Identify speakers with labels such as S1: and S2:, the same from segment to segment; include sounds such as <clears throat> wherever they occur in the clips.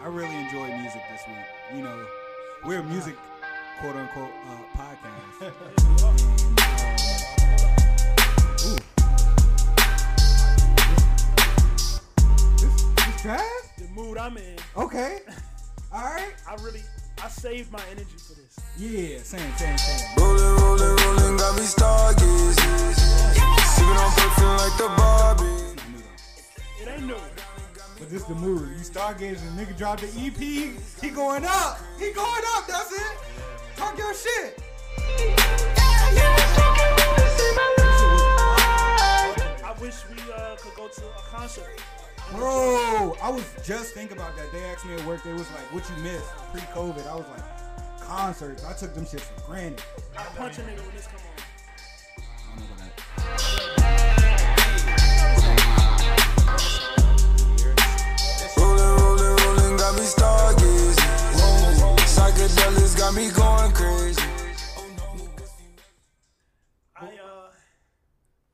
S1: I really enjoyed music this week. You know, we're a music quote unquote uh, podcast. And, um, ooh. This, this trash?
S2: The mood I'm in,
S1: Okay. All right.
S2: I really, I saved my energy for this.
S1: Yeah. Same. Same. Same.
S3: Rolling, rolling, rolling, got me stargazing. Sipping on perfume like the Barbie.
S1: Not new though.
S2: It ain't new.
S1: But this the move. You stargazing. Nigga dropped the EP. He going up. He going up. That's it. Talk your shit.
S2: I wish we uh, could go to a concert.
S1: Bro, I was just thinking about that. They asked me at work. They was like, "What you missed pre-COVID?" I was like, "Concerts." I took them shit for granted.
S2: I punch a nigga when this come on.
S1: I don't know about that.
S3: Rolling, rolling, rolling, got me stargazing. Psychedelics got me going crazy.
S2: I uh,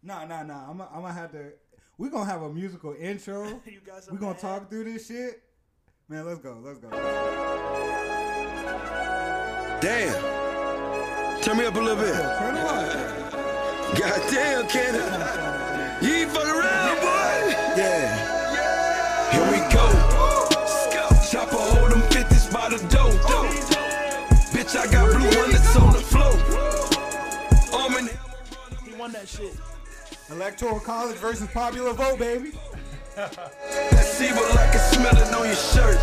S1: Nah, nah, nah. I'm gonna have to. We gonna have a musical intro.
S2: you guys.
S1: We gonna talk through this shit. Man, let's go. Let's go.
S3: Damn. Turn me up a little bit.
S1: Turn it up.
S3: Goddamn, can You ain't fucking around, boy. Yeah. Here we go. Chopper hold them 50s by the dough.
S2: uh,
S3: Bitch, I got blue hundreds on the floor. Arm and
S2: He won that shit.
S1: Electoral college versus popular vote, baby.
S3: That's evil, I can smell it on your shirt.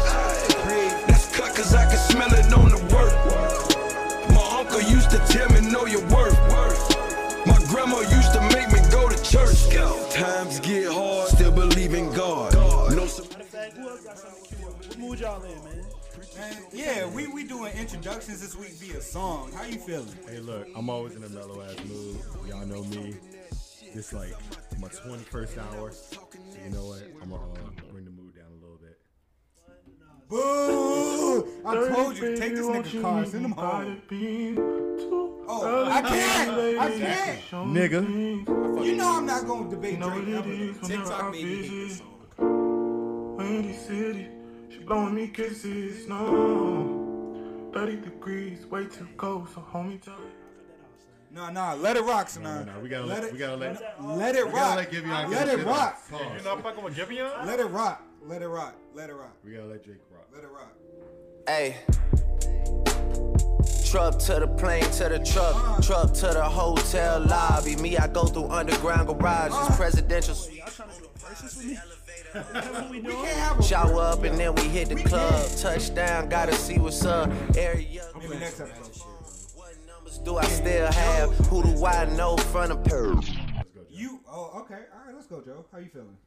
S3: That's cut, cause I can smell it on the work. My uncle used to tell me, know your worth. My grandma used to make me go to church. Times get hard, still believe in God. No surprise.
S2: Matter of fact, who else got something to cue up? What mood y'all in, man?
S1: Man, yeah, we we doing introductions this week via song. How you feeling?
S4: Hey, look, I'm always in a mellow ass mood. Y'all know me. This like my 21st hour. So you know what? I'm gonna uh, bring the mood down a little bit.
S1: Boo! I told you, take this nigga car, send him home. Oh, I can't! I can't!
S4: Nigga,
S1: You know I'm not gonna debate Drake ever. TikTok made me hate this song.
S5: Windy City, she blowing me kisses, no. 30 degrees, way too cold, so homie, tell me.
S1: Nah, nah, let it rock, son.
S4: no, no, we gotta
S1: let
S4: let,
S1: it,
S4: we gotta let.
S1: let it
S4: We gotta
S1: rock.
S4: let
S1: Let
S4: Giveon get
S1: it
S4: his
S1: rock.
S4: shit off. Pause.
S6: You not fucking with Giveon?
S1: Let it rock. Let it rock. Let it rock.
S4: We gotta let Drake rock.
S1: Let it rock.
S7: Ayy. Truck to the plane, to the truck, truck to the hotel lobby. Me, I go through underground garages, presidential suite.
S2: Y'all trying to do verses with me? Is that what we
S1: We
S2: doing?
S1: can't have a
S7: Shower up and then we hit the club. Touchdown, gotta see what's up. Area.
S1: Maybe next episode.
S7: What numbers do I still have? Who do I know from the
S4: Let's
S7: purge?
S4: go, Drake.
S1: You oh okay, alright, let's go, Joe. How you feeling?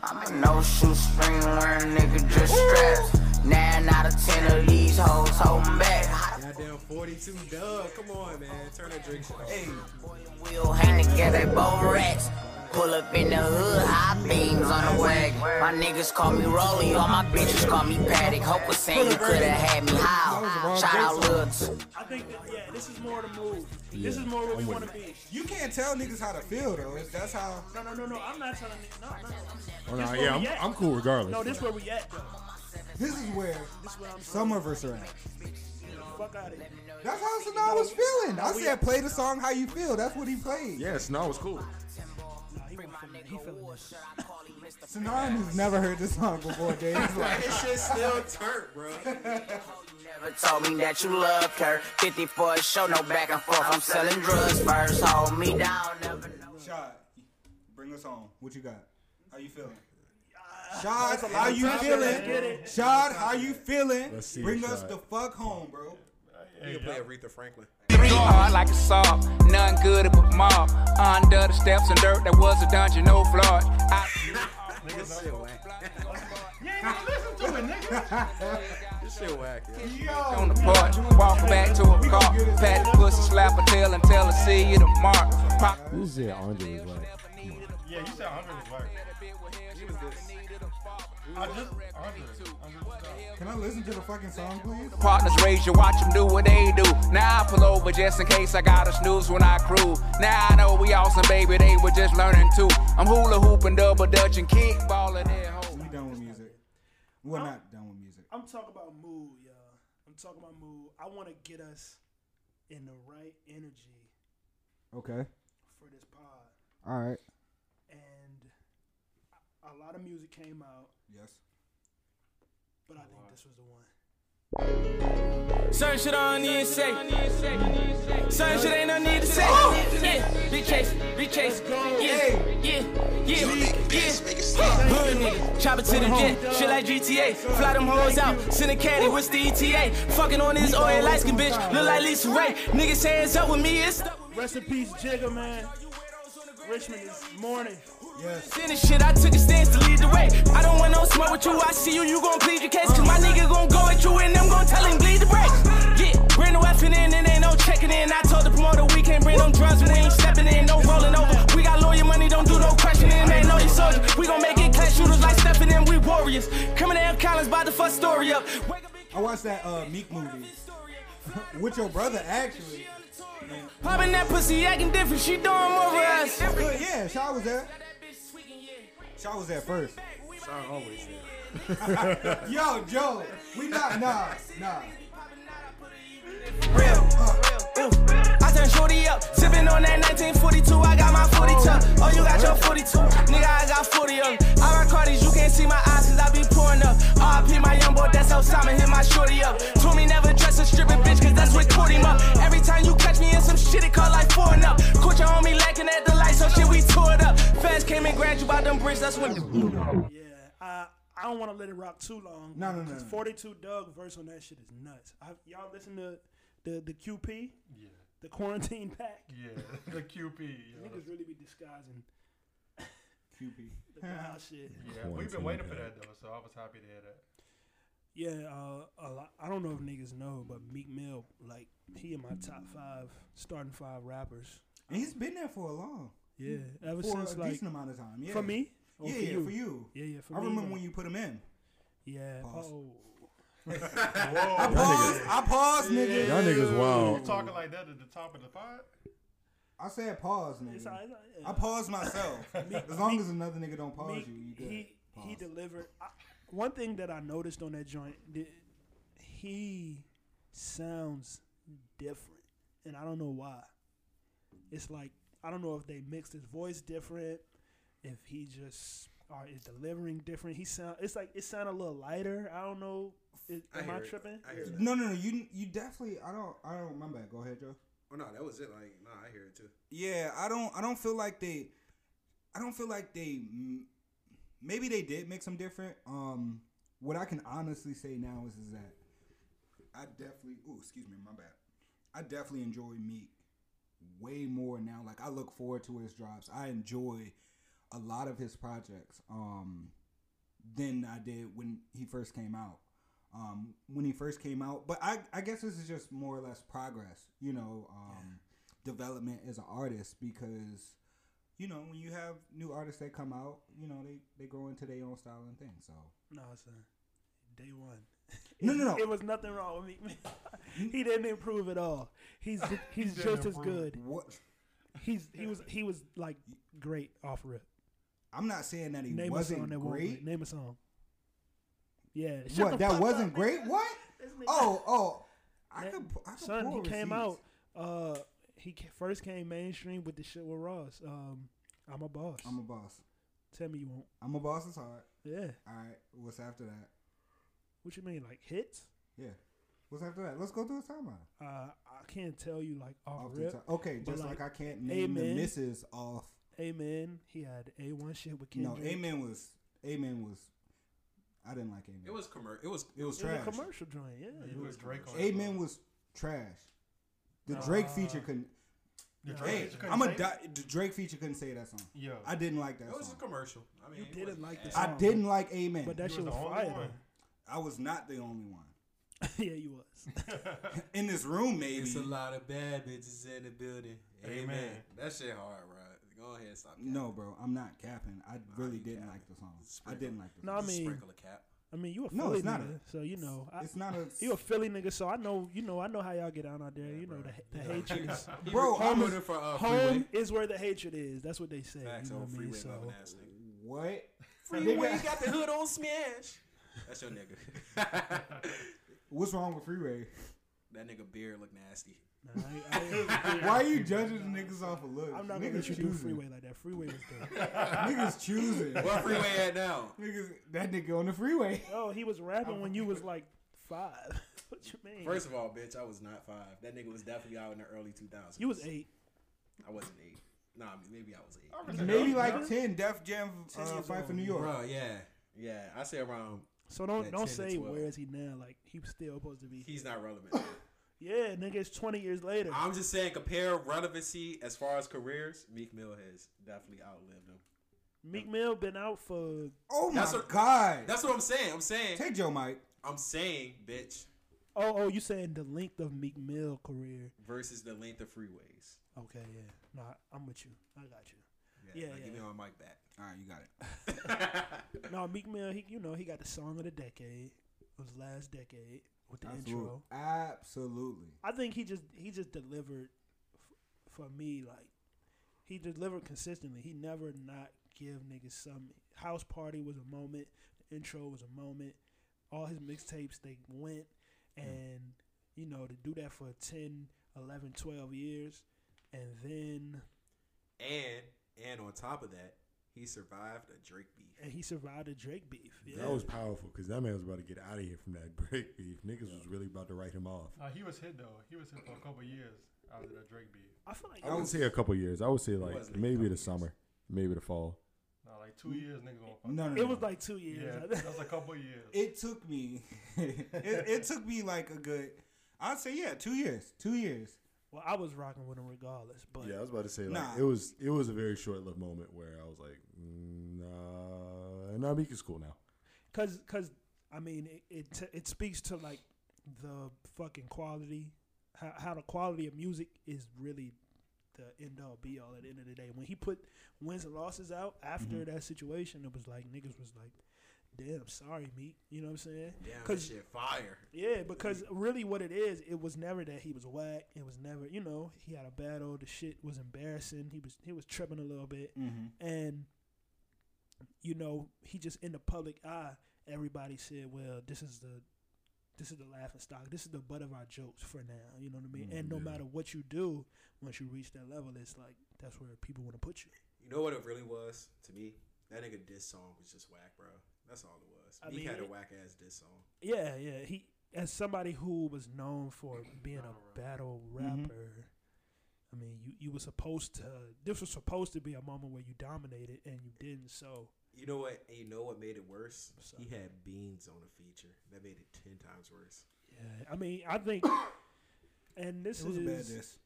S8: I'm a no shoe spring wearing nigga just straps. Nine out of ten of these hoes holding back. How the
S9: Goddamn 42 dub. Come on, man. Turn that drink shit. Hey,
S8: boy and Will hang together, they both rats. Pull up in the hood, high beams on the wagon. My niggas call me Rolly, all my bitches call me Paddock. Hope was saying you could've had me how. Shout out Lil T.
S2: I think that, yeah, this is more the mood. This is more what we want to be.
S1: You can't tell niggas how to feel though. If that's how
S2: No, no, no, no. I'm not trying to. No, no.
S4: Oh, no,
S2: where
S4: yeah,
S2: we
S4: I'm,
S2: at.
S4: I'm cool regardless.
S2: No, this where we at, though.
S1: this is where
S2: This where I'm
S1: some of us are at.
S2: fuck out of here.
S1: That's how Sanaa was feeling. I said play the song how you feel. That's what he played.
S4: Yes, no, it's cool.
S1: Sanaa has never heard this song before, Dave. He's like,
S9: this shit still turnt, bro.
S8: Never told me that you loved her. 50 for a show, no back and forth. I'm selling drugs first, hold me down, never know.
S1: Shot, bring us home. What you got? How you feeling? Shad, how you feeling? Shad, how you feeling?
S4: Let's see
S1: Bring
S4: it,
S1: us
S4: Shad.
S1: the fuck home, bro.
S9: You can play Aretha Franklin.
S10: Three hard like a saw, none good but mob. Under the steps and dirt, there was a dungeon, no floor. I
S9: This shit whack. This shit whack. Yeah.
S10: on the porch, walk back to a car, pat the pussy, slap her tail, and tell her see you tomorrow. Pop
S4: Who's it? Andre is like.
S6: Yeah, you said Andre was right. I just Andre. Andre was right.
S1: Can I listen to the fucking song, please?
S10: partners raise you, watch them do what they do. Now I pull over just in case I gotta snooze when I cruise. Now I know we awesome, baby, they were just learning too. I'm hula hooping, double dutching, kickballing, that hoe.
S1: We done with music. We're
S2: I'm-
S1: not done with music.
S2: I'm talking about mood, y'all. I'm talking about mood. I want to get us in the right energy
S1: Okay.
S2: for this pod.
S1: All right.
S2: And a lot of music came out,
S1: Yes.
S2: but I think this was the one.
S7: Certain shit I don't need to say. Certain shit ain't no need to say. Yeah, be chasing, be chasing. Yeah, yeah, yeah, yeah. Hood nigga, chop it to the jet. Shit like GTA. Fly them hoes out. Syndicated, what's the ETA? Fucking on this oil light skin bitch. Look like Lisa Ray. Niggas hands up with me. It's stuck.
S2: Rest in peace, Jigga, man. Richmond is mourning.
S7: Finish shit, I took a stance to lead the way. I don't want no smoke with you, I see you, you gon' plead your case. Cause my nigga gon' go at you and I'm gon' tell him bleed the brakes. Yeah, bring the weapon in and ain't no checking in. I told the promoter we can't bring them drugs, but they ain't stepping in, no rolling over. We got lawyer money, don't do no questioning. Ain't no you soldier, we gon' make it class shooters like Stephen and we warriors. Coming to F. Collins, by the fuck story up.
S1: I watched that uh, Meek movie <laughs> with your brother actually.
S7: Popping that pussy, acting different, she doing more for us.
S1: Yeah, Shaw was there. Shaw was there first.
S3: Sean always
S1: <laughs> Yo, Joe, we
S4: <laughs>
S1: not nah nah.
S7: I turn shorty up, sipping on that 1942. I got my 40 tuck. Oh, you got your 42, nigga. I got 40 of 'em. I rock Cardis, you can't see my eyes 'cause I be pouring up. RIP my young boy, that's Osama. Hit my shorty up. Told me never dress a stripping bitch, cause that's what caught him up. Every time you catch me in some shit, it call like four and up. Caught your homie lacking at the light, so shit, we tore it up. Fans came and grabbed you by them bricks, that's when.
S2: I I don't want to let it rock too long.
S1: No, no, no,
S2: Because
S1: no.
S2: 42 Doug verse on that shit is nuts. I, y'all listen to the the QP? Yeah. The quarantine pack?
S5: Yeah, <laughs> the QP, yeah.
S2: Niggas really be disguising
S1: QP.
S2: the wild shit.
S5: Yeah, we've been waiting for that though, so I was happy to hear that.
S2: Yeah, uh, a lot, I don't know if niggas know, but Meek Mill, like, he in my top five, starting five rappers.
S1: And he's been there for a long.
S2: Yeah, ever
S1: for
S2: since
S1: a
S2: like
S1: decent amount of time. Yeah.
S2: for me. Or
S1: Yeah,
S2: for
S1: yeah,
S2: you?
S1: for you.
S2: Yeah, yeah. For
S1: I
S2: me,
S1: remember
S2: like-
S1: when you put him in.
S2: Yeah. Oh.
S1: I paused. I paused, nigga.
S4: Y'all niggas wild.
S5: You talking like that at the top of the pod?
S1: I said pause, nigga.
S2: It's all- it's all- yeah.
S1: I paused myself.
S2: Meek-
S1: as long
S2: Meek-
S1: as another nigga don't pause
S2: Meek,
S1: you, you good.
S2: he he
S1: Pause.
S2: delivered. I, one thing that I noticed on that joint, th- he sounds different, and I don't know why. It's like I don't know if they mixed his voice different, if he just or is delivering different. He sound it's like it sound a little lighter. I don't know. Is,
S3: I
S2: am I,
S3: hear it.
S2: tripping?
S3: I hear that.
S1: No, no, no. You you definitely. I don't. I don't. My bad. Go ahead, Joe.
S3: Oh no, that was it. Like, nah, I hear it too.
S1: Yeah, I don't. I don't feel like they. I don't feel like they. m- Maybe they did make some different. Um, what I can honestly say now is, is that I definitely. Ooh, excuse me, my bad. I definitely enjoy Meek way more now. Like I look forward to his drops. I enjoy a lot of his projects. Um, than I did when he first came out. Um, when he first came out, but I, I guess this is just more or less progress, you know, um, development as an artist because, you know, when you have new artists that come out, you know, they, they grow into their own style and thing. So
S2: No, son. Day one.
S1: No, no,
S2: <laughs>
S1: no.
S2: It was nothing wrong with me. <laughs> he didn't improve at all. He's
S1: <laughs>
S2: he's
S1: didn't
S2: just as
S1: improve.
S2: good.
S1: What?
S2: He's he was he was like great off rip.
S1: I'm not saying that he
S2: Name a
S1: wasn't
S2: song that won't play.
S1: great.
S2: Name a song. Yeah. shut the
S1: <laughs> What? That
S2: fuck
S1: wasn't
S2: up,
S1: great.
S2: nigga.
S1: What? Oh, oh. I
S2: That-
S1: could, I could
S2: son, he
S1: pull
S2: came
S1: receipts.
S2: out. Uh, he ca- first came mainstream with the shit with Ross. Um, I'm a boss.
S1: I'm a boss.
S2: Tell me you won't.
S1: I'm a boss. It's hard.
S2: Yeah.
S1: All right. What's after that?
S2: What you mean, like hits?
S1: Yeah. What's after that? Let's go through a timeline.
S2: Uh, I can't tell you like off,
S1: Off the
S2: rip.
S1: top. Okay,
S2: but,
S1: just like, I can't name the misses off.
S2: Amen. He had a one shit with
S1: No,
S2: Kendrick.
S1: Amen was Amen was. I didn't like Amen.
S3: It was commer- it was-
S1: it was
S2: It was a
S1: trash.
S2: commercial joint, yeah. It
S1: It
S2: was
S1: was
S2: Drake
S1: commercial.
S2: on it,
S1: Amen was trash. The Drake feature couldn't.
S5: the Drake
S1: Hey,
S5: feature couldn't
S1: I'm a
S5: save
S1: di- the Drake feature couldn't say that song.
S5: Yo.
S1: I didn't like that.
S3: It was a
S1: song.
S3: commercial. I mean,
S2: You
S3: it
S2: didn't
S3: wasn't
S2: like the
S3: bad.
S2: song.
S1: I didn't like Amen.
S2: But that shit was fire. though.
S1: I was not the only one
S2: <laughs> yeah, you was. <laughs>
S1: in this room. Maybe
S3: It's a lot of bad bitches in the building. Amen.
S5: Amen.
S3: That shit hard, bro. Go ahead, and stop.
S1: No, bro, I'm not capping. I really didn't like the song. I didn't like the
S2: No, I
S1: song.
S2: mean,
S3: Sprinkle a cap.
S2: I mean, you a Philly
S1: No, it's not
S2: nigga, so you know. I,
S1: it's not a-
S2: You a Philly nigga, so I know. You know, I know how y'all get down out there. you know the, the
S3: Yeah.
S2: hatred.
S3: <laughs>
S2: Is,
S1: Bro,
S2: home,
S1: I'm
S2: is,
S1: rooting for, uh,
S2: home
S1: Freeway.
S2: is where the hatred is. That's what they say.
S3: Facts
S2: you know
S3: on
S2: what I mean? <laughs>
S3: freeway
S2: So
S3: loving ass nigga.
S1: What?
S3: Freeway got the hood on smash. That's your nigga. <laughs>
S1: What's wrong with Freeway?
S3: that nigga beard look nasty.
S1: Why are you judging the niggas off of looks?
S2: I'm not gonna let
S1: niggas
S2: you do
S1: choosing.
S2: freeway like that. Freeway was good.
S1: <laughs> niggas choosing.
S3: Where Freeway at now?
S1: Niggas, that nigga on the
S3: <laughs>
S1: freeway.
S2: Oh, he was rapping when you was like five. <laughs> what you mean?
S3: First of all, bitch, I was not five. That nigga was definitely out in the early 2000s.
S2: you was eight.
S3: I wasn't eight. Nah, maybe I was eight.
S1: Maybe like ten. Def Jam
S2: Ten
S1: uh,
S2: years
S1: fight for
S2: old.
S1: New York.
S3: Bro, Oh, yeah, yeah. I say around.
S2: So don't
S3: that
S2: don't
S3: 10 to
S2: say
S3: 12.
S2: where is he now? Like he was still supposed to be.
S3: He's not relevant.
S2: yeah, nigga, it's twenty years later.
S3: <coughs> I'm just saying, compare relevancy as far as careers. Meek Mill has definitely outlived him.
S2: Meek Mill been out for
S1: Oh my
S3: That's what-
S1: god.
S3: That's what I'm saying. I'm saying.
S1: Take your mic.
S3: I'm saying, bitch,
S2: oh oh you saying the length of Meek Mill career?
S3: versus the length of freeways.
S2: Okay, yeah, nah, I'm with you. I got you.
S3: Yeah,
S2: Yeah,
S3: like,
S2: yeah.
S3: give me my mic back.
S1: All right, you got it.
S2: No, Meek Mill, he you know he got the song of the decade, of his last decade with the
S1: Absolutely.
S2: intro.
S1: Absolutely.
S2: I think he just he just delivered f- for me like he delivered consistently. He never not give niggas some house party was a moment, the intro was a moment. All his mixtapes they went and you know to do that for 10, 11, 12 years and then
S3: And and on top of that, he survived a Drake beef.
S2: and he survived the Drake beef. Yeah.
S4: That was powerful because that man was about to get out of here from that <laughs> break beef. Niggas was really about to write him off.
S5: Uh, he was hit though. He was hit for a couple years after that Drake beat.
S2: I feel like
S4: I wouldn't say a couple years. I would say
S3: wasn't
S4: like
S3: a
S4: maybe
S3: couple
S4: the summer, maybe the fall.
S5: Now like two years, niggas gonna
S1: <laughs>
S5: fuck.
S1: Oh, No, no, no.
S2: it was like 2 years.
S5: Yeah, that's a couple years.
S1: it took me. <laughs> it, it took me like a good. I'd say yeah, two years. Two years.
S2: <laughs> well, I was rocking with him regardless, but
S4: Yeah, I was about to say like
S1: Nah.
S4: it was it was a very short lived moment where I was like, mm, nah, nah, Meek is cool now.
S2: Cause, cause I mean, it it, t- it speaks to like the fucking quality, how, how the quality of music is really the end all be all at the end of the day. When he put wins and losses out after
S3: Mm-hmm.
S2: that situation, it was like niggas was like, "Damn, sorry, meat." You know what I'm saying?
S3: Damn, that
S2: 'Cause-
S3: shit fire.
S2: yeah, because really, what it is, it was never that he was whack. It was never, you know, he had a battle. The shit was embarrassing. He was he was tripping a little bit,
S3: Mm-hmm.
S2: and you know, he just in the public eye, everybody said, "Well, this is the." This is the laughing stock. This is the butt of our jokes for now. You know what I
S1: Mm,
S2: mean. and no matter what you do, once you reach that level, it's like that's where people want to put you.
S3: You know what it really was to me? That nigga diss song was just whack, bro. That's all it was.
S2: I
S3: Meek
S2: mean,
S3: had a
S2: it-
S3: whack ass diss song.
S2: Yeah, yeah. He as somebody who was known for being a battle rapper. I mean, you you were supposed to. This was supposed to be a moment where you dominated and you didn't. So
S3: You know what? And you know what made it worse? He had beans on a feature. That made it ten times worse.
S2: yeah, I mean, I think. <coughs> And this
S1: It was a
S2: is
S1: bad diss.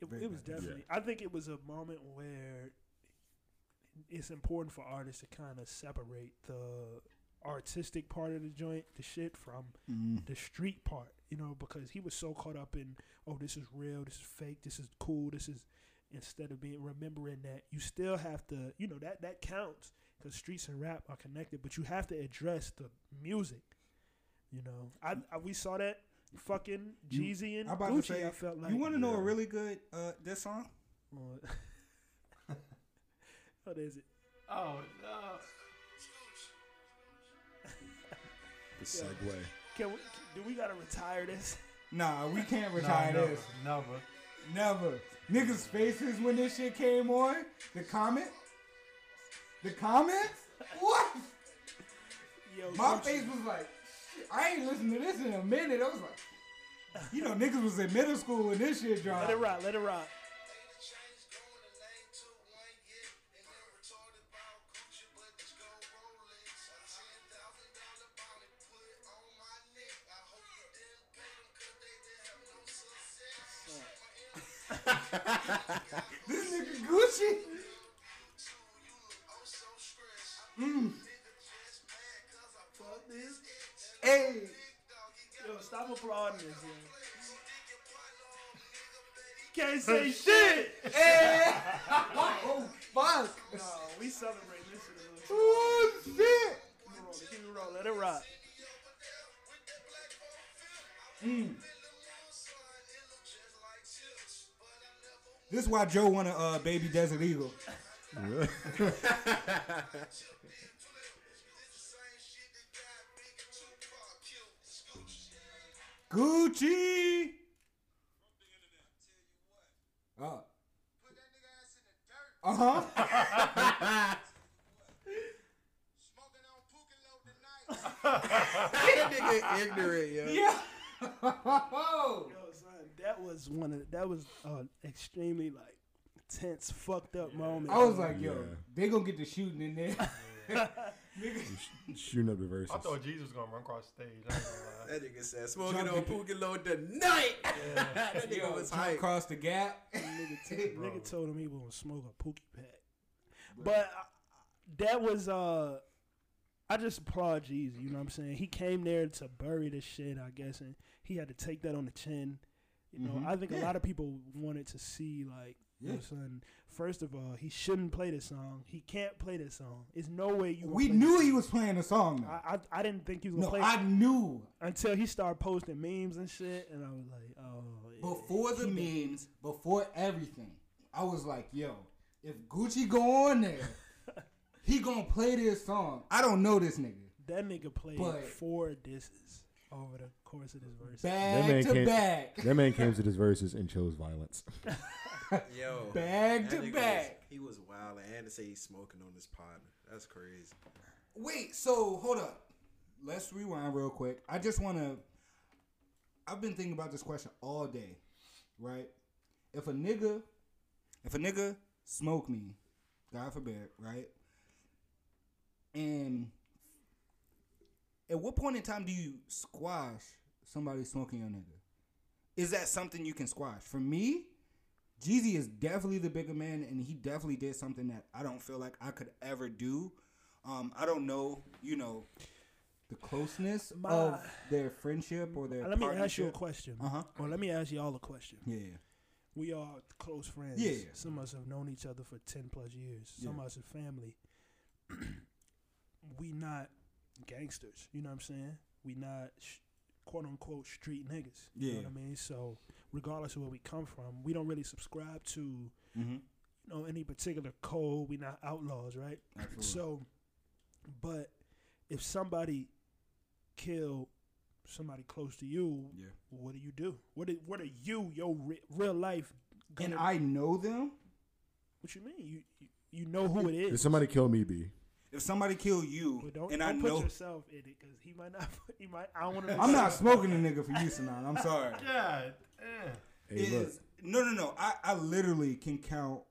S2: It,
S1: Very
S2: it was
S1: bad diss.
S2: definitely. I think it was a moment where it's important for artists to kind of separate the artistic part of the joint, the shit, from
S1: Mm-hmm.
S2: the street part. You know, because he was so caught up in, oh, this is real, this is fake, this is cool, this is. Instead of being remembering that, you still have to, you know, that that counts because streets and rap are connected, but you have to address the music. You know, I, I we saw that fucking Jeezy and
S1: I'm about
S2: Gucci.
S1: to say.
S2: I felt like
S1: you want to know a really good uh, diss song?
S2: on- <laughs> what is it?
S5: Oh no.
S4: The segue.
S2: Can we? Do we gotta retire this?
S1: Nah, we
S2: <laughs>
S1: can't
S5: No,
S1: retire
S5: never,
S1: this.
S5: never.
S1: Never. Niggas' faces when this shit came on. The comment. The comments. What?
S2: Yo,
S1: My
S2: Gucci,
S1: face was like, "Shit, I ain't listened to this in a minute. I was like, you know, niggas was in middle school when this shit
S2: Let it
S1: dropped.
S2: rock. Let it rock.
S1: This nigga Gucci. Mm. Hey,
S2: Yo, stop applauding this. Yo. Can't say shit.
S1: hey. oh fuck.
S2: No, we celebrate this shit a little.
S1: Oh shit.
S2: Keep it rolling, Keep it rolling. Let it rock.
S1: This is why Joe want to uh, baby Desert Eagle. <laughs>
S4: Yeah.
S1: Gucci. Uh. Uh huh.
S3: <laughs> that nigga ignorant, yo.
S1: Yeah. <laughs>
S2: Yo, son, that was one of that was an extremely like tense, fucked up moment.
S1: I was like, yo,
S4: Yeah.
S1: they gonna get the shooting in there.
S4: Shooting up the verses.
S5: I thought Jesus was gonna run across the stage. I ain't gonna lie.
S3: That nigga said smoking on Pookie Low tonight.
S1: <laughs>
S3: that nigga
S1: Yo,
S3: was
S1: jump
S3: hype.
S1: across the gap.
S2: nigga, t- nigga told him he was gonna smoke a pookie pack. But uh, that was uh, I just applaud Jeezy. You know what I'm saying? He came there to bury this shit, I guess, and he had to take that on the chin. You know,
S1: Mhm.
S2: I think a
S1: Yeah.
S2: lot of people wanted to see like. you know
S1: Yeah.
S2: what I'm saying? First of all, he shouldn't play this song. He can't play this song. It's no way you. gonna
S1: <laughs> We
S2: play
S1: knew
S2: this
S1: he was playing a song. though.
S2: I, I I didn't think he was
S1: No,
S2: gonna play
S1: I knew
S2: until he started posting memes and shit, and I was like, oh. yeah,
S1: before the
S2: he been-
S1: memes, before everything. I was like, yo, if Gucci go on
S4: <laughs>
S1: there, he gonna play this song. I don't know this nigga.
S2: That nigga played
S1: But-
S2: four disses over the course of this verse.
S4: That
S1: Back
S4: man,
S1: to
S4: came,
S1: back.
S4: that man came to this verses and chose violence.
S3: Yo,
S1: Back
S3: that
S1: to
S3: nigga was-
S1: back.
S3: he was wild and to say he's smoking on his partner. That's crazy.
S1: Wait, so hold up. Let's rewind real quick. I just want to. I've been thinking about this question all day, right? If a nigga, if a nigga smoke me, God forbid, right? And at what point in time do you squash somebody smoking your nigga? Is that something you can squash? For me, Jeezy is definitely the bigger man, and he definitely did something that I don't feel like I could ever do. Um, I don't know, you know, the closeness
S2: My-
S1: of their friendship or their.
S2: Let me ask you a question.
S1: Uh-huh.
S2: Or let me ask y'all a question.
S1: Yeah.
S2: We are close friends.
S1: Yeah.
S2: Some of us have known each other for ten plus years. Some
S1: Yeah.
S2: of us are family. <clears throat> we not gangsters. You know what I'm saying? We not sh- quote unquote street niggas. You know
S1: Yeah.
S2: what I mean? So regardless of where we come from, we don't really subscribe to
S1: Mm-hmm.
S2: you know any particular code. We not outlaws, right?
S1: Absolutely.
S2: So, but if somebody killed somebody close to you,
S1: Yeah.
S2: what do you do? What do, what are you your re- real life?
S1: And I know them.
S2: What you mean? You you, you know who it
S4: Did
S2: is.
S4: somebody kill me, B?
S1: If somebody kill you,
S2: But don't,
S1: and
S2: don't
S1: I
S2: put
S1: <laughs> know,
S2: yourself in it because he might not. <laughs> He might. I want to.
S1: I'm not smoking a nigga for you, Sanan. I'm <laughs> sorry.
S5: God damn.
S4: Hey, look.
S1: Is- no, no, no. I, I literally can count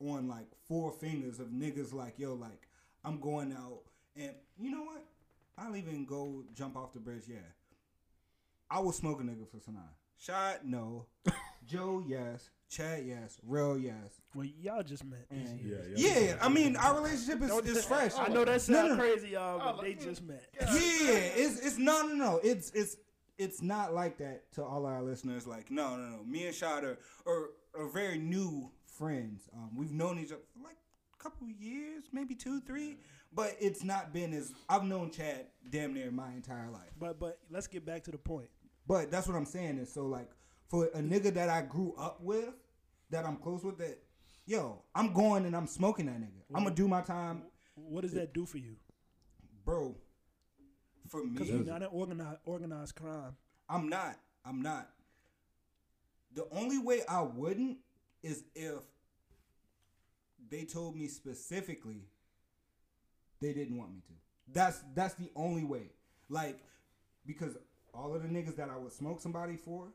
S1: on like four fingers of niggas like yo, like I'm going out, and you know what? I'll even go jump off the bridge. Yeah, I will smoke a nigga for Sanan. Shot <laughs> no, Joe yes, Chad yes, Real yes.
S2: Well, y'all just met. These
S1: And-
S2: years.
S4: Yeah,
S1: Yeah, I mean our relationship is, is Mm. fresh.
S2: <laughs> I know that
S1: No,
S2: sounds
S1: no, Oh, no.
S2: crazy, y'all, but they just met.
S1: Yeah, it's it's no no no. It's it's it's not like that to all our listeners. Like no no no. Me and Shad are are, are very new friends. Um, we've known each other for like a couple years, maybe two three. But it's not been as I've known Chad damn near my entire life.
S2: But but let's get back to the point.
S1: But that's what I'm saying. Is so like for a nigga that I grew up with, that I'm close with, that yo, I'm going and I'm smoking that nigga. I'm gonna do my time,
S2: What does that do for you?
S1: bro. For me,
S2: Because we're not an organized organized crime.
S1: I'm not. I'm not. The only way I wouldn't is if they told me specifically they didn't want me to. That's that's the only way. Like because all of the niggas that I would smoke somebody for,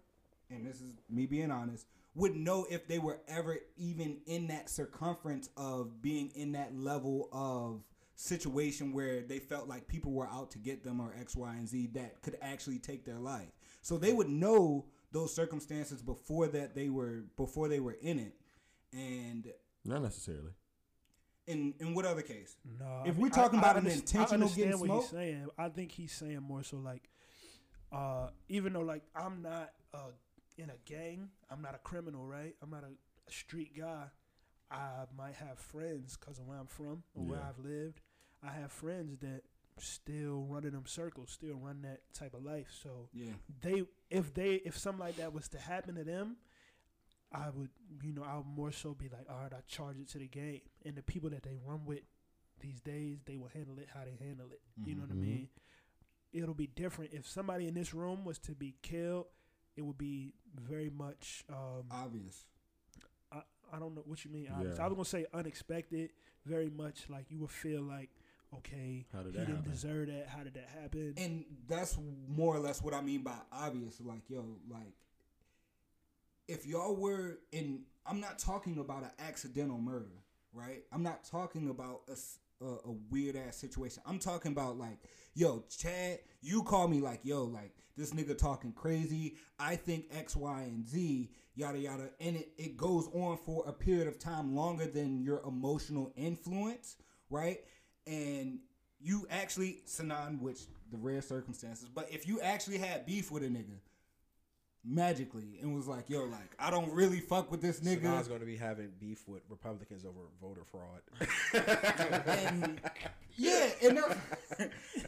S1: and this is me being honest, would know if they were ever even in that circumference of being in that level of situation where they felt like people were out to get them or X, Y, and Z that could actually take their life. So they would know those circumstances before that they were before they were in it. And
S4: Not necessarily.
S1: in in what other case?
S2: No.
S1: If
S2: I
S1: we're
S2: mean, I-
S1: talking
S2: I
S1: about an
S2: underst- I
S1: intentional getting
S2: understand what he's
S1: smoked-
S2: saying. I think he's saying more so like, uh, even though like I'm not uh, in a gang, I'm not a criminal, right? I'm not a, a street guy. I might have friends because of where I'm from or where
S4: Yeah.
S2: I've lived. I have friends that still run in them circles, still run that type of life. So
S1: Yeah.
S2: they if they if something like that was to happen to them i would you know i would more so be like all right i charge it to the game and the people that they run with these days they will handle it how they handle it you know what i
S4: Mhm.
S2: mean it'll be different. If somebody in this room was to be killed, it would be very much um,
S1: obvious.
S2: I, I don't know what you mean. Obvious.
S4: Yeah.
S2: I was gonna say unexpected. Very much like you would feel like, okay,
S4: How did
S2: he
S4: that
S2: didn't
S4: happen?
S2: deserve that. How did that happen?
S1: And that's more or less what I mean by obvious. Like, yo, like, if y'all were in, I'm not talking about an accidental murder, right? I'm not talking about a, s- a, a weird ass situation. I'm talking about, like, yo, Chad, you call me, like, yo, like, this nigga talking crazy. I think X, Y, and Z, yada, yada. And it, it goes on for a period of time longer than your emotional influence, right? and you actually Sanan, which the rare circumstances, but if you actually had beef with a nigga magically and was like, yo, like I don't really fuck with this nigga.
S3: Sanaa's going to be having beef with Republicans over voter <laughs> fraud.
S1: and yeah, and that,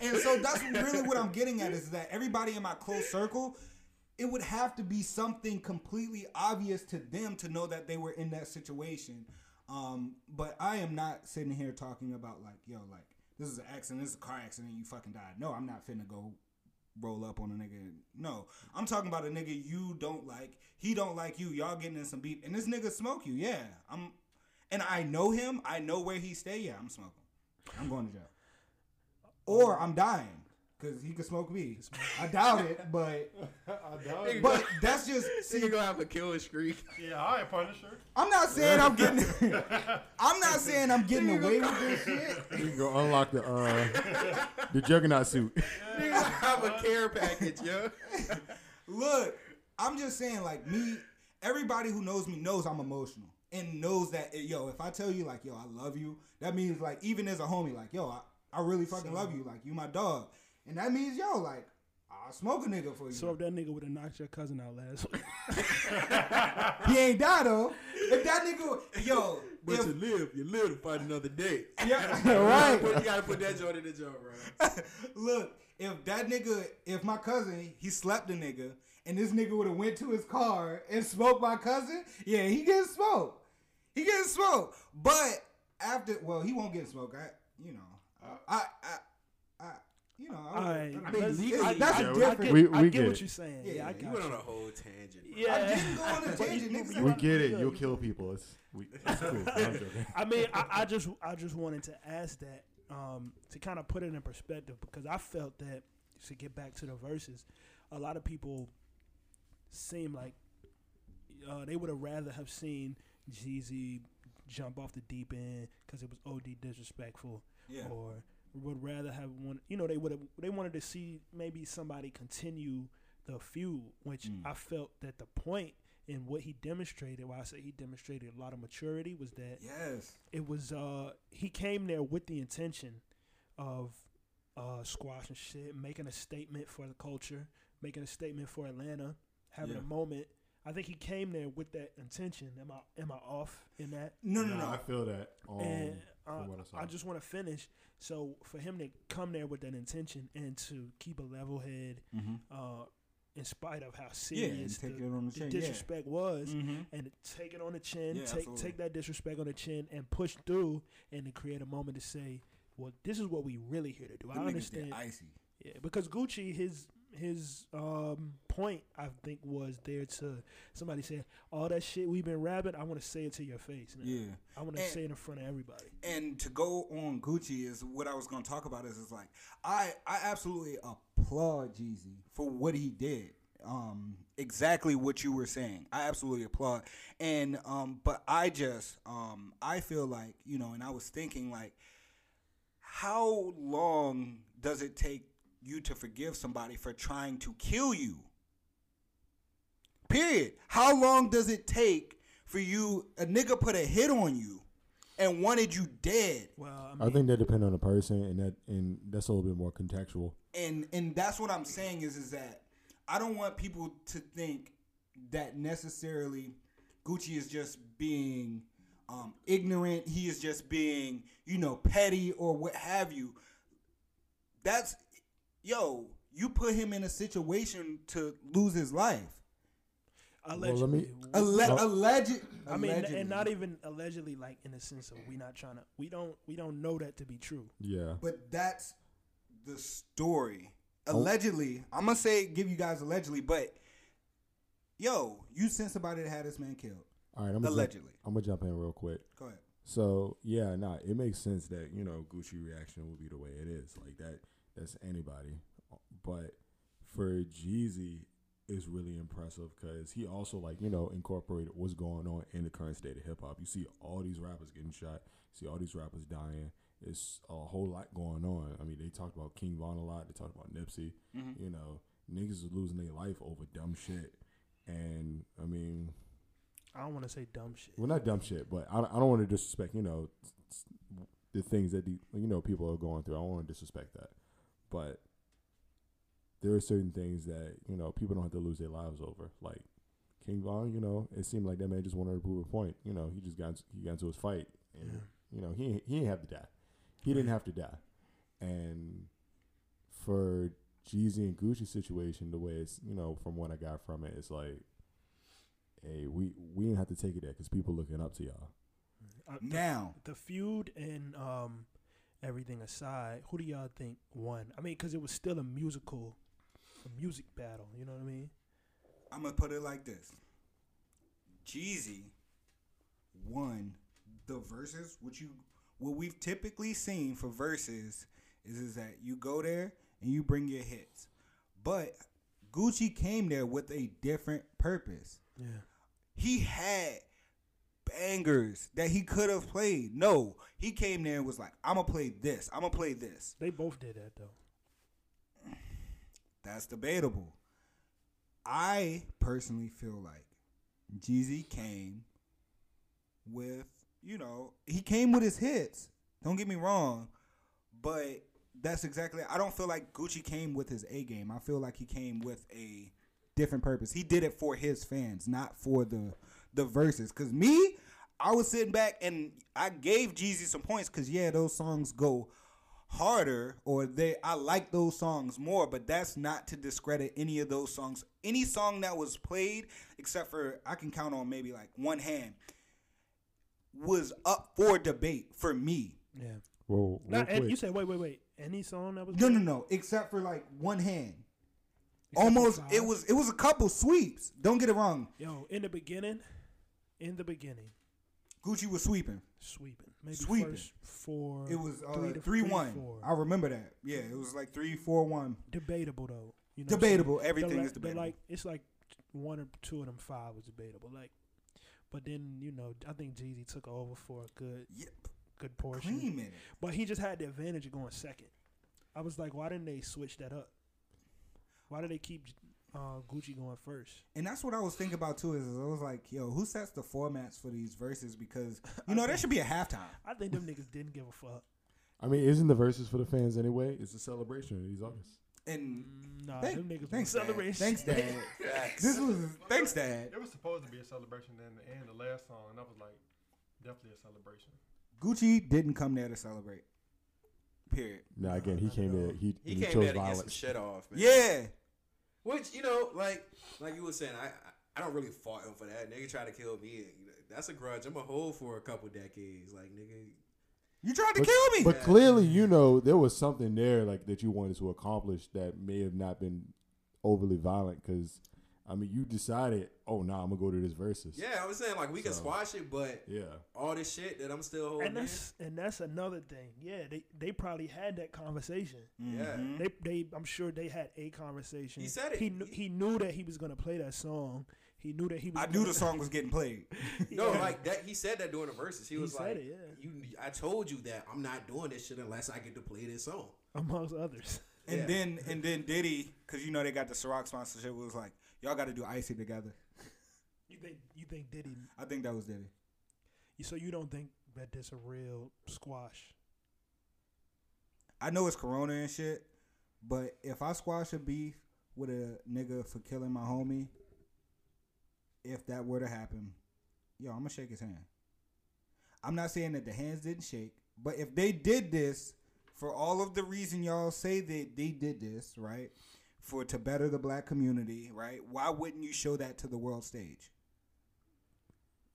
S1: and so that's really what I'm getting at is that everybody in my close circle, it would have to be something completely obvious to them to know that they were in that situation. Um, but I am not sitting here talking about like, yo, like this is an accident, this is a car accident, you fucking died. No, I'm not finna go roll up on a nigga. No, I'm talking about a nigga you don't like. He don't like you. Y'all getting in some beef, and this nigga smoke you. Yeah, I'm, and I know him. I know where he stay. Yeah, I'm smoking. I'm going to jail, or I'm dying because Oh. he could smoke me. I doubt it, <laughs> but
S3: <laughs>
S5: it.
S1: but that's <laughs> just
S3: see, you're gonna have a killing streak.
S5: Yeah, I ain't Punisher.
S1: I'm not saying I'm <laughs> getting. I'm not saying I'm getting away with this shit.
S4: You go unlock the uh, the juggernaut suit.
S3: You have a care package, yo.
S1: Look, I'm just saying, like me, everybody who knows me knows I'm emotional and knows that eh, yo, if I tell you like yo, I love you, that means like even as a homie, like yo, I, I really fucking love you, like you my dog, and that means yo, like I'll smoke a nigga for you.
S2: So if that nigga would have knocked your cousin out last week,
S1: he ain't die though. If that nigga, yo,
S3: But
S1: if-
S3: you live, you live to fight another day.
S1: <laughs>
S3: <laughs>
S1: Yeah,
S3: You gotta
S1: right.
S3: put, you gotta put that joint in the joint,
S4: <laughs>
S3: bro.
S1: Look, if that nigga, if my cousin, he slapped the nigga, and this nigga would have went to his car and smoked my cousin, yeah, he getting smoked. He getting smoked. But after, well, he won't get smoked. I, you know, I, I, I, you know, I,
S2: I,
S1: I mean,
S2: that's,
S1: it's-
S2: I,
S1: that's
S2: I,
S1: a
S2: I
S1: different.
S2: get,
S4: We-
S2: I
S4: we
S2: get what
S4: get
S2: you're
S4: it.
S2: saying.
S1: Yeah,
S2: Yeah, I
S1: you
S3: You
S2: got
S3: went on
S2: you.
S3: a whole tangent. Bro.
S1: I
S2: Yeah,
S1: didn't go on a tangent. Niggas
S4: We
S1: said-
S4: get it. You'll kill people. It's we. <laughs> It's cool. I'm joking.
S3: <laughs>
S2: I mean, I, I just I just wanted to ask that um, to kind of put it in perspective because I felt that to get back to the verses, a lot of people seem like uh, they would have rather have seen Jeezy jump off the deep end because it was OD disrespectful,
S1: Yeah.
S2: or would rather have one. You know, they would have they wanted to see maybe somebody continue the feud, which I felt that the point and what he demonstrated, why I say he demonstrated a lot of maturity, was that
S1: Yes.
S2: it was uh he came there with the intention of uh squashing shit, making a statement for the culture, making a statement for Atlanta, having
S1: Yeah.
S2: a moment. I think he came there with that intention. Am I am I off in that?
S1: No, no,
S4: Nah,
S1: no.
S4: I feel that. Um,
S2: and
S4: from
S3: uh,
S4: what I
S2: I,
S4: saw.
S2: I just want to finish. So for him to come there with that intention and to keep a level head, uh, in spite of how serious
S1: Mm-hmm. take
S2: the,
S1: it on the
S2: the
S1: chin, yeah.
S2: disrespect was,
S1: Mhm.
S2: and to take it on the chin,
S1: Yeah,
S2: take
S1: absolutely.
S2: take that disrespect on the chin, and push through, and to create a moment to say, "Well, this is what we really here to do."
S1: Them
S2: I
S1: niggas
S2: understand.
S1: did icy.
S2: Yeah, because Gucci, his his um point, I think, was there to somebody said, "All that shit we've been rapping, I want to say it to your face." Now.
S1: Yeah.
S2: I want to
S1: And-
S2: say it in front of everybody.
S1: and to go on Gucci is what I was gonna talk about is is like I I absolutely applaud Jeezy for what he did. Um, exactly what you were saying. I absolutely applaud. And um, but I just um, I feel like you know, and I was thinking like, how long does it take you to forgive somebody for trying to kill you? Period. How long does it take for you a nigga put a hit on you and wanted you dead?
S2: Well, I mean,
S4: I think that depends on the person, and that and that's a little bit more contextual.
S1: and and that's what I'm saying is is that I don't want people to think that necessarily Gucci is just being um, ignorant. He is just being you know petty or what have you. That's yo. You put him in a situation to lose his life.
S2: allegedly.
S4: me-
S1: Alle-
S4: Well-
S1: alleged.
S2: I mean,
S1: allegedly.
S2: and not even allegedly, like in the sense of we not trying to, we don't, we don't know that to be true.
S4: Yeah,
S1: But that's the story. allegedly, I'm gonna say give you guys allegedly, but yo, you sent somebody that had this man killed.
S4: All right, I'm gonna
S1: allegedly.
S4: Jump, I'm gonna jump in real quick.
S1: Go ahead.
S4: So yeah, nah, it makes sense that you know Gucci reaction will be the way it is. Like that, that's anybody. But for Jeezy, is really impressive because he also like you know incorporated what's going on in the current state of hip hop. You see all these rappers getting shot. You see all these rappers dying. It's a whole lot going on. I mean, they talked about King Von a lot. They talked about Nipsey.
S1: Mhm.
S4: You know, niggas is losing their life over dumb shit. And I mean,
S2: I don't want to say dumb shit.
S4: well, not dumb shit, but I, I don't want to disrespect, you know, s- s- the things that, the, you know, people are going through. I don't want to disrespect that. But there are certain things that, you know, people don't have to lose their lives over. Like King Von, you know, it seemed like that man just wanted to prove a point. You know, he just got, he got into his fight. And,
S2: Yeah.
S4: you know, he, he didn't have to die. He didn't have to die. And for Jeezy and Gucci situation, the way it's, you know, from what I got from it, it's like, hey, we we didn't have to take it there because people looking up to y'all.
S2: Uh, the-
S1: Now.
S2: the, feud and um, everything aside, who do y'all think won? I mean, because it was still a musical, a music battle. You know what I mean?
S1: I'm gonna put it like this: Jeezy won the verses, which you what we've typically seen for verses is is that you go there and you bring your hits, but Gucci came there with a different purpose.
S2: Yeah.
S1: He had bangers that he could have played. No, he came there and was like, "I'm gonna play this. I'm gonna play this."
S2: They both did that though.
S1: That's debatable. I personally feel like Jeezy came with, you know, he came with his hits. Don't get me wrong, but that's exactly. I don't feel like Gucci came with his A game. I feel like he came with a different purpose. He did it for his fans, not for the the verses. Cause me, I was sitting back and I gave Jeezy some points. Cause yeah, those songs go harder or they I like those songs more, but that's not to discredit any of those songs. Any song that was played, except for I can count on maybe like one hand, was up for debate for me.
S2: Yeah.
S4: Well,
S2: Not, and you said wait, wait, wait. Any song that was
S1: No, no, no. Except for like one hand.
S2: Except
S1: Almost
S2: for
S1: it
S2: five.
S1: was it was a couple sweeps. Don't get it wrong.
S2: yo in the beginning, in the beginning,
S1: Gucci was sweeping.
S2: sweeping, maybe
S1: Sweeping.
S2: first four.
S1: It was uh,
S2: three to
S1: three one.
S2: four.
S1: I remember that. Yeah, it was like three four one.
S2: debatable though. You know what I'm saying?
S1: Debatable. Everything
S2: They're
S1: is
S2: like- they're
S1: debatable.
S2: Like it's like one or two of them five was debatable. Like, but then you know I think Jeezy took over for a good, good portion.
S1: Clean minute.
S2: But he just had the advantage of going second. I was like, why didn't they switch that up? Why did they keep uh, Gucci going first?
S1: And that's what I was thinking about too. Is I was like, yo, who sets the formats for these verses? Because you know there should be a halftime.
S2: I think them niggas didn't give a fuck.
S4: I mean, isn't the verses for the fans anyway? It's a celebration of these artists.
S1: And
S2: Mm, nah,
S1: Thank-
S2: them niggas was
S1: thanks, Dad.
S2: celebration.
S1: Thanks, Dad.
S5: Facts.
S1: this was thanks, Dad.
S5: It was supposed to be a celebration in the end, the last song, and I was like, definitely a celebration.
S1: Gucci didn't come there to celebrate. Period.
S4: Nah, again, he came there. He
S1: He
S4: he,
S1: came
S4: chose
S1: there to get some
S4: violence.
S3: shit off, man.
S1: Yeah.
S3: Which you know, like like you were saying, I I- I don't really fault him for that. Nigga tried to kill me. That's a grudge. I'm a hold for a couple decades. Like nigga,
S1: you tried
S4: But, but clearly, you know, there was something there like that you wanted to accomplish that may have not been overly violent. Because I mean, you decided, oh nah, I'm gonna go to this versus.
S3: Yeah, I was saying like we can
S4: So,
S3: squash it, but
S4: yeah.
S3: all this shit that I'm still holding.
S2: And that's and that's another thing. Yeah, they, they probably had that conversation.
S3: Yeah. Mhm.
S2: they they I'm sure they had a conversation.
S3: He said it.
S2: He knew, he knew that he was gonna play that song. He knew that he was.
S1: I knew the song was getting played.
S3: in. no, like that. He said that during the verses. He,
S2: He
S3: was
S2: said
S3: like,
S2: it, yeah.
S3: "You, I told you that I'm not doing this shit unless I get to play this song."
S2: amongst others. <laughs>
S1: And
S3: Yeah.
S1: then and then Diddy, because you know they got the Ciroc sponsorship, was like, y'all got to do icy together.
S2: You think you think Diddy?
S1: I think that was Diddy.
S2: So you don't think that there's a real squash?
S1: I know it's Corona and shit, but if I squash a beef with a nigga for killing my homie, if that were to happen, yo, I'm gonna shake his hand. I'm not saying that the hands didn't shake, but if they did this for all of the reason y'all say that they did this, right? For to better the black community, right? Why wouldn't you show that to the world stage?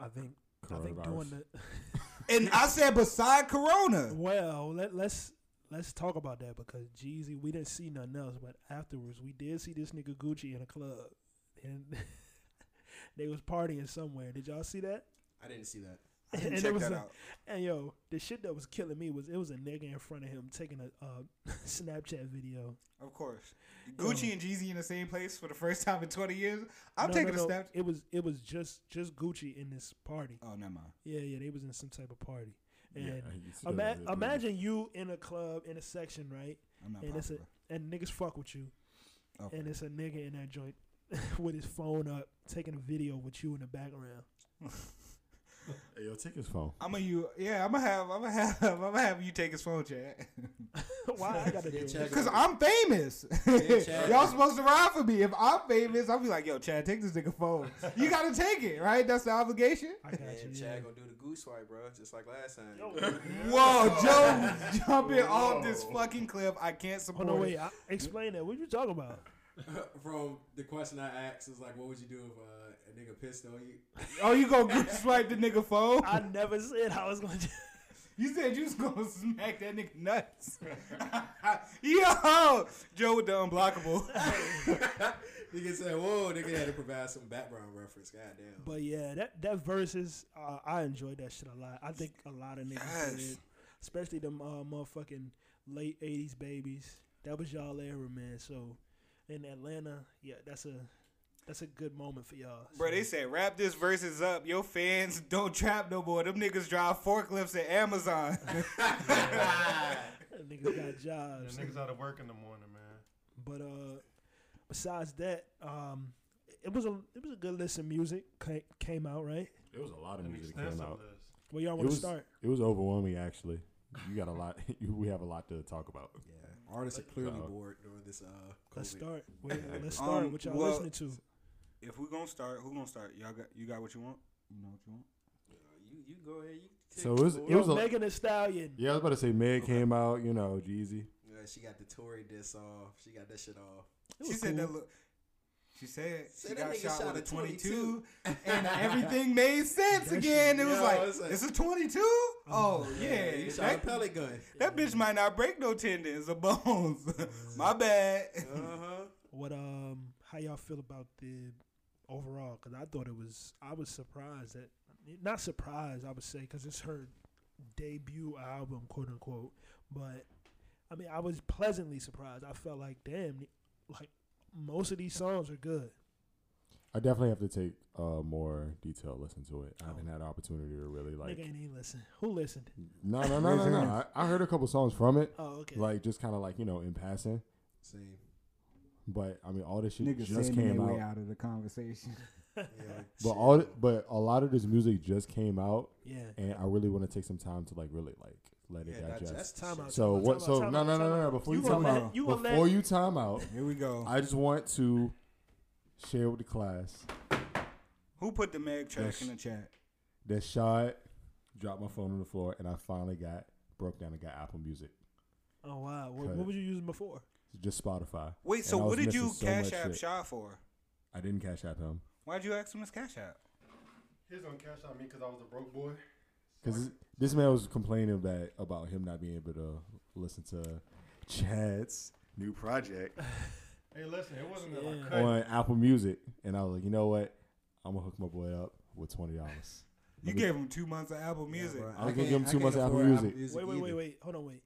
S2: I think I think
S1: Coronavirus.
S2: doing the <laughs>
S1: And I said beside Corona.
S2: well. Let let's let's talk about that because Jeezy, we didn't see nothing else, but afterwards we did see this nigga Gucci in a club, and <laughs> they was partying somewhere. Did y'all see that?
S3: I didn't see that.
S1: I didn't
S2: it
S1: check
S2: was
S1: that
S2: a-
S1: out.
S2: And yo, the shit that was killing me was it was a nigga in front of him taking a <laughs> uh, Snapchat video.
S1: Of course. Um, Gucci and Jeezy in the same place for the first time in 20 years. I'm
S2: No, no,
S1: taking
S2: no.
S1: a step.
S2: It was it was just just Gucci in this party.
S1: Oh, never mind.
S2: Yeah, yeah, they was in some type of party.
S1: Yeah,
S2: And
S1: you see
S2: ima-
S1: those at the-
S2: imagine you in a club in a section, right?
S1: I'm not
S2: and
S1: popular.
S2: it's a and niggas fuck with you. And it's a nigga in that joint <laughs> with his phone up taking a video with you in the background. <laughs>
S4: Hey, yo, take his phone.
S1: I'm gonna you yeah, I'm gonna have I'm gonna have <laughs> I'm gonna have you take his phone chat.
S2: Why I gotta do it?
S1: <laughs> Cuz I'm famous.
S2: Chad.
S1: <laughs> Y'all supposed to ride for me. If I'm famous, I'll be like, "Yo, Chad, take this nigga phone. You got to take it, right? That's the obligation."
S2: I got
S3: And Chad gonna do the goose swipe, bro, just like last time.
S1: Whoa, Joe jumping off this fucking cliff. I can't
S2: Oh
S1: support
S2: no,
S1: it.
S2: wait! I, explain that. What you talking about?
S3: <laughs> From the question I asked is like, what would you do if uh, a nigga pissed on you?
S1: Oh, you gonna <laughs> goose swipe the nigga phone?
S2: I never said I was gonna. <laughs>
S1: you said you was gonna <laughs> smack that nigga nuts. <laughs> Yo, Joe with the
S3: <laughs>
S1: unblockable.
S3: nigga said, whoa, nigga had to provide some background reference. Goddamn.
S2: But yeah, that that versus uh, I enjoyed that shit a lot. I think a lot of niggas
S3: Yes.
S2: did, especially them uh, motherfucking late '80s babies. That was y'all era, man. So in Atlanta, yeah, that's a that's a good moment for y'all.
S1: Bro, they said wrap this verses up. Your fans <laughs> don't trap no more. Them niggas drive forklifts at Amazon. <laughs>
S2: niggas got
S5: Yeah,
S2: jobs.
S5: niggas out of work in the morning, man.
S2: But uh, besides that, um, it was a it was a good list of music ca- came out right.
S4: It was a lot of
S5: An
S4: music that came
S5: extensive
S4: out.
S5: list.
S2: Where y'all
S4: It
S2: wanna
S4: was-
S2: start?
S4: It was overwhelming, actually. You got a lot. <laughs> we have a lot to talk about. Yeah,
S3: artists are clearly bored during this. Uh,
S2: Let's
S3: COVID.
S4: <laughs>
S2: start. Wait, let's start. what y'all
S1: Um, well,
S2: listening to?
S1: If we gonna start, who gonna start? Y'all got you got what you want? You know what you want?
S3: You, you go ahead. You
S4: So it was. It was a,
S2: Megan Thee Stallion.
S4: yeah, I was about to say Meg came out. You know, Jeezy.
S3: Yeah, she got the Tory diss off. She got that shit off.
S1: She said that look. She said
S3: Said
S1: she
S3: that
S1: got
S3: nigga
S1: shot,
S3: shot
S1: with
S3: a
S1: a 22,
S3: 22. <laughs>
S1: and everything made sense again. It was
S3: Yo,
S1: like,
S3: it's like-
S1: it's a 22? Oh, yeah.
S3: you shot
S1: that,
S3: a pellet gun.
S1: That bitch might not break no tendons or bones. <laughs> My
S3: <laughs>
S1: bad.
S3: Uh-huh.
S2: What um, how y'all feel about the overall? Because I thought it was, I was surprised that, not surprised, I would say, because it's her debut album, quote unquote. But I mean, I was pleasantly surprised. I felt like, damn, like most of these songs are good.
S4: I definitely have to take a more detailed listen to it. I haven't had an opportunity to really like.
S2: Nigga ain't even listen. Who listened?
S4: <laughs> No, no, no, no, no. I, I heard a couple songs from it.
S2: Oh, okay.
S4: Like just kind of like you know in passing.
S3: Same.
S4: But I mean, all this shit
S1: Niggas
S4: just
S1: sending
S4: came
S1: their
S4: out.
S1: way out of the
S3: <laughs>
S1: conversation.
S4: But all, th- but a lot of this music just came out.
S2: Yeah.
S4: And I really want to take some time to like really like let it
S3: Yeah, digest
S4: digest.
S3: the Time shit. out,
S4: So
S3: time out,
S4: what?
S3: time
S4: So
S3: out,
S4: no,
S3: time
S4: no,
S3: out,
S4: no,
S3: time
S4: no, no.
S3: out.
S4: Before you,
S3: You gonna
S4: time
S3: let-
S4: out,
S3: you gonna let-
S4: before you time out,
S1: here we go.
S4: I just want to share with the class
S1: Who put the Meg track
S4: Yes.
S1: in the chat?
S4: that shot dropped my phone on the floor, and I finally got broke down and got Apple Music,
S2: Oh wow, what,
S4: Cut
S2: what
S4: it.
S2: was you using before?
S4: just Spotify.
S1: Wait,
S4: And
S1: so
S4: I was
S1: what did
S4: missing
S1: you
S4: so
S1: Cash
S4: much
S1: App
S4: shit.
S1: Shaw for?
S4: I didn't Cash App him
S1: Why'd you ask him his Cash App?
S5: He's gonna cash out me because I was a broke boy.
S4: because this man was complaining about about him not being able to listen to Chad's new project.
S5: Hey, listen, it wasn't that I
S4: on
S5: cut.
S4: Apple Music, and I was like, you know what? I'm gonna hook my boy up with twenty dollars.
S1: You gave him two months of Apple Music.
S4: I was gonna give him two months of Apple Music.
S2: Wait, wait, wait, wait. Hold on, wait.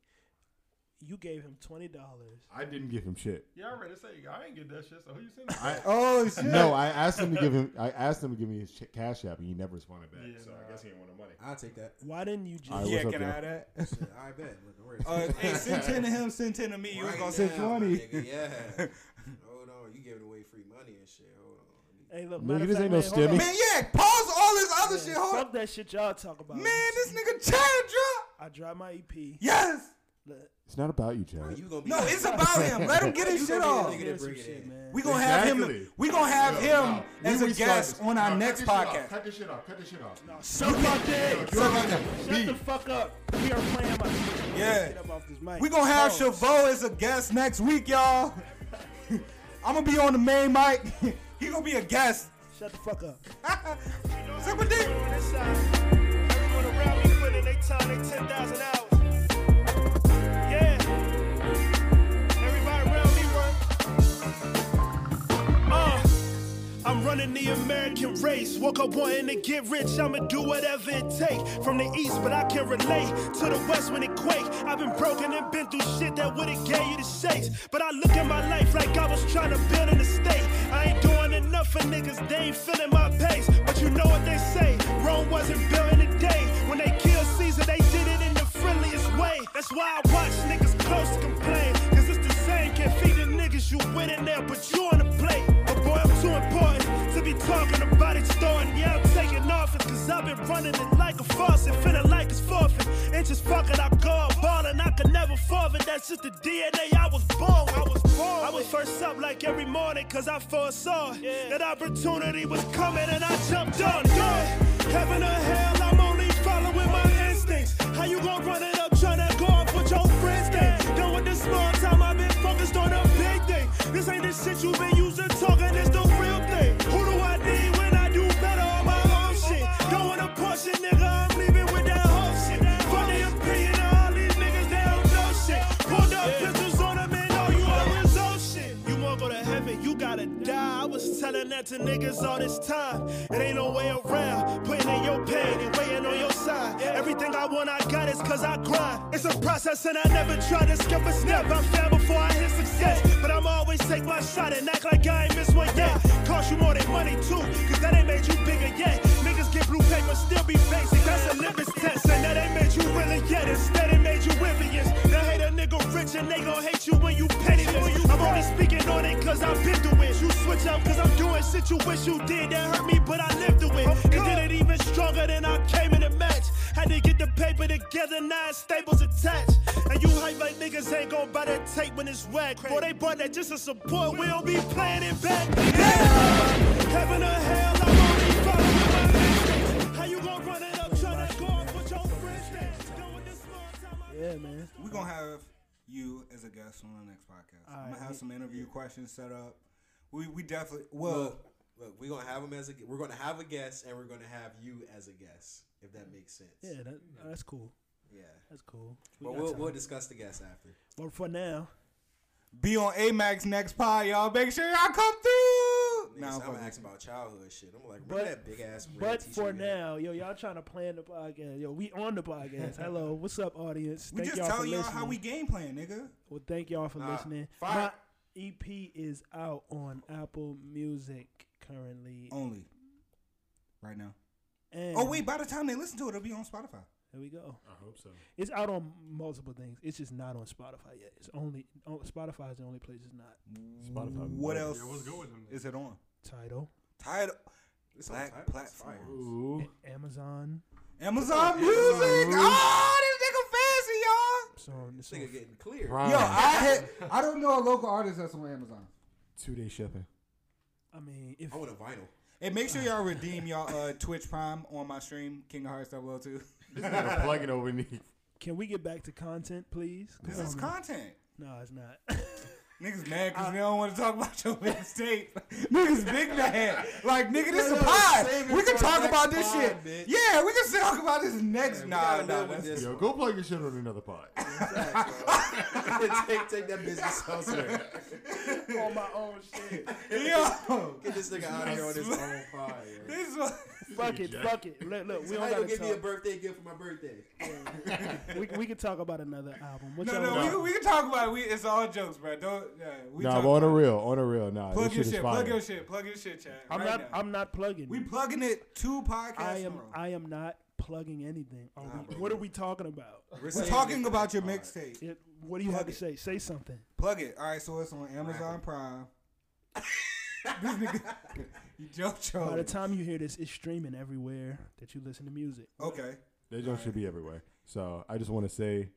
S2: You gave him twenty dollars.
S4: I didn't give him shit.
S5: Yeah, I already say I ain't get that shit. So who you sending? <laughs>
S4: I,
S1: oh shit!
S4: No, I asked him to give him. I asked him to give me his ch- cash app, and he never responded back. so I guess he ain't want the money.
S3: I'll
S1: <laughs>
S3: take that.
S2: Why didn't you just?
S4: All right, what's up, y'all?
S3: Shit, I bet. Look, don't worry. <laughs>
S1: Uh, hey, send ten to him, send ten to me. You was
S3: Right
S1: gonna
S3: now,
S1: send twenty. <laughs>
S3: Nigga, yeah. Hold on. You giving away free money and shit. Hold on.
S2: Hey, look,
S4: Nigga,
S2: matter of
S4: this
S2: fact,
S4: ain't no
S2: wait, hold on.
S4: stimmy.
S1: Man, yeah, pause all this other
S2: Yeah,
S1: shit. Hold
S2: Fuck that shit y'all talk about.
S1: Man, this nigga Chad drop.
S2: I dropped my E EP.
S1: Yes.
S2: Let-
S4: It's not about you, Chad.
S3: You gonna be
S1: No, it's about him. Let him get his shit off.
S3: nigga that bring it in.
S1: We gonna have him.
S4: Exactly.
S1: We gonna have
S4: No,
S1: him
S4: no.
S1: as
S4: We
S1: a
S4: restart
S1: guest
S4: this.
S1: on
S4: No,
S1: our
S4: cut
S1: next
S4: this shit off.
S1: podcast.
S4: Cut this shit off. Cut this shit off.
S2: Suck my dick.
S4: Suck my dick.
S2: Shut the fuck up. We are playing my shit.
S1: Yeah.
S2: Get up off this mic.
S1: We gonna have
S2: Pause.
S1: Chavo as a guest next week, y'all. I'm gonna be on the main mic. <laughs> he gonna be a guest.
S2: Shut the fuck up.
S1: Suck my dick.
S11: Everyone around me put in they time, they 10,000 hours. Yeah.
S2: Fuck up wanting to get rich, I'ma do whatever it take. From the east, but I can relate to the west when it quake. I've been broken and been through shit that would've gave you the shakes. But I look at my life like I was trying to build an estate. I ain't doing enough for niggas, they ain't feeling my pace. But you know what they say, Rome wasn't built in a day. When they killed Caesar, they did it in the friendliest way. That's why I watch niggas close complain. Cause it's the same, can't feed the niggas you win in there, but you on the plate. But boy, I'm too important to be talking about it. Throwing, yeah, I'm taking office, cause I've been running it like a faucet, feeling like it's forfeit. Inches fucking, I go up ballin', I could never forfeit. That's just the DNA I was born with. I was born. I was first up like every morning, cause I foresaw that opportunity was coming and I jumped on it. Heaven or hell, I'm only following my instincts. How you gon' run it up tryna go up with your friends then? Done with the small time, I've been focused on a big thing. This ain't the shit you been using talking, it's the real thing. Who do I need when I do better on my own shit? Don't wanna push it, nigga, I'm leaving with that whole shit. For the opinion of all these niggas, they don't know shit. Pulled up pistols on them and all you are is old shit. You won't go to heaven, you gotta die. I was telling that to niggas all this time. It ain't no way around. Putting in your pain and waiting on your side. Everything I want, I got is cause I grind. It's a process and I never try to skip a step. I fail before I hit success. But I'm always take my shot and act like I ain't miss one yet. Cost you more than money too, cause that ain't made you bigger yet. Niggas get blue paper, still be basic. That's a litmus test. And that ain't made you really yet. Instead, it made you envious. They hate a nigga rich and they gon' hate you when you petty. I'm only speaking on it cause I've been through it. You switch up cause I'm doing shit you wish you did. That hurt me, but I lived through it. And did it even stronger than I came in the match. Had to get the paper together, nine staples attached. And you hype like niggas ain't gon' buy that tape when it's whack. Boy, they bought that just to support. We don't be playing it back. Yeah. Heaven or hell, I'm only following my instincts. How you gon' run it up tryna go up with your friends? then? Done with this
S12: Yeah, man.
S1: We're gonna have you as a guest on the next podcast. I'm
S3: Alright,
S1: gonna have some interview questions set up. We we definitely well
S3: Well, look, we're gonna have him as a gu- we're gonna have a guest, and we're gonna have you as a guest, if that makes sense.
S12: Yeah, that, that's cool.
S3: Yeah.
S12: That's cool. We
S3: But
S12: got
S3: we'll, we'll
S12: time.
S3: discuss the guest after.
S12: But for now,
S1: be on Amax next pod, y'all. Make sure y'all come through.
S3: Niggas,
S1: Nah, I'm
S3: I'm
S1: fucking-
S3: asking about childhood shit. I'm like,
S12: but
S3: remember that big ass. red
S12: but
S3: t-shirt
S12: for
S3: <laughs> you had?
S12: now, yo, y'all trying to plan the podcast? Yo, we on the podcast.
S1: <laughs>
S12: Hello, what's up, audience?
S1: we
S12: Thank
S1: just
S12: y'all for
S1: telling y'all
S12: listening.
S1: how we game plan, nigga.
S12: Well, thank y'all for
S1: Nah,
S12: listening.
S1: fire.
S12: My EP is out on Apple Music currently.
S1: Only. Right now.
S12: And
S1: Oh wait, by the time they listen to it, it'll be on Spotify.
S12: There we go.
S4: I hope so.
S12: It's out on multiple things. It's just not on Spotify yet. It's only on Spotify is the only place it's not.
S4: Spotify.
S1: What
S4: Yeah,
S1: else?
S4: what's good with
S1: Is it on?
S12: Tidal.
S1: Tidal.
S3: It's on
S1: Black
S3: Tidal, it's
S1: platform.
S3: fire.
S12: A- Amazon.
S1: Amazon
S3: Amazon
S1: Music.
S3: Music.
S1: Oh, this nigga fancy,
S12: So on this
S3: This nigga getting clear.
S1: y'all.
S4: Prime.
S1: Yo, I had, I don't know a local artist that's on Amazon.
S4: Two day shipping.
S12: I mean, if
S3: I want a vinyl.
S1: Hey, make sure y'all redeem y'all uh, Twitch Prime on my stream, King of Hearts <laughs> 002.
S4: <laughs> Gotta plug it over me.
S12: can we get back to content, please? Come
S1: This is
S12: on, man.
S1: content.
S12: No, it's not. <laughs>
S1: Niggas mad because we don't want to talk about your mixtape. Niggas big mad. Like, nigga, this is a pod. We can talk about this shit. Yeah, we can talk about this next. Nah, nah, that's-
S4: Yo, go plug your shit on another pod.
S3: take, take that business
S12: <laughs>
S3: elsewhere.
S12: on my own shit.
S1: Yo.
S3: Get this nigga out of here on his
S1: That's-
S3: own pie. yo.
S1: This one.
S12: fuck it, fuck it. Look, look, we
S3: Somebody
S12: don't
S3: gonna
S12: gotta
S3: give me a
S12: talk.
S3: birthday gift for my birthday.
S12: we, we could talk about another album. What
S1: No,
S12: y'all
S1: no,
S12: want?
S1: we can, we can talk about it. We, it's all jokes, bro. Don't. Yeah, we
S4: nah,
S1: talk
S4: but on a
S1: about it.
S4: real, on a real, nah.
S1: Plug
S4: this
S1: your
S4: shit
S1: shit.
S4: is fire.
S1: Plug your shit. Plug your shit, Chad.
S12: I'm
S1: right
S12: not.
S1: now.
S12: I'm not plugging.
S1: We plugging it two podcasts.
S12: I am.
S1: in a row.
S12: I am not plugging anything. Are
S1: Nah,
S12: we,
S1: bro.
S12: what are we talking about?
S1: We're talking about your mixtape.
S12: It, what do you have to say? Say something.
S1: Plug it. All right, so it's on Amazon Prime. this nigga, <laughs> you joke,
S12: By the
S1: joke.
S12: time you hear this, it's streaming everywhere that you listen to
S1: <laughs>
S12: music.
S1: Okay.
S4: That joint should be everywhere. So I just want to say,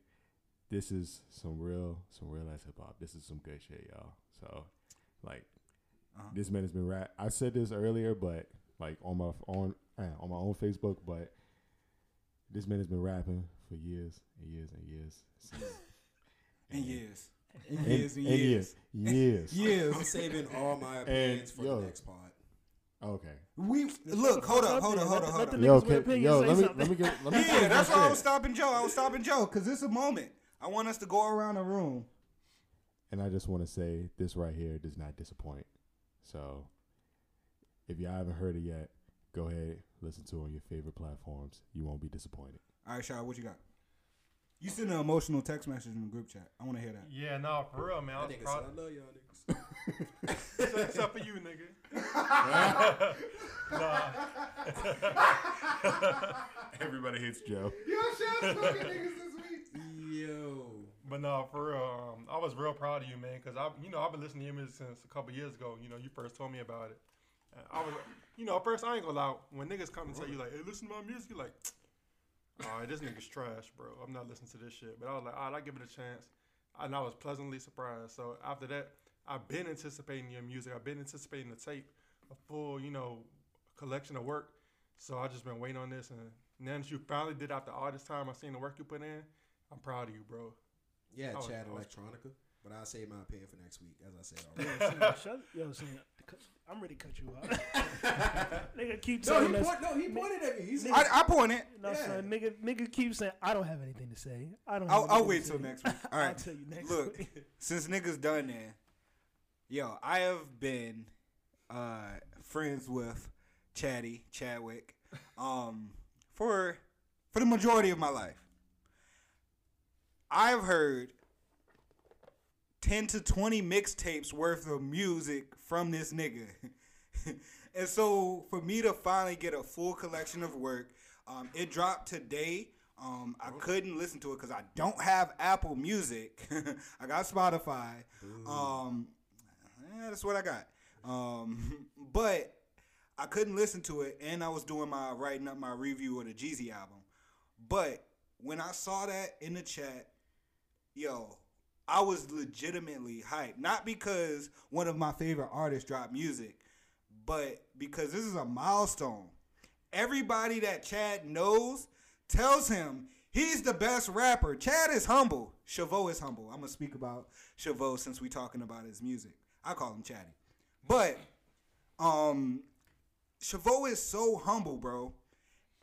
S4: this is some real, some real ass hip hop. This is some good shit, y'all. So, like,
S1: Uh-huh.
S4: this man has been rap. I said this earlier, but like on my f- on eh, on my own Facebook, but this man has been rapping for years and years and years. So-
S1: In years. In
S4: and-
S1: years and
S4: and
S1: years.
S4: <laughs> years, years.
S3: I'm saving all my
S4: And,
S3: opinions for
S4: yo.
S3: the next pod.
S4: Oh, Okay.
S1: We look. Hold up. Hold up. Hold up. Hold up.
S4: Yo, can- yo, let me let me get let me. <laughs>
S1: Yeah,
S4: finish
S1: that's
S4: my
S1: why I
S4: shit.
S1: was stopping Joe. I was stopping Joe because this is a moment. I want us to go around the room.
S4: And I just want to say this right here does not disappoint. So if y'all haven't heard it yet, Go ahead, listen to it on your favorite platforms. You won't be disappointed.
S1: All right, Shaw, what you got? You sent an emotional text message in the group chat. I want to hear that.
S5: Yeah, no, for real, man. I
S3: That
S5: was
S3: nigga
S5: proud.
S3: said, "I love y'all
S5: except, except for you, nigga. nah.
S4: Everybody hates <laughs> Joe.
S3: Yo.
S5: But no, for real, um, I was real proud of you, man, because I, you know, I've been listening to him since a couple years ago. You know, you first told me about it. And I was, you know, at first I ain't gonna lie. When niggas come and tell you like, "Hey, listen to my music," you're like, "All right, this nigga's trash, bro. I'm not listening to this shit." But I was like, "All right, I give it a chance," and I was pleasantly surprised. So after that, I've been anticipating your music. I've been anticipating the tape, a full, you know, collection of work. So I just been waiting on this, and now that you finally did after all this time, I seen the work you put in. I'm proud of you, bro.
S3: Yeah,
S5: I was-
S3: Chad
S5: I was-
S3: Electronica. But I'll save my opinion for next week, as I said
S2: Yo,
S3: <laughs> already.
S2: son, shut- yo, son, I'm ready to cut you out.
S1: <laughs>
S2: nigga keep
S3: No, he
S2: saying this-
S3: point- no, he pointed at me. He said-
S1: I- I pointed.
S2: No,
S1: Yeah.
S2: son, nigga, nigga keep saying I don't have anything to say. I don't. Have
S1: I'll, I'll
S2: anything
S1: wait
S2: to
S1: till
S2: say."
S1: next week. All
S2: <laughs>
S1: right.
S2: I'll tell you next
S1: Look,
S2: week.
S1: since niggas done there, yo, I have been uh, friends with Chatty Chadwick um, for for the majority of my life. I've heard ten to twenty mixtapes worth of music from this nigga. <laughs> And so for me to finally get a full collection of work, um, it dropped today. Um, I couldn't listen to it because I don't have Apple Music. <laughs> I got Spotify. Um, yeah, that's what I got. Um, <laughs> but I couldn't listen to it, and I was doing my writing up my review of the Jeezy album. But when I saw that in the chat, yo, I was legitimately hyped. Not because one of my favorite artists dropped music, but because this is a milestone. Everybody that Chad knows tells him he's the best rapper. Chad is humble. Chavo is humble. I'm gonna speak about Chavo since we talking about his music. I call him Chatty. But um Chavo is so humble, bro.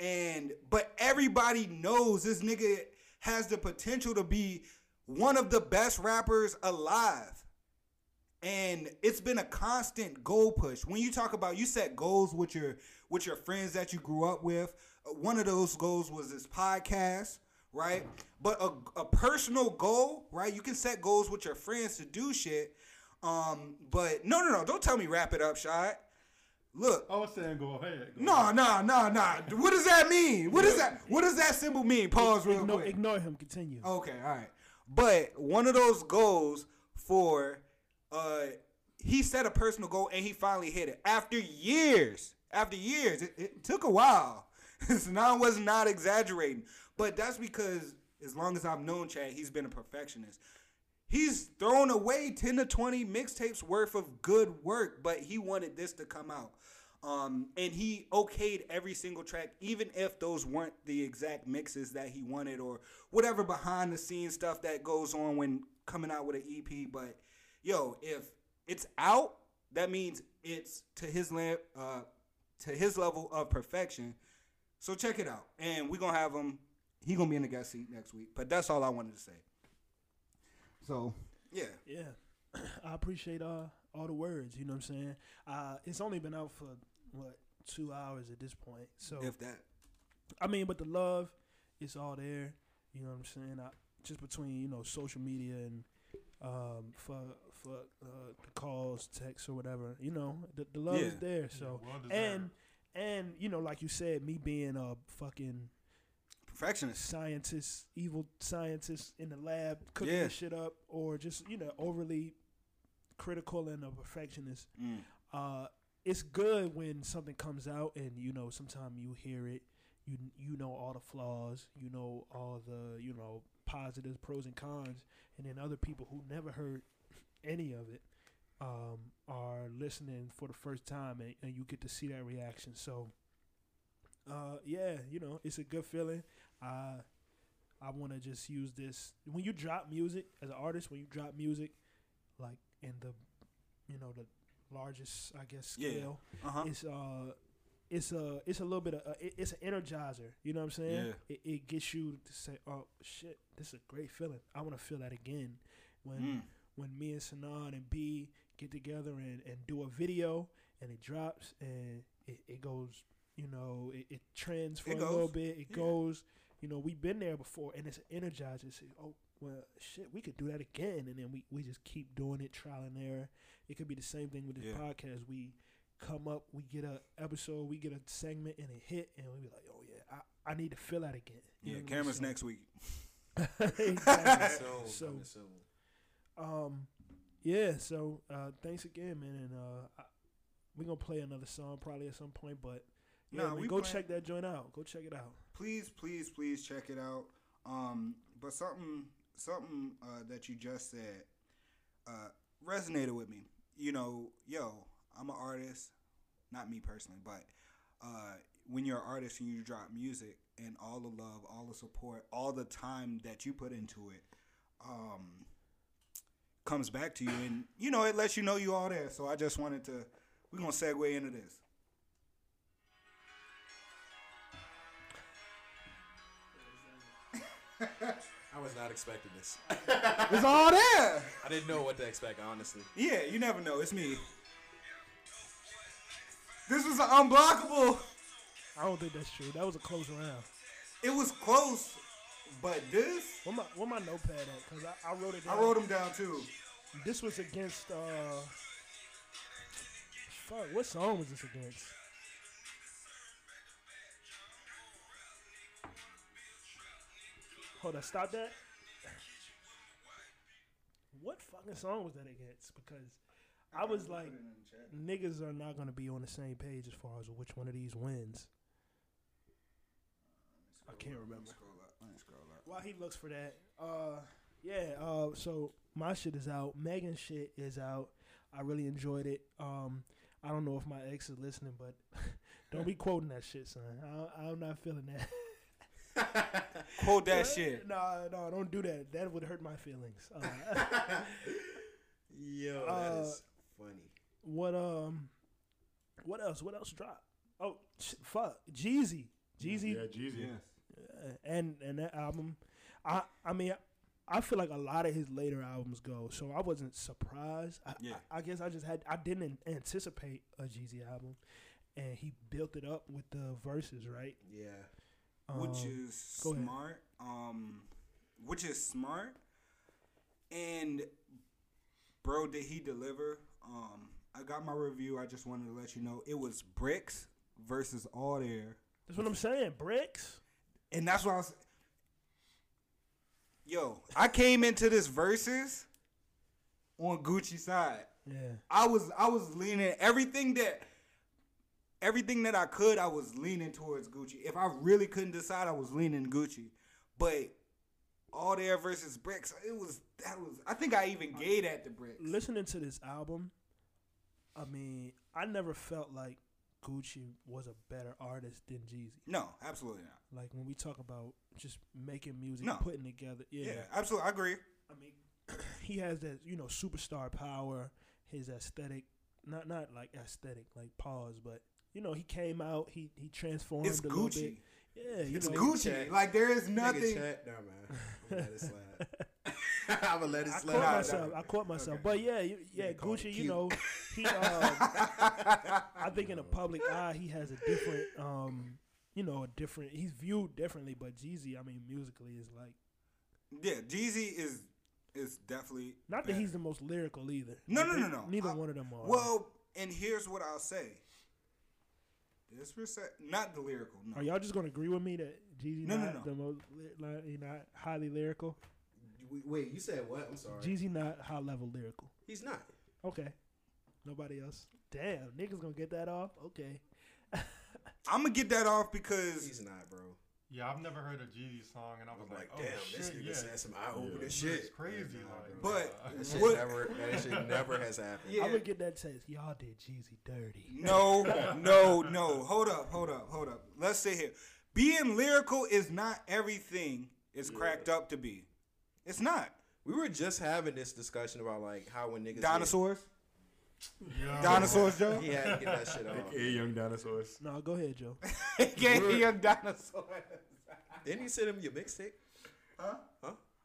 S1: And but everybody knows this nigga has the potential to be one of the best rappers alive. And it's been a constant goal push. When you talk about you set goals with your with your friends that you grew up with, uh, one of those goals was this podcast, right? But a, a personal goal, right? You can set goals with your friends to do shit. Um, but no, no, no, don't tell me wrap it up, shot. Look,
S5: I was Oh, saying go ahead.
S1: no, no, no, no. What does that mean? What does that? What does that symbol mean? Pause real
S2: Ignore,
S1: quick.
S2: ignore him. Continue.
S1: Okay, all right. But one of those goals for, uh, he set a personal goal and he finally hit it after years. After years, it, it took a while. <laughs> so now I was not exaggerating, but that's because as long as I've known Chad, he's been a perfectionist. He's thrown away ten to twenty mixtapes worth of good work, but he wanted this to come out. Um, and he okayed every single track, even if those weren't the exact mixes that he wanted or whatever behind the scenes stuff that goes on when coming out with an EP. But yo, if it's out, that means it's to his le- uh, to his level of perfection. So check it out, and we're gonna have him. He gonna be in the guest seat next week. But that's all I wanted to say. So yeah,
S2: Yeah. <clears throat> I appreciate uh, all the words, you know what I'm saying? Uh, it's only been out for what, two hours at this point. So
S1: if that.
S2: I mean, but the love is all there, you know what I'm saying? I, just between, you know, social media and um for for uh, the calls, texts or whatever, you know, the, the love is
S5: Yeah.
S2: there. So
S5: well deserved.
S2: and and you know, like you said, me being a fucking
S1: perfectionist,
S2: scientist, evil scientist in the lab cooking
S1: Yeah.
S2: this shit up, or just you know overly critical and a perfectionist.
S1: Mm.
S2: Uh, it's good when something comes out, and you know sometimes you hear it, you you know all the flaws, you know all the you know positives, pros and cons, and then other people who never heard any of it um, are listening for the first time, and, and you get to see that reaction. So uh, yeah, you know, it's a good feeling. I I want to just use this when you drop music as an artist. When you drop music, like in the you know the largest, I guess
S1: Yeah.
S2: scale,
S1: Uh-huh.
S2: it's uh, it's a it's a little bit of uh, it- it's an energizer. You know what I'm saying?
S1: Yeah.
S2: It, it gets you to say, oh shit, this is a great feeling. I want to feel that again when
S1: Mm.
S2: when me and Sanan and B get together and, and do a video and it drops and it, it goes You know, it, it trends for
S1: It
S2: a little
S1: goes.
S2: bit. It
S1: Yeah.
S2: goes. You know, we've been there before, and it's energizing. It's, oh, well, shit, we could do that again, and then we, we just keep doing it, trial and error. It could be the same thing with this
S1: Yeah.
S2: podcast. We come up, we get a episode, we get a segment, and it hit, and we be like, oh yeah, I, I need to feel that again. You
S1: Yeah,
S2: know what I mean?
S1: cameras
S2: So- <laughs>
S1: next week.
S2: exactly.
S3: Soon,
S2: so,
S3: coming soon.
S2: um, yeah. So, uh, thanks again, man. And uh, I, we're gonna play another song probably at some point, but yeah,
S1: Nah,
S2: man,
S1: we
S2: go
S1: plan-
S2: check that joint out. Go check it out.
S1: please, please, please check it out. Um, but something, something uh, that you just said uh, resonated with me. You know, yo, I'm an artist, not me personally, but uh, when you're an artist and you drop music and all the love, all the support, all the time that you put into it, um, comes back to you, and you know it lets you know you all there. So I just wanted to, we're gonna segue into this.
S3: I was not expecting this.
S1: It's all there.
S3: I didn't know what to expect, honestly.
S1: Yeah, you never know. It's me. This was an unblockable.
S2: I don't think that's true. That was a close round.
S1: It was close, but this.
S2: Where my where my notepad at? Cause I, I wrote it. Down.
S1: I wrote them down too.
S2: This was against. uh Fuck. What song was this against? Hold on. Stop that. What fucking song was that against? Because I was like, niggas are not gonna be on the same page as far as which one of these wins. I can't remember. While he looks for that, uh, yeah. Uh, so my shit is out. Megan's shit is out. I really enjoyed it. Um, I don't know if my ex is listening, but <laughs> don't
S1: <laughs>
S2: be quoting that shit, son. I, I'm not feeling that. <laughs>
S1: Quote that shit.
S2: Nah, nah, don't do that. That would hurt my feelings. Uh, <laughs>
S3: Yo, that is
S2: Uh,
S3: funny.
S2: What um, what else? What else dropped? Oh, sh- fuck, Jeezy, Jeezy,
S4: Yeah, Jeezy. Yes.
S2: Uh, and and that album, I I mean, I feel like a lot of his later albums go. So I wasn't surprised. I,
S1: Yeah.
S2: I, I guess I just had I didn't anticipate a Jeezy album, and he built it up with the verses, right?
S3: Yeah.
S1: which
S2: Um,
S1: is
S2: go ahead.
S1: smart. Um, which is smart. And bro, did he deliver? Um, I got my review. I just wanted to let you know it was bricks versus all there,
S2: That's what I'm saying. Bricks.
S1: and that's why I was. Yo, I came into this versus on Gucci side.
S2: Yeah.
S1: I was I was leaning everything that everything that I could I was leaning towards Gucci. If I really couldn't decide, I was leaning Gucci. But all there versus bricks, it was that was I think I even gave that to bricks.
S2: listening to this album, I mean, I never felt like Gucci was a better artist than Jeezy.
S1: No, absolutely not.
S2: Like when we talk about just making music,
S1: No.
S2: putting together, yeah,
S1: Yeah, absolutely. I agree.
S2: I mean, <clears throat> he has that you know superstar power. His aesthetic, not not like aesthetic, like pause, but you know he came out, he he transformed
S1: It's
S2: a little
S1: Gucci.
S2: bit. Yeah, you
S1: It's
S2: know, <laughs>
S1: Gucci. Like there is nothing.
S3: Nigga chat, nah, man. I'm gonna let it slide. I'm gonna let it
S2: I
S3: slide.
S2: caught myself. I caught myself. But yeah, you, yeah, Gucci. You know, he. Um, I think in the public eye, he has a different. Um, you know, a different. He's viewed differently, but Jeezy, I mean, musically is like
S1: <laughs> Yeah, Jeezy is is definitely
S2: not that he's the most lyrical either.
S1: No,
S2: Like,
S1: no,
S2: they-
S1: no, no.
S2: Neither one of them are.
S1: Well, and here's what I'll say. This respect, not the lyrical. No.
S2: are y'all just gonna agree with me that Jeezy
S1: No, no,
S2: not
S1: no.
S2: the most li- like, he not highly lyrical?
S3: Wait, you said what? I'm sorry.
S2: Jeezy not high level lyrical.
S3: He's not.
S2: Okay, nobody else. Damn, niggas gonna get that off. Okay.
S1: I'm gonna get that off because
S3: he's not, bro.
S5: Yeah, I've never heard a Jeezy song, and I was like, oh,
S3: damn,
S5: shit,
S3: this nigga
S5: yeah.
S3: said some eye-opening
S5: It's
S3: shit.
S5: crazy, like.
S1: But
S3: That shit
S1: what-
S3: never. That shit never has happened.
S2: I would get that text. Y'all did Jeezy dirty.
S1: No, no, no. Hold up, hold up, hold up. Let's sit here. Being lyrical is not everything it's cracked up to be. It's not.
S3: We were just having this discussion about like how when niggas
S1: Dinosaurs.
S3: get- <laughs>
S1: Dinosaurs, Joe. <laughs>
S3: He had to get that shit off.
S4: AKA Young Dinosaurs.
S2: No, go ahead, Joe.
S1: AKA Young Dinosaurs.
S3: Didn't you send him your mixtape?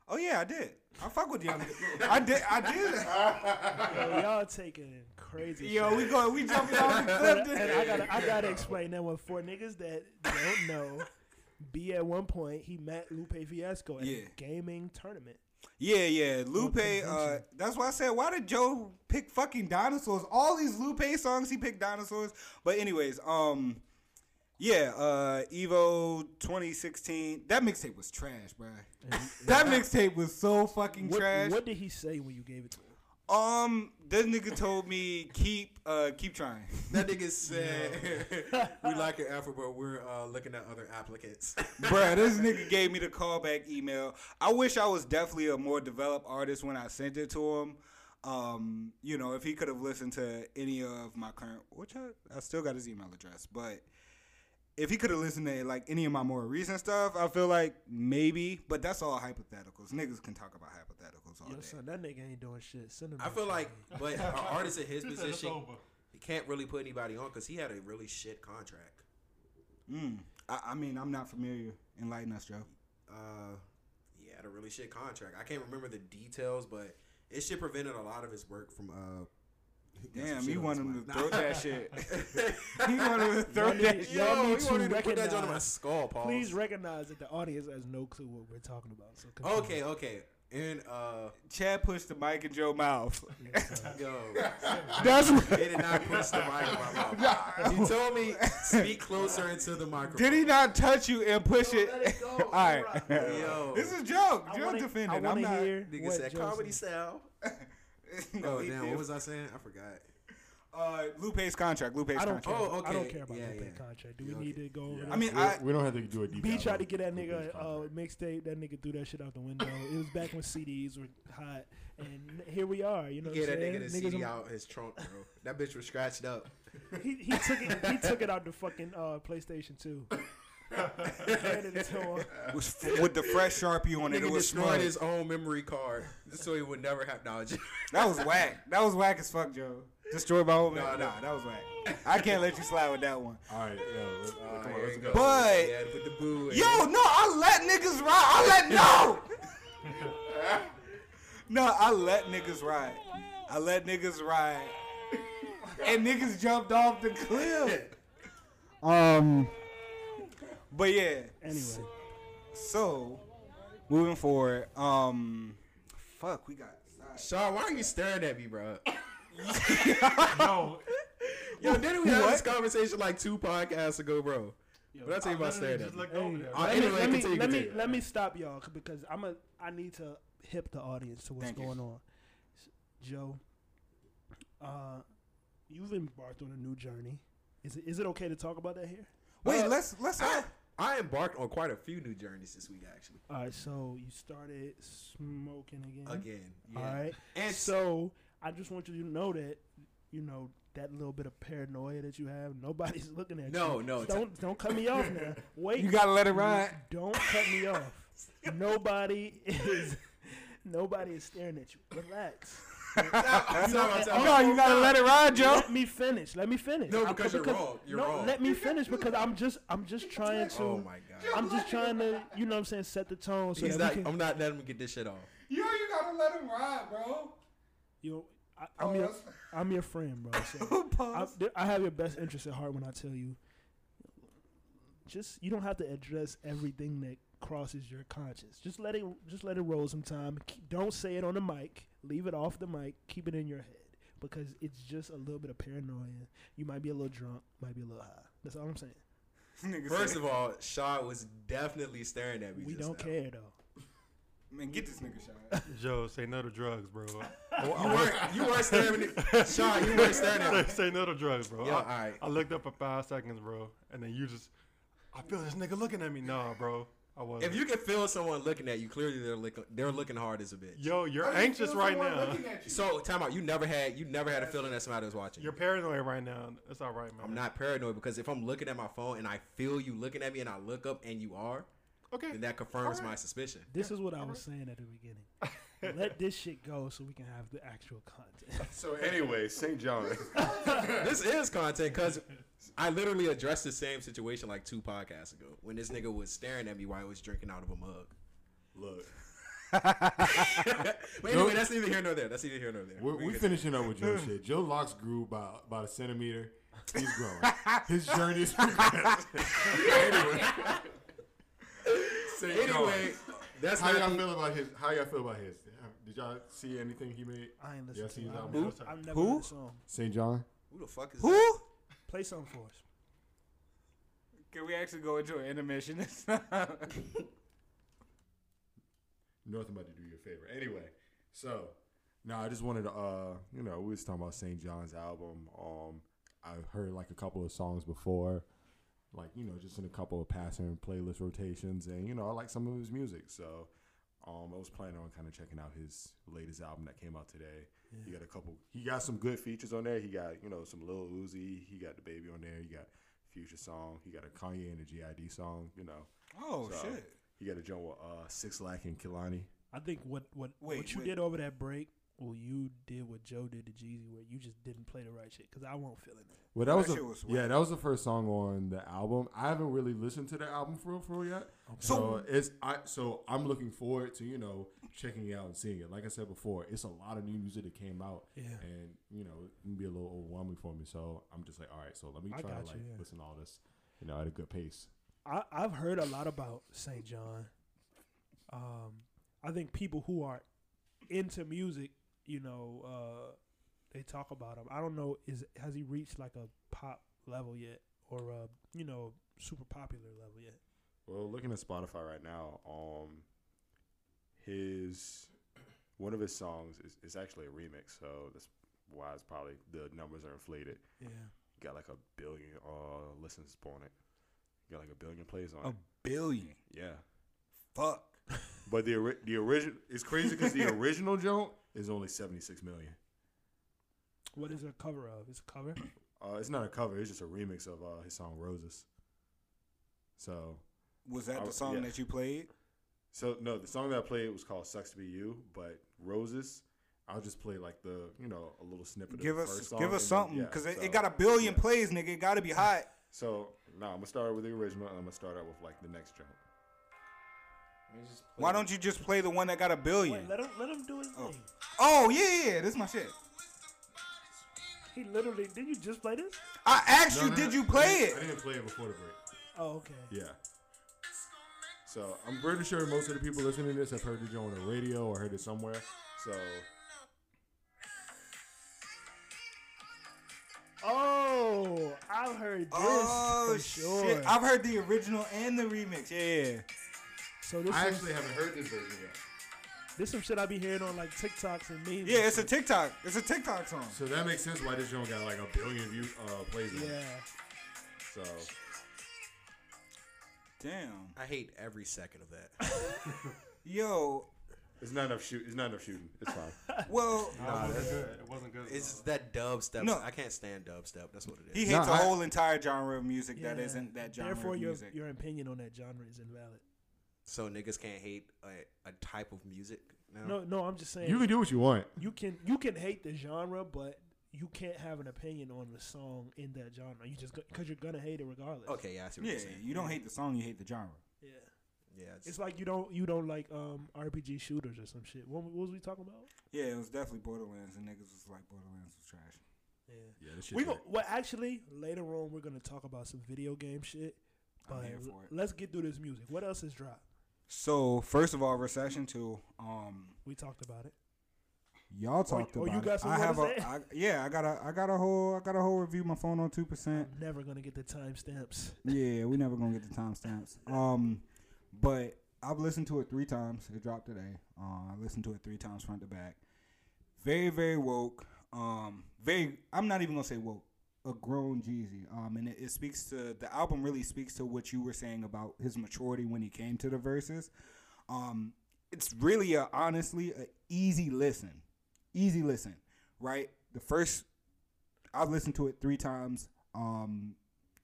S1: Oh yeah, I did. I fuck with
S3: <laughs>
S1: Deontay. I did. I did.
S2: Yo, y'all taking crazy.
S1: Yo,
S2: shit.
S1: we going- we jumping off the cliff,
S2: And I
S1: dude.
S2: gotta, I gotta explain that one for niggas that don't
S1: <laughs>
S2: know. B at one point he met Lupe Fiasco at
S1: Yeah.
S2: a gaming tournament.
S1: Yeah, yeah. Lupe, uh,
S2: convention.
S1: that's why I said, why did Joe pick fucking dinosaurs? All these Lupe songs, he picked dinosaurs. But anyways, um, yeah, uh, Evo 2016. That mixtape was trash, bruh. that mixtape was so fucking
S2: What,
S1: trash.
S2: what did he say when you gave it to him?
S1: Um, this nigga told me keep, uh, keep trying.
S3: That nigga said, <laughs> "We like your effort, but we're uh, looking at other applicants."
S1: Bruh, this nigga gave me the callback email. I wish I was definitely a more developed artist when I sent it to him. Um, you know, if he could have listened to any of my current, which I, I still got his email address, but if he could have listened to like any of my more recent stuff, I feel like maybe. But that's all hypotheticals. Niggas can talk about hypotheticals all
S2: Yo,
S1: day.
S2: son, that nigga ain't doing shit. Send him.
S3: I
S2: that
S3: feel
S2: shit.
S3: like, but an artist in his
S5: He said it's
S3: position,
S5: over.
S3: he can't really put anybody on because he had a really shit contract.
S1: Mm. I, I mean, I'm not familiar. Enlighten us, Joe.
S3: Uh, he had a really shit contract. I can't remember the
S5: <laughs>
S3: details, but it shit prevented a lot of his work from. Uh, got some
S1: Damn,
S3: shit
S1: you
S3: on
S1: want
S3: his
S1: him to
S3: mind.
S1: throw that shit.
S3: <laughs>
S1: <laughs> You want him to throw
S2: Y'all need- y'all
S1: that shit.
S2: need
S3: Yo, he
S2: to
S3: wanted to put that joint on
S2: recognize-
S3: my skull, Paul.
S2: Please recognize that the audience has no clue what we're talking about. So continue.
S3: Okay, okay. And uh,
S1: Chad pushed the mic in Joe's mouth.
S3: <laughs> yo,
S1: That's what-
S3: they did not push the mic in my mouth. He told me speak closer into the microphone.
S1: Did he not touch you and push it? <laughs> All right.
S3: Yo.
S1: This is Joe.
S2: I
S1: Joe
S2: wanna- I
S1: defending. I'm
S2: wanna
S1: not. <laughs>
S2: hear
S3: Nigga
S2: what
S3: said
S2: Joe
S3: comedy
S2: said.
S3: style.
S1: No,
S3: oh <laughs>
S1: he
S3: damn,
S1: did.
S3: what was I saying? I forgot.
S1: Uh, Lupe's contract. Lupe's
S2: I don't
S1: contract.
S2: care.
S3: Oh,
S2: I don't
S3: okay.
S2: care about
S3: Yeah,
S2: that
S3: yeah.
S2: contract. Do we
S3: Yeah,
S2: need
S3: okay.
S2: to go over
S1: I
S2: that?
S1: mean,
S4: We-
S1: I,
S4: we don't have to do a deep
S2: B
S4: dive
S2: tried
S4: on
S2: to get that
S4: Lupe's
S2: nigga uh,
S4: contract.
S2: mixtape. That nigga threw that shit out the window. it was back when CDs were hot, and here we are. You know, what
S3: Get that
S2: I'm
S3: nigga the
S2: saying? Niggas
S3: CD
S2: are-
S3: out his trunk, bro. That bitch was scratched up.
S2: <laughs> He, he took it. He took it out the fucking uh, PlayStation
S3: <laughs>
S2: Two. Handed it to
S1: <laughs>
S2: him.
S1: was f- with the fresh sharpie on it. It
S3: Nigga
S1: was
S3: destroyed
S1: smart.
S3: his own memory card just so he would never have knowledge.
S1: That was whack. That was whack as fuck, Joe. Destroyed by old man. Nah,
S3: Nah, nah.
S1: that was whack. I can't let you slide with that one.
S4: All right, uh, yo, let- come on, let's go.
S1: But
S3: yeah, put the boo. in.
S1: Yo, no, I let niggas ride. I let no. <laughs> no, I let niggas ride. I let niggas ride. And niggas jumped off the cliff. Um But yeah.
S2: Anyway,
S1: So moving forward, um fuck, we got
S3: Sean, why are you staring at
S1: <laughs>
S3: me, bro?
S5: No,
S3: Yo, didn't we have this
S1: What?
S3: conversation like two podcasts ago, bro? What I tell you about staring at
S5: just
S3: me?
S5: looked over there.
S3: Uh,
S2: let, me,
S3: anyway,
S2: let, me,
S3: continue,
S2: let, me,
S3: continue.
S2: let me stop y'all c- because I'm a. I need to hip the audience to what's
S1: Thank you.
S2: going on. S- Joe, uh, you've embarked on a new journey. Is it, is it okay to talk about that here?
S1: Wait,
S3: Uh,
S1: let's let's
S3: I, I embarked on quite a few new journeys this week, actually.
S2: All right, so you started smoking again.
S3: Again, yeah.
S2: All right.
S3: And
S2: so I just want you to know that, you know, that little bit of paranoia that you have, nobody's <laughs> looking at
S3: No,
S2: you.
S3: no, it's-
S2: Don't don't cut me off
S3: <laughs>
S2: now. Wait.
S1: You gotta let it ride.
S2: Don't cut me off. Nobody is <laughs> nobody is staring at you.
S3: <laughs>
S2: Relax.
S3: You know what I'm saying?
S1: No, you gotta let it ride, Joe.
S2: Let me finish. Let me finish.
S3: No,
S2: I-
S3: because you're wrong. You're
S2: no,
S3: wrong.
S2: let me finish because I'm just I'm just trying to
S3: Oh my god.
S2: I'm just trying to, you know what I'm saying, set the tone so
S3: He's
S2: that
S3: not,
S2: we can
S3: I'm not letting him get this shit off.
S1: Yo, you gotta let him ride, bro.
S2: You know, I, I'm your
S1: Pause.
S2: I'm your friend, bro.
S1: <laughs>
S2: So I,
S1: Pause.
S2: there- I have your best interest at heart when I tell you. Just you don't have to address everything that crosses your conscience. Just let it just let it roll sometime. Keep- Don't say it on the mic. Leave it off the mic. Keep it in your head because it's just a little bit of paranoia. You might be a little drunk, might be a little high. That's all I'm saying.
S1: Nigga
S3: First
S1: said-
S3: of all, Shaw was definitely staring at me.
S2: We
S3: just
S2: don't
S3: now.
S2: care though.
S1: man, get this nigga shot.
S5: Joe, say no to drugs, bro.
S3: You weren't, you weren't staring
S13: <laughs>
S3: at me. Shaw, you weren't staring at me.
S5: say no to drugs, bro.
S3: Yo,
S5: I,
S3: alright.
S5: I looked up for five seconds, bro, and then you just, I feel this nigga looking at me. Nah, bro, I was.
S3: If you can feel someone looking at you, clearly they're looking, they're looking hard as a bitch.
S5: yo, you're anxious right now.
S3: So time out. You never had you never had a feeling that somebody was watching. you.
S5: You're paranoid right now. That's all right, man.
S3: I'm not paranoid because if I'm looking at my phone and I feel you looking at me and I look up and you are,
S5: Okay.
S3: then that confirms
S5: Alright.
S3: my suspicion.
S2: This is what I was saying at the
S1: <laughs>
S2: beginning. let this shit go so we can have the actual content.
S1: <laughs>
S13: So anyway, St. John.
S4: <laughs>
S3: this is content because I literally addressed the same situation <laughs> like two podcasts ago when this nigga was staring at me while I was drinking out of a mug.
S13: Look,
S3: Wait a minute, that's neither here nor there. That's neither here nor there.
S4: We're,
S3: We
S4: we
S3: can-
S4: finishing up with Joe shit. Joe Locks grew by about a centimeter. He's growing. His journey is anyway.
S3: So anyway, that's
S4: how
S3: not
S4: y'all
S3: the-
S4: feel about his. How y'all feel about his? Did y'all see anything he made?
S2: I ain't
S4: Y'all
S2: listened
S4: see
S2: to
S4: his
S2: it. I've
S4: album?
S2: never, I've never heard the song.
S4: St. John.
S3: Who the fuck is
S2: Who?
S3: that?
S2: Play something for us.
S13: Can we actually go into an intermission? <laughs>
S1: <laughs>
S13: this time?
S4: Nothing about to do you a favor. Anyway, so no, I just wanted to, uh, you know, we was talking about St. John's album. Um, I heard like a couple of songs before, like you know, just in a couple of passing playlist rotations, and you know, I like some of his music. So, um, I was planning on kind of checking out his latest album that came out today. He got a couple. He got some good features on there. He got you know some Lil Uzi. He got the baby on there. He got Future song. He got a Kanye and a GID song. You know.
S1: Oh, shit.
S4: He got a joint with uh, Six Lack and Kilani.
S2: I think what what
S1: Wait,
S2: what you
S1: wait.
S2: did over that break, well, you did what Joe did to Jeezy, where you just didn't play the right shit. Because I won't feel it.
S4: Well, that was,
S2: That
S4: the-
S2: shit was
S4: yeah, that was the first song on the album. I haven't really listened to the album for real, for real yet. So it's I so I'm looking forward to you know checking it out and seeing it. Like I said before, it's a lot of new music that came out,
S2: Yeah.
S4: and you know it can be a little overwhelming for me. So I'm just like, all right, so let me
S2: I
S4: try to
S2: got you,
S4: like
S2: yeah.
S4: listen to all this, you know, at a good pace.
S2: I, I've heard a lot about St. John. Um, I think people who are into music, you know, uh, they talk about him. I don't know is has he reached like a pop level yet, or uh, you know, super popular level yet?
S4: Well, looking at Spotify right now, um, his one of his songs is, is actually a remix, so that's why it's probably the numbers are inflated.
S2: Yeah.
S4: got like a billion uh listens on it. Got like a billion plays on
S1: A
S4: it.
S1: billion.
S4: Yeah.
S1: <laughs> Fuck.
S4: But the ori- the original it's crazy because the original joint is only seventy six million.
S2: What is it a cover of? It's a cover.
S4: Uh, it's not a cover; it's just a remix of uh, his song "Roses." So,
S1: Was that
S4: I-
S1: the song
S4: yeah.
S1: that you played?
S4: So no, the song that I played was called "Sucks to Be You," but "Roses." I'll just play like the you know a little snippet.
S1: Give
S4: of the
S1: us,
S4: first song
S1: give us
S4: and then-
S1: something,
S4: yeah,
S1: because it,
S4: so-
S1: it got a billion plays, nigga. It got to be hot.
S4: So no, I'm gonna start with the original, and I'm gonna start out with like the next joint.
S1: Why don't you just play the one that got a billion?
S2: Wait, let him let him do his thing.
S1: oh yeah, yeah, yeah, this is my shit.
S2: He literally did. You just play this?
S1: I asked
S4: No,
S1: you,
S4: no,
S1: did
S4: no,
S1: you
S4: I
S1: play
S4: didn't-
S1: it?
S4: I didn't play it before the break.
S2: Oh, okay.
S4: Yeah. So I'm pretty sure most of the people listening to this have heard the joint on the radio or heard it somewhere. So
S2: Oh, I've heard this
S1: Oh
S2: for
S1: shit!
S2: sure.
S1: I've heard the original and the remix. Yeah.
S2: So this
S4: I
S2: is-
S4: actually haven't heard this version yet.
S2: This some shit I be hearing on like TikToks and memes.
S1: Yeah, it's a TikTok. It's a TikTok song.
S4: So that makes sense why this joint got like a billion view uh, plays. on it.
S2: Yeah.
S4: So
S1: damn,
S3: I hate every second of that.
S1: Yo,
S4: it's not enough shoot. It's not enough shooting. It's <laughs> fine.
S1: Well,
S3: Nah,
S1: it
S3: that's-
S1: wasn't
S5: It wasn't good.
S3: It's that dubstep.
S1: No.
S3: I can't stand dubstep. That's what it
S1: He
S3: is.
S1: hates a whole entire genre of music that
S2: Yeah.
S1: isn't that genre
S2: Therefore,
S1: of
S2: your
S1: music.
S2: your opinion on that genre is invalid.
S3: So niggas can't hate a, a type of music. now?
S2: No, no, I'm just saying.
S4: You can do what you want.
S2: You can you can hate the genre, but you can't have an opinion on the song in that genre. You just because you're gonna hate it regardless.
S3: Okay, yeah, I see what
S1: yeah,
S3: you're saying.
S1: you don't hate the song, you hate the genre.
S2: Yeah.
S3: Yeah, it's,
S2: It's like you don't you don't like um RPG shooters or some shit. What, what was we talking about?
S1: Yeah, it was definitely Borderlands, and niggas was like Borderlands was trash.
S2: Yeah,
S4: Yeah, this shit
S2: We go
S4: hurt.
S2: well actually later on we're gonna talk about some video game shit.
S1: I'm
S2: But
S1: here for it.
S2: let's get through this music. What else is dropped?
S1: So first of all, recession two. Um,
S2: We talked about it.
S1: y'all talked
S2: oh,
S1: about.
S2: you got
S1: it.
S2: some
S1: I
S2: more
S1: have
S2: to
S1: a.
S2: say?
S1: I, yeah, I got a. I got a whole. I got a whole review. My phone on two percent.
S2: Never gonna get the timestamps.
S1: <laughs> Yeah, we never gonna get the timestamps. Um, but I've listened to it three times. It dropped today. Uh, I listened to it three times front to back. Very, very woke. Um, very. I'm not even gonna say woke. A grown Jeezy. Um, and it, it speaks to the album. Really speaks to what you were saying about his maturity when he came to the verses. Um, it's really a honestly a easy listen, easy listen. Right. The first I've listened to it three times, um,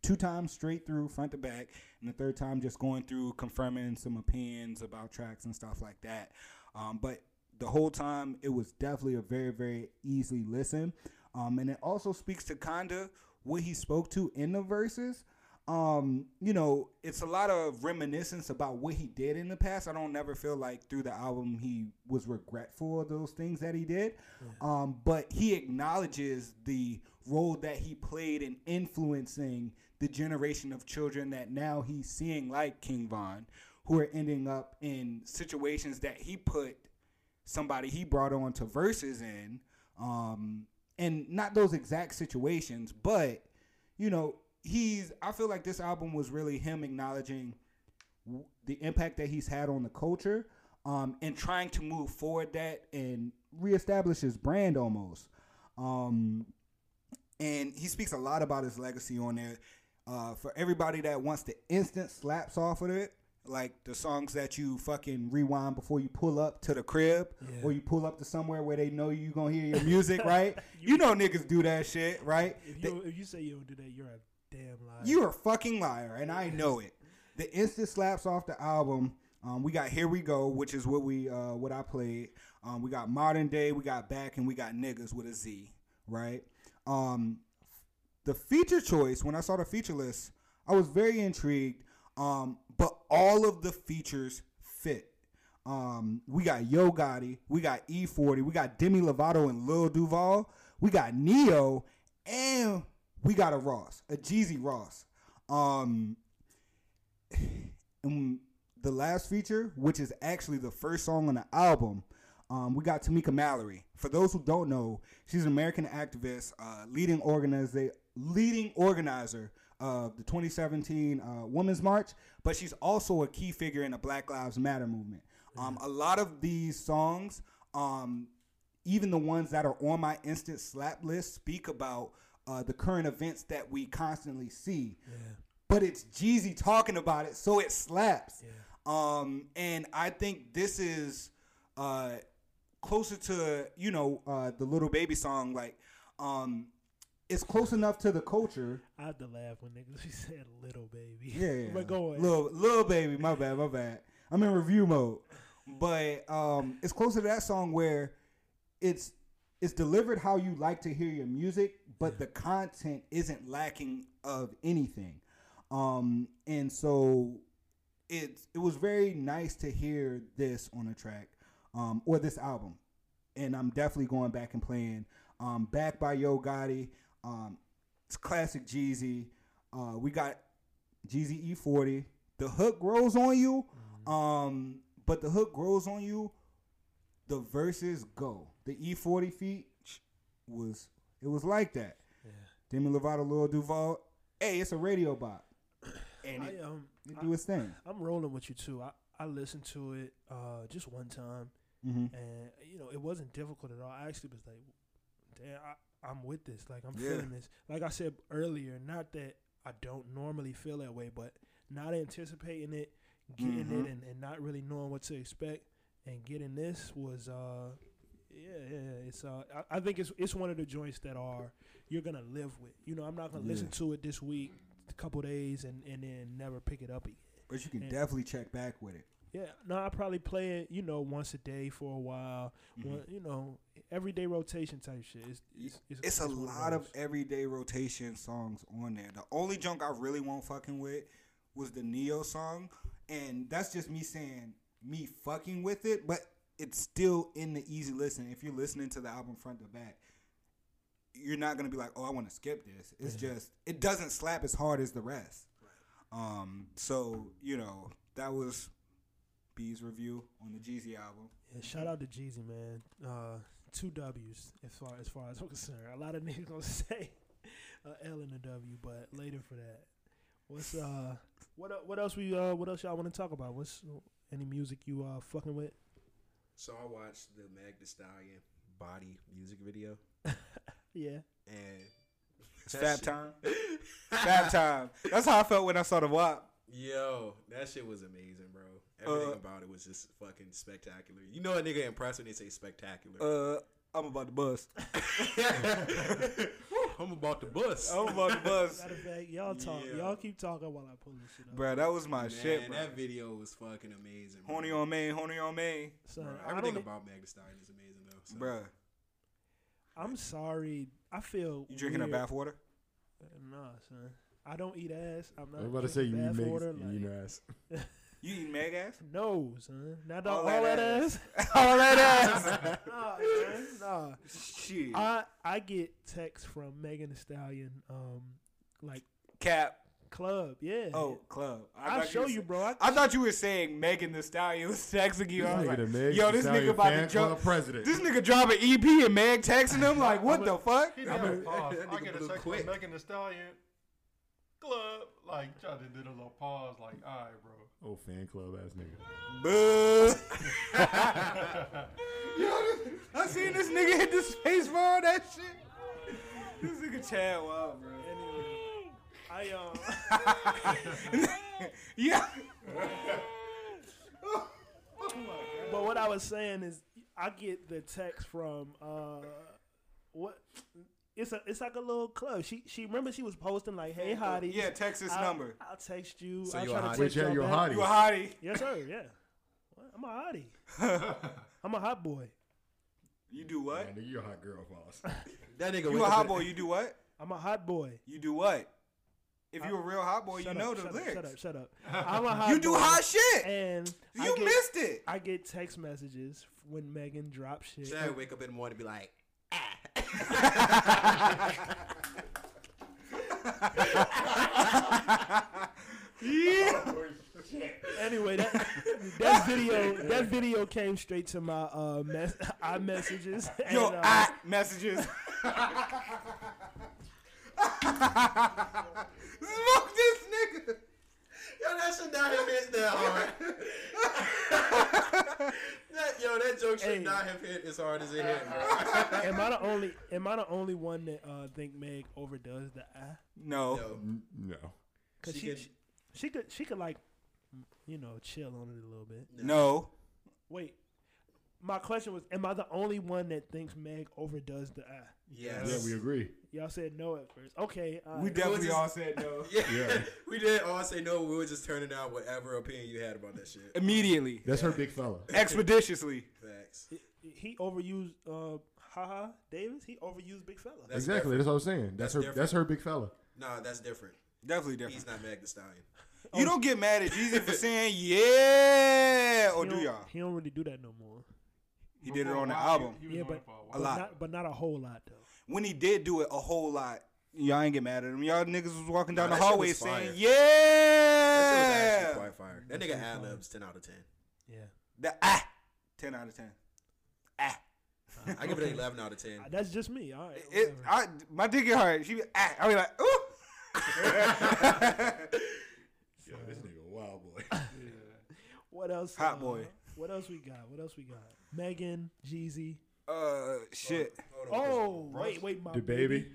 S1: two times straight through front to back, and the third time just going through confirming some opinions about tracks and stuff like that. Um, but the whole time, it was definitely a very, very easy listen. Um, and it also speaks to kinda what he spoke to in the verses. um, you know, it's a lot of reminiscence about what he did in the past. I don't never feel like through the album he was regretful of those things that he did. Um, but he acknowledges the role that he played in influencing the generation of children that now he's seeing like King Von who are ending up in situations that he put somebody he brought on to verses in um and not those exact situations but you know he's i feel like this album was really him acknowledging w- the impact that he's had on the culture um and trying to move forward that and reestablish his brand almost um and he speaks a lot about his legacy on there. Uh, for everybody that wants the instant slaps off of it, like the songs that you fucking rewind before you pull up to the crib or you pull up to somewhere where they know you gonna hear your music, right? you, know niggas do that shit, right?
S2: If
S1: They-
S2: you, if you say you don't do that, you're a damn liar.
S1: you're a fucking liar, and I know it. The instant slaps off the album. Um, we got here we go, which is what we uh, what I played. Um, we got modern day, we got back, and we got niggas with a Z, right? Um, the feature choice when I saw the feature list, I was very intrigued. Um, but all of the features fit. Um, we got Yo Gotti, we got E40, we got Demi Lovato and Lil Duval, we got Neo, and we got a Ross, a Jeezy Ross. Um, <sighs> and the last feature, which is actually the first song on the album, um, we got Tamika Mallory. For those who don't know, she's an American activist, uh, leading organizer, leading organizer of the 2017 uh, Women's March, but she's also a key figure in the Black Lives Matter movement. Um, a lot of these songs, um, even the ones that are on my instant slap list, speak about uh, the current events that we constantly see but it's Jeezy talking about it, so it slaps. Um, and I think this is uh, closer to you know uh, the little baby song, like um, it's close enough to the culture.
S2: I have to laugh when niggas <laughs> she said little baby.
S1: Yeah, yeah.
S2: <laughs> but go ahead.
S1: Little, little baby, my bad, my bad. I'm in review mode, but um, it's closer to that song where it's it's delivered how you like to hear your music, but the content isn't lacking of anything. Um, and so it it was very nice to hear this on a track um, or this album, and I'm definitely going back and playing. Um, back by Yo Gotti, um, it's classic Jeezy. Uh, we got Jeezy E40. The hook grows on you, um, but the hook grows on you. The verses go. The E40 feet was it was like that. Demi Lovato, Lil Duval. Hey, it's a radio bot. And it,
S2: I, um,
S1: it do its thing.
S2: I'm rolling with you too. I, I listened to it uh, just one time,
S1: Mhm.
S2: and you know it wasn't difficult at all. I actually was like, "Damn, I, I'm with this. Like I'm
S13: Yeah.
S2: feeling this." Like I said earlier, not that I don't normally feel that way, but not anticipating it, getting it,
S13: Mhm.
S2: and, and not really knowing what to expect, and getting this was, uh, yeah, yeah, yeah, it's. Uh, I, I think it's it's one of the joints that are you're gonna live with. You know, I'm not gonna
S1: Yeah.
S2: listen to it this week, a couple days, and and then never pick it up again.
S1: But you can
S2: And-
S1: definitely check back with it.
S2: yeah, no, I probably play it, you know, once a day for a while.
S3: Mm-hmm.
S2: One, you know, everyday rotation type shit. It's, it's, it's,
S1: It's a
S2: one
S1: lot
S2: those.
S1: of everyday rotation songs on there. The only junk I really won't fucking with was the Neo song, and that's just me saying me fucking with it, but it's still in the easy listen. If you're listening to the album front to back, you're not gonna be like, oh, I want to skip this. It's just it doesn't slap as hard as the rest. Um, so you know that was B's review on the Jeezy album.
S2: Yeah, shout out to Jeezy, man. Uh, two W's as far as far as I'm <laughs> concerned. A lot of niggas gonna <laughs> say a L and a W, but later for that. What's uh what el- what else we uh what else y'all want to talk about? What's any music you uh fucking with?
S3: So I watched the Meg Thee Stallion body music video,
S2: <laughs> Yeah.
S3: and
S1: It's
S3: that
S1: fab
S3: shit-
S1: time. fab time. That's how I felt when I saw the WAP.
S3: Yo, that shit was amazing, bro. Everything
S1: Uh,
S3: about it was just fucking spectacular. You know a nigga impressed when they say spectacular.
S4: <laughs>
S3: <laughs>
S1: Uh, I'm about to bust.
S3: I'm about to bust.
S4: Oh.
S1: I'm about to bust.
S2: Matter of fact, y'all talk.
S3: Yeah.
S2: Y'all keep talking while I pull this shit up.
S1: Bruh, that was my
S3: Man,
S1: shit, bro.
S3: That video was fucking amazing. bro.
S1: Horny on main, horny on main.
S2: Son,
S3: Bro,
S2: I
S3: everything
S2: don't-
S3: about Meg Thee Stallion is amazing though. So.
S1: Bruh,
S2: I'm sorry. I feel
S1: you drinking a
S2: weird.
S1: bath water?
S2: Uh, Nah, son. I don't eat ass. I'm not.
S4: I was about to say you
S2: drinking
S4: eat
S2: bath
S4: mix,
S2: water,
S4: you eat ass.
S2: like-
S1: You eat mag ass?
S2: No, son. Not all,
S1: All
S2: all
S1: that
S2: that, ass. <laughs>
S1: ass. All that ass.
S2: nah, man, nah.
S1: Shit.
S2: I I get texts from Megan Thee Stallion, um, like
S1: Cap.
S2: club. Yeah.
S1: Oh, club.
S2: I'll
S1: thought
S2: show
S1: were
S2: you,
S1: saying-
S2: bro. I-
S1: I thought you were saying Megan the Stallion was texting you.
S4: This
S1: I was like,
S4: nigga the Meg
S1: yo,
S4: Thee
S1: this nigga
S4: Stallion
S1: about to
S4: fan
S1: drop.
S4: club president.
S1: This nigga drop an EP and Meg texting him like, what the fuck?
S5: <laughs> He never paused. I get a text from Megan Thee Stallion. Club. Like, tried to did a little pause. Like, all right, bro.
S4: Oh, fan club ass nigga.
S1: <laughs>
S5: <laughs>
S1: Yo, <laughs> I seen this nigga hit the space bar on that shit. This nigga Chad Wild, bro.
S2: I um. <laughs>
S1: yeah.
S2: But what I was saying is, I get the text from uh, what? It's a it's like a little club. She she remember she was posting like, "Hey hottie,
S1: Yeah, text this
S2: I'll-
S1: number.
S2: I'll text you.
S1: So
S2: I'll
S1: you
S2: try
S1: a
S2: to
S1: hottie.
S2: text
S1: Which
S2: y'all
S1: you a
S2: back."
S1: hottie? You a hottie.
S2: Yes sir. Yeah, What? I'm a
S1: <laughs>
S2: hottie. I'm a hot boy.
S1: You do what?
S4: you a hot girl boss.
S3: that nigga
S1: You
S3: went
S1: a
S3: up
S1: hot
S3: in-
S1: boy? You do what?
S2: I'm a hot boy.
S1: You do what? If you a real hot boy, you
S2: Shut
S1: know
S2: up,
S1: the
S2: shut
S1: lyrics.
S2: Up, shut
S1: <laughs>
S2: up, shut up. I'm a hot
S1: You do
S2: boy,
S1: hot shit.
S2: And I
S1: You
S2: get-
S1: missed it.
S2: I get text messages when Megan drops shit.
S3: Chad wake up in the morning and be like, ah.
S1: <laughs>
S3: <laughs>
S1: Yeah.
S2: anyway, that, that video that video came straight to my uh <laughs> mess I messages. And,
S1: Yo,
S2: uh,
S1: I messages. <laughs> Smoke this nigga.
S3: Yo, that shit not have hit that
S1: <laughs>
S3: hard. that, yo, that joke should not have hit as hard as it hit, bro.
S2: am I the only am I the only one that uh think Meg overdoes the I?
S1: No.
S4: No.
S2: Cause she she, she, could she could like you know chill on it a little bit.
S1: No.
S2: Wait. My question was, am I the only one that thinks Meg overdoes the I?
S3: Yes.
S4: Yeah, we agree.
S2: Y'all said no at first. Okay. all
S1: We
S2: right.
S1: definitely
S3: just-
S1: all said no.
S3: <laughs> Yeah.
S4: Yeah.
S3: we did all say no. We were just turning down whatever opinion you had about that shit. <laughs>
S1: Immediately.
S4: That's her big fella.
S1: Expeditiously.
S3: Facts.
S2: he overused uh haha Davis. He overused big fella.
S4: exactly. That's what I'm saying.
S3: That's
S4: That's, her.
S3: different.
S4: That's her big fella.
S3: Nah, that's different.
S1: Definitely different.
S3: He's not Meg Thee Stallion.
S1: You don't get mad at Jeezy
S3: <laughs>
S1: for saying yeah, or
S2: He
S1: do
S2: don't-
S1: y'all?
S2: He don't really do that no more.
S1: He did it on the album.
S2: yeah, but
S1: while.
S2: but
S1: A lot.
S2: not, but not a whole lot though.
S1: When he did do it a whole lot, y'all ain't get mad at him. Y'all niggas was walking down
S3: Nah,
S1: the
S3: that shit
S1: hallway
S3: was
S1: saying
S3: fire. That shit was
S1: yeah.
S3: actually quite fire. That nigga ad libs ten out of ten.
S1: The ah, ten out of ten. Ah,
S3: I give it an eleven out of ten.
S2: Uh, That's just me. All right.
S1: It, I, my dick get hard. She be ah. I be like
S3: <laughs>
S1: ooh.
S4: Yo, this nigga wild boy.
S2: What else?
S1: Hot
S2: uh,
S1: boy.
S2: What else we got? What else we got? Megan, Jeezy.
S1: Uh, shit.
S2: Oh, wait, wait, my
S4: The baby.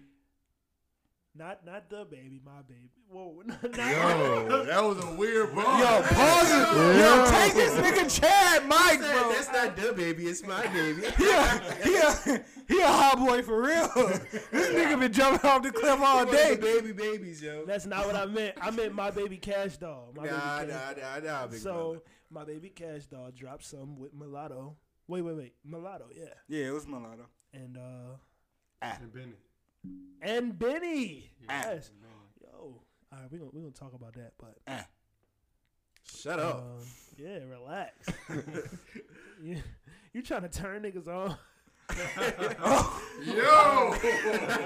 S2: Not not the baby, my baby. Whoa, <laughs> not,
S4: <laughs> Yo, that was a weird bro.
S3: Oh,
S1: Yo, pause it. Yo, take this nigga Chad Mike, bro.
S3: That's not the baby. It's my baby.
S1: Yeah, he a, he a hot boy for real. This nigga been jumping off the cliff all day.
S3: baby babies, yo.
S2: That's not what I meant. I meant my baby Cash Doll. My
S3: Nah,
S2: baby
S3: nah,
S2: Cash-
S3: nah, nah, big
S2: So
S3: brother.
S2: my baby Cash Doll dropped some with Mulatto. Wait, wait, wait, Mulatto, yeah,
S1: Yeah, it was mulatto.
S2: and uh
S5: <laughs> And Benny.
S2: and Benny.
S1: Ah.
S2: Yes. Yo, all right, we gonna we gonna talk about that, but
S1: Ah.
S3: Shut
S4: <laughs>
S3: up.
S2: Um, yeah, relax. <laughs> you, you trying to turn niggas on?
S4: Yo.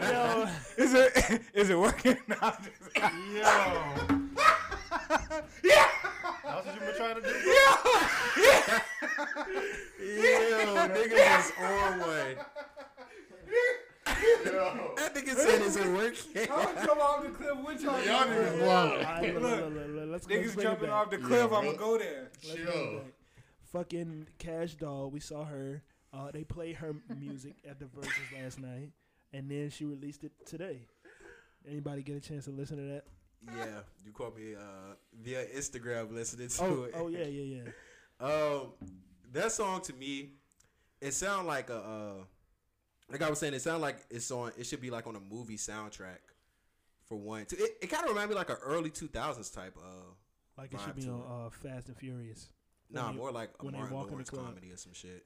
S2: Yo,
S3: <laughs>
S1: Is it <laughs> is it working? No, I'm just- <laughs>
S5: Yo. yeah. That's what you been trying to do. bro?
S3: Yo, nigga was on one. That nigga said it's a work.
S1: jump off the cliff with y'all.
S4: Y'all niggas wild.
S2: all right, look, look, look, look, look, let's go.
S1: Niggas jumping off the cliff. I'm gonna go there.
S4: Yo.
S2: Fucking Cash Doll. We saw her. Uh, they played her music at the verses last night, and then she released it today. Anybody get a chance to listen to that?
S3: Yeah, you caught me uh, via Instagram listening to
S2: Oh,
S3: it.
S2: oh yeah, yeah, yeah.
S3: <laughs> Um, that song to me, it sound like a uh, like I was saying, it sound like it's on. It should be like on a movie soundtrack. For one, T- it, it kind of reminded me like an early two thousands type of
S2: Like it
S3: Vibe
S2: should be
S3: to
S2: on
S3: it.
S2: uh, Fast and Furious. <laughs> When
S3: nah,
S2: they-
S3: more like a
S2: when they
S3: Martin
S2: walk in the
S3: Lawrence
S2: club.
S3: comedy or
S2: <laughs>
S3: some shit,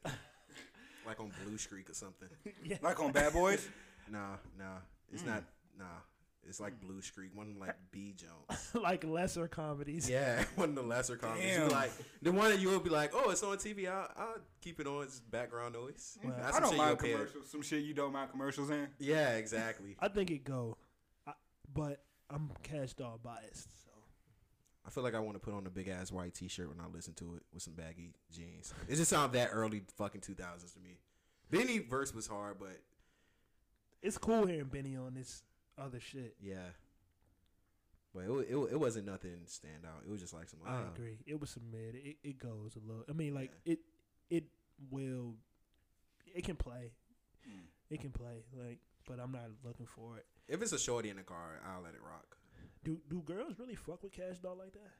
S3: like on Blue Streak or something.
S2: Yeah.
S4: <laughs>
S1: Like on Bad Boys.
S2: Hmm.
S3: Nah, nah, it's not. Nah, It's like Blue Streak, one like B Jones.
S2: like lesser comedies.
S3: <laughs> Yeah, <laughs> one of the lesser comedies. You
S2: Damn.
S3: like the one that you will be like, oh, it's on TV. I'll, I'll keep it on. It's background noise. That's
S1: I
S3: some
S1: don't
S3: shit
S1: mind
S3: you'll pay-
S1: commercials. Some shit you don't mind commercials in.
S3: <laughs> Yeah, exactly.
S2: I think it go, I, but I'm cash doll biased.
S3: I feel like I want to put on a big ass white t shirt when I listen to it with some baggy jeans. It just sounds that early fucking 2000s to me. Benny verse was hard, but
S2: It's cool hearing Benny on this other shit.
S3: yeah. But it, wa- it, wa- it wasn't nothing stand out. It was just like some.
S2: I
S3: uh,
S2: agree. It was some mid. It, it goes a little. I mean, like it it will. It can play.
S3: Hmm.
S2: It can play. Like, but I'm not looking for it.
S3: If it's a shorty in the car, I'll let it rock.
S2: Do do girls really fuck with cash doll like that?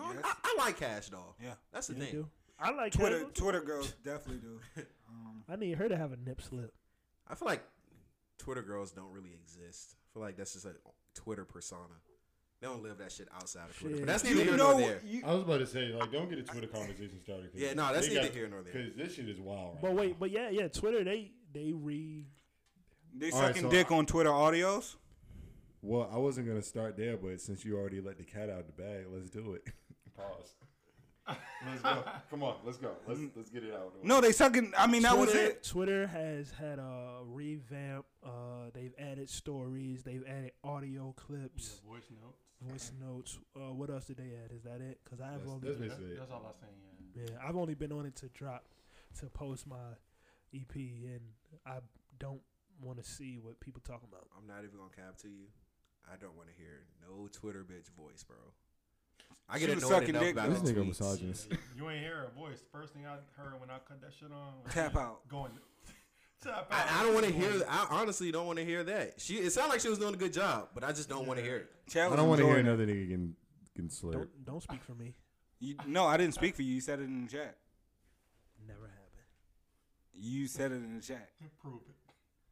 S3: I, don't- I, I like Cash Doll. Yeah, that's the
S2: They
S3: thing.
S2: do. I like
S14: Twitter.
S2: Cash Doll.
S14: Twitter
S1: <laughs>
S14: girls definitely do. Um,
S2: I need her to have a nip slip.
S3: I feel like Twitter girls don't really exist. I feel like that's just a Twitter persona. They don't live that shit outside of Twitter. But that's neither here nor there.
S4: I was about to say, like, don't get a Twitter conversation started.
S3: Yeah, no, that's neither here nor there.
S4: Because this shit is wild, right?
S2: But wait, but yeah, yeah. Twitter, they they re.
S1: They
S4: All right,
S1: sucking
S4: so-
S1: dick on Twitter audios.
S4: Well, I wasn't gonna start there, but since you already let the cat out of the bag, let's do it. <laughs> Pause. let's go. Come on, let's go. Let's
S3: Mm.
S4: let's get it out. of the
S1: No,
S4: way.
S1: they sucking. I mean, that was
S2: Twitter-
S1: it.
S2: Twitter has had a revamp. Uh, they've added stories. They've added audio clips.
S5: voice notes.
S2: Voice notes. Uh, what else did they add? Is that it? Because I've
S4: That's-
S2: only
S4: that's basically it.
S5: That's all I was saying. Yeah.
S2: yeah, I've only been on it to drop to post my EP, and I don't want to see what people talking about.
S3: I'm not even gonna cap to you. I don't want to hear no Twitter bitch voice, bro. I get
S1: She was
S3: annoyed
S1: sucking
S3: enough
S1: dick,
S3: about
S4: This
S3: the
S4: nigga
S3: tweets.
S4: misogynist.
S5: You ain't hear her voice. First thing I heard when I cut that shit on.
S1: <laughs>
S5: was
S1: Tap
S5: she
S1: out.
S5: Going. tap out.
S3: I, I don't want to hear. I honestly don't want to hear that. She. It sounded like she was doing a good job, but I just don't want to hear it.
S1: Chad
S4: I
S1: was
S4: don't want to hear
S1: enjoying it.
S4: another nigga getting getting slurred.
S2: Don't don't speak for me.
S1: You, no, I didn't speak for you. You said it in the chat.
S2: Never happened.
S1: You said it in the chat.
S5: Prove
S2: <laughs>
S5: it.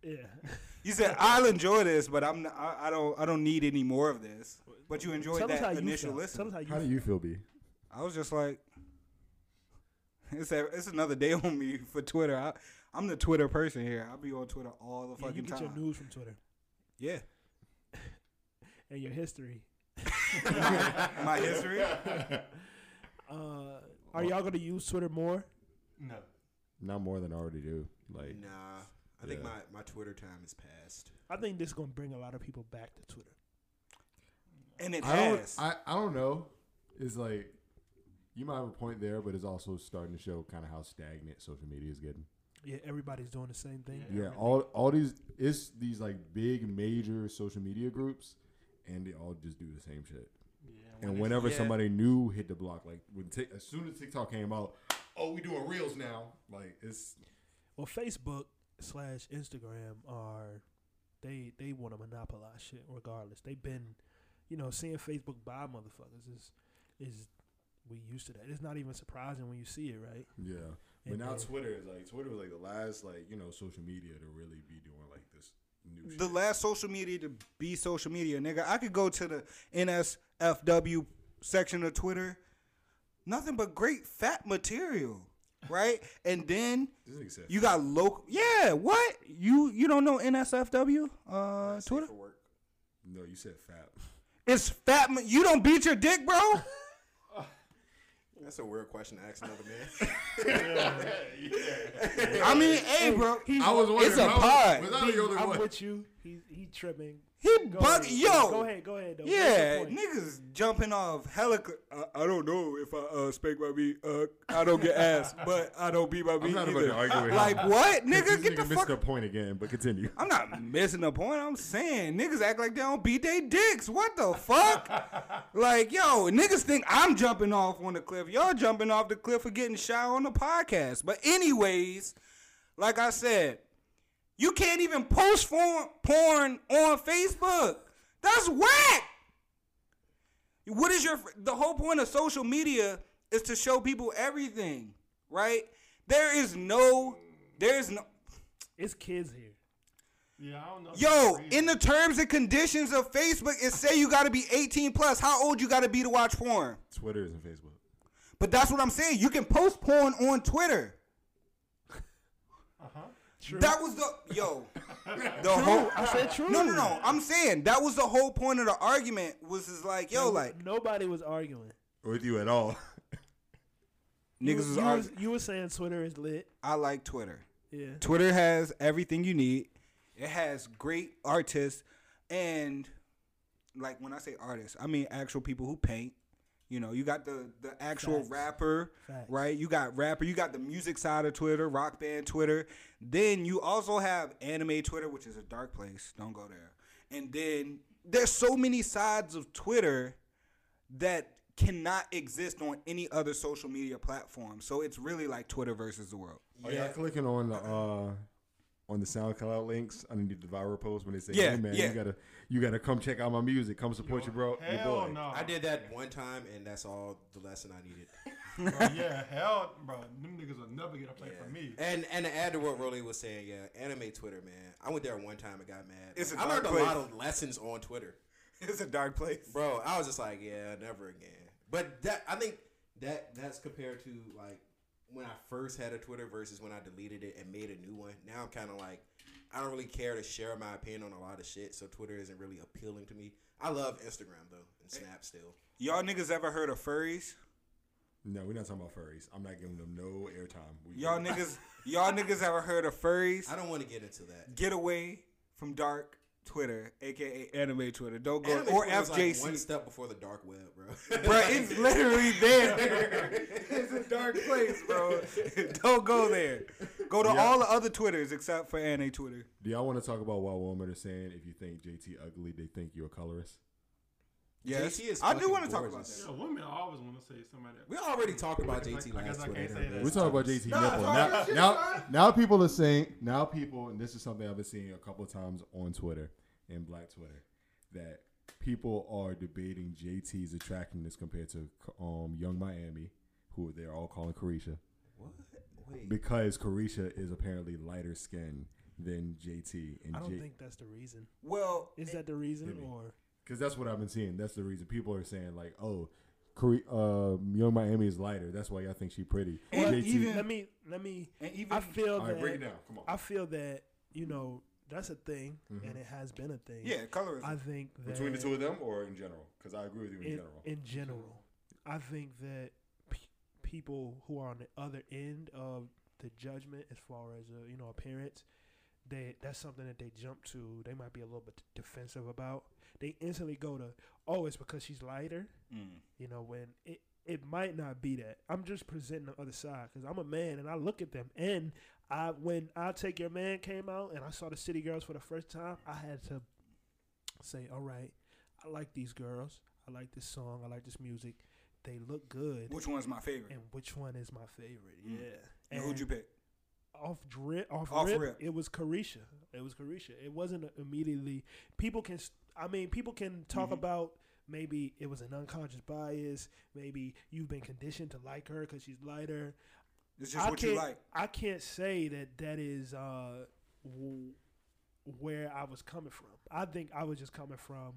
S2: Yeah.
S1: You said I'll enjoy this, but I'm not, I, I don't I don't need any more of this. But you enjoyed
S2: Tell us how
S1: that
S2: you
S1: initial
S2: felt.
S1: listen.
S2: Tell us how
S4: How
S2: you.
S4: do you
S3: <laughs>
S4: feel, B?
S1: I was just like, it's a, it's another day on me for Twitter. I, I'm the Twitter person here. I'll be on Twitter all the
S2: yeah, you
S1: fucking
S2: get
S1: time.
S2: your news from Twitter
S1: yeah,
S2: and your history.
S1: <laughs> my history.
S2: Uh, are y'all gonna use Twitter more?
S5: No.
S4: <laughs> Not more than I already do. Like,
S3: Nah, I think
S4: Yeah.
S3: my my Twitter time is past.
S2: I think this is gonna bring a lot of people back to Twitter.
S1: And it
S4: I don't.
S1: has.
S4: I, I don't know. It's like you might have a point there, but it's also starting to show kind of how stagnant social media is getting.
S2: Yeah, everybody's doing the same thing.
S4: Yeah, all all these it's these like big major social media groups, and they all just do the same shit.
S5: Yeah.
S4: And whenever
S3: yeah.
S4: somebody new hit the block, like when Tik as soon as TikTok came out, oh, we doing reels now. Like it's
S2: Well, Facebook slash Instagram are they they want to monopolize shit regardless. They've been, you know, seeing Facebook buy motherfuckers is is we used to that. It's not even surprising when you see it, right?
S4: yeah.
S2: And
S4: But now
S2: then-
S4: Twitter is like Twitter was like the last like you know social media to really be doing like this new shit.
S1: the last social media to be social media, nigga. I could go to the NSFW section of Twitter. Nothing but great fat material, right? and then
S4: This nigga said-
S1: you got local. Yeah, what? You you don't know NSFW uh, Twitter?
S4: no, you said fat.
S1: It's fat. ma- You don't beat your dick,
S4: <laughs>
S1: bro.
S3: That's a weird question to ask another man.
S4: <laughs>
S3: <laughs>
S1: I mean, hey, bro.
S4: I was wondering.
S1: It's a
S4: how-
S1: pod.
S4: Was I the only
S2: I'm
S4: one?
S2: with you. He he tripping.
S1: He
S2: Go
S1: bug.
S2: ahead.
S1: Yo.
S2: go ahead, go ahead. Though. Make your
S1: Yeah,
S2: point.
S1: niggas jumping off helicopter. I, I don't know if I uh, spank my beat. Uh, I don't get
S4: <laughs>
S1: ass, but I don't beat my beat
S4: not about
S1: either.
S4: to argue with him.
S1: like what, nigga?
S4: This
S1: Get the
S4: nigga missed
S1: fuck.
S4: the point again, but continue.
S1: I'm not missing the point. I'm saying niggas act like they don't beat their dicks. What the fuck? like yo, niggas think I'm jumping off on the cliff. Y'all jumping off the cliff for getting shy on the podcast. But anyways, like I said, you can't even post for- porn on Facebook. That's whack. What is your the whole point of social media is to show people everything, right? There is no there is no
S2: It's kids here.
S5: Yeah, I don't know.
S1: Yo, in the terms and conditions of Facebook, it say you gotta be 18 plus. How old you gotta be to watch porn?
S4: Twitter and Facebook.
S1: But that's what I'm saying. You can post porn on Twitter.
S5: Uh huh.
S1: That was the yo. The
S13: True.
S1: whole
S13: I said true.
S1: No, no, no. I'm saying that was the whole point of the argument was is like, yo,
S2: No-
S1: like
S2: nobody was arguing.
S4: with you at all.
S2: You
S1: niggas was
S2: you
S1: arguing.
S2: You were saying Twitter is lit.
S1: I like Twitter.
S2: Yeah.
S1: Twitter has everything you need. It has great artists and like when I say artists, I mean actual people who paint. You know, you got the the actual
S13: Facts.
S1: rapper,
S13: Facts.
S1: right? You got rapper, you got the music side of Twitter, rock band Twitter. Then you also have anime Twitter, which is a dark place. Don't go there. And then there's so many sides of Twitter that cannot exist on any other social media platform. So it's really like Twitter versus the world.
S4: Are y'all Oh, clicking on the uh on the SoundCloud links underneath the viral post when they say,
S1: Yeah,
S4: "Hey man,
S1: yeah.
S4: you gotta you gotta come check out my music, come support your bro, your boy."
S3: I did that one time, and that's all the lesson I needed.
S5: Bro, yeah, hell, bro. Them niggas will never get a play from me.
S3: And and to add to what Rolly was saying, yeah, anime Twitter, man. I went there one time and got mad.
S1: It's a
S3: I learned
S1: dark
S3: a lot
S1: place.
S3: of lessons on Twitter,
S1: <laughs> It's a dark place,
S3: bro. I was just like, yeah, never again. But that I think that that's compared to like when I first had a Twitter versus when I deleted it and made a new one. Now I'm kind of like, I don't really care to share my opinion on a lot of shit, so Twitter isn't really appealing to me. I love Instagram though and Snap still.
S1: Y'all niggas ever heard of furries?
S4: No, we're not talking about furries. I'm not giving them no airtime. We-
S1: Y'all niggas, y'all
S3: <laughs>
S1: niggas ever heard of furries?
S3: I don't want to get into that.
S1: Get away from dark Twitter, aka anime Twitter. Don't go
S3: Anime
S1: or
S3: Twitter is,
S1: FJC.
S3: Like one step before the dark web, bro.
S1: <laughs> Bro,
S3: <laughs>
S1: it's literally there.
S4: <laughs>
S1: it's a dark place, bro. <laughs> Don't go there. Go to
S4: Yeah.
S1: all the other Twitters except for anime Twitter.
S4: Do y'all want to talk about why women are saying if you think JT ugly, they think you're a colorist?
S1: Yes,
S3: JT is
S1: I do
S3: fucking
S1: want to talk about
S3: gorgeous.
S1: that.
S5: Yeah, women always want to say somebody.
S3: We already talked about
S5: I guess
S3: JT
S5: I-
S3: last
S5: I guess I
S3: Twitter
S5: can't say
S3: interview.
S5: that.
S4: We're talking about JT nipple.
S5: talk
S4: Now,
S5: about shit,
S4: now, now people are saying now people, and this is something I've been seeing a couple of times on Twitter and Black Twitter, that people are debating JT's attractiveness compared to um, Young Miami, who they're all calling Carisha,
S3: What? Wait.
S4: because Carisha is apparently lighter skinned than JT, and
S2: I don't
S4: J-
S2: think that's the reason.
S1: Well,
S2: Is that the reason
S4: Maybe.
S2: or
S4: Because that's what I've been seeing. That's the reason people are saying like, "Oh, Kore- uh, Young Miami is lighter. That's why y'all think she pretty."
S2: Well,
S4: JT,
S2: even let me let me.
S1: And even-
S2: I feel
S4: All
S2: that.
S4: right, break it down. Come on.
S2: I feel that you know that's a thing, and it has been a thing.
S1: Yeah, colorism.
S2: I think that
S4: between the two of them, or in general, because I agree with you in,
S2: in,
S4: general.
S2: in general, I think that pe- people who are on the other end of the judgment, as far as uh, you know appearance, they that's something that they jump to. They might be a little bit defensive about. They instantly go to, oh, it's because she's lighter. You know, when it it might not be that. I'm just presenting the other side because I'm a man and I look at them and. I when I take your man came out and I saw the city girls for the first time, I had to say, all right, I like these girls. I like this song. I like this music. They look good.
S1: Which one's my favorite?
S2: and which one is my favorite?
S1: Mm.
S2: Yeah.
S1: And who'd you
S2: And
S1: pick?
S2: Off drip, off,
S1: Off
S2: rip,
S1: rip.
S2: It was Carisha. It was Carisha. It wasn't immediately. People can. s- I mean, people can talk
S1: Mm-hmm.
S2: about maybe it was an unconscious bias. Maybe you've been conditioned to like her because she's lighter.
S1: It's just what
S2: can't,
S1: you like.
S2: I can't say that that is uh, w- where I was coming from. I think I was just coming from,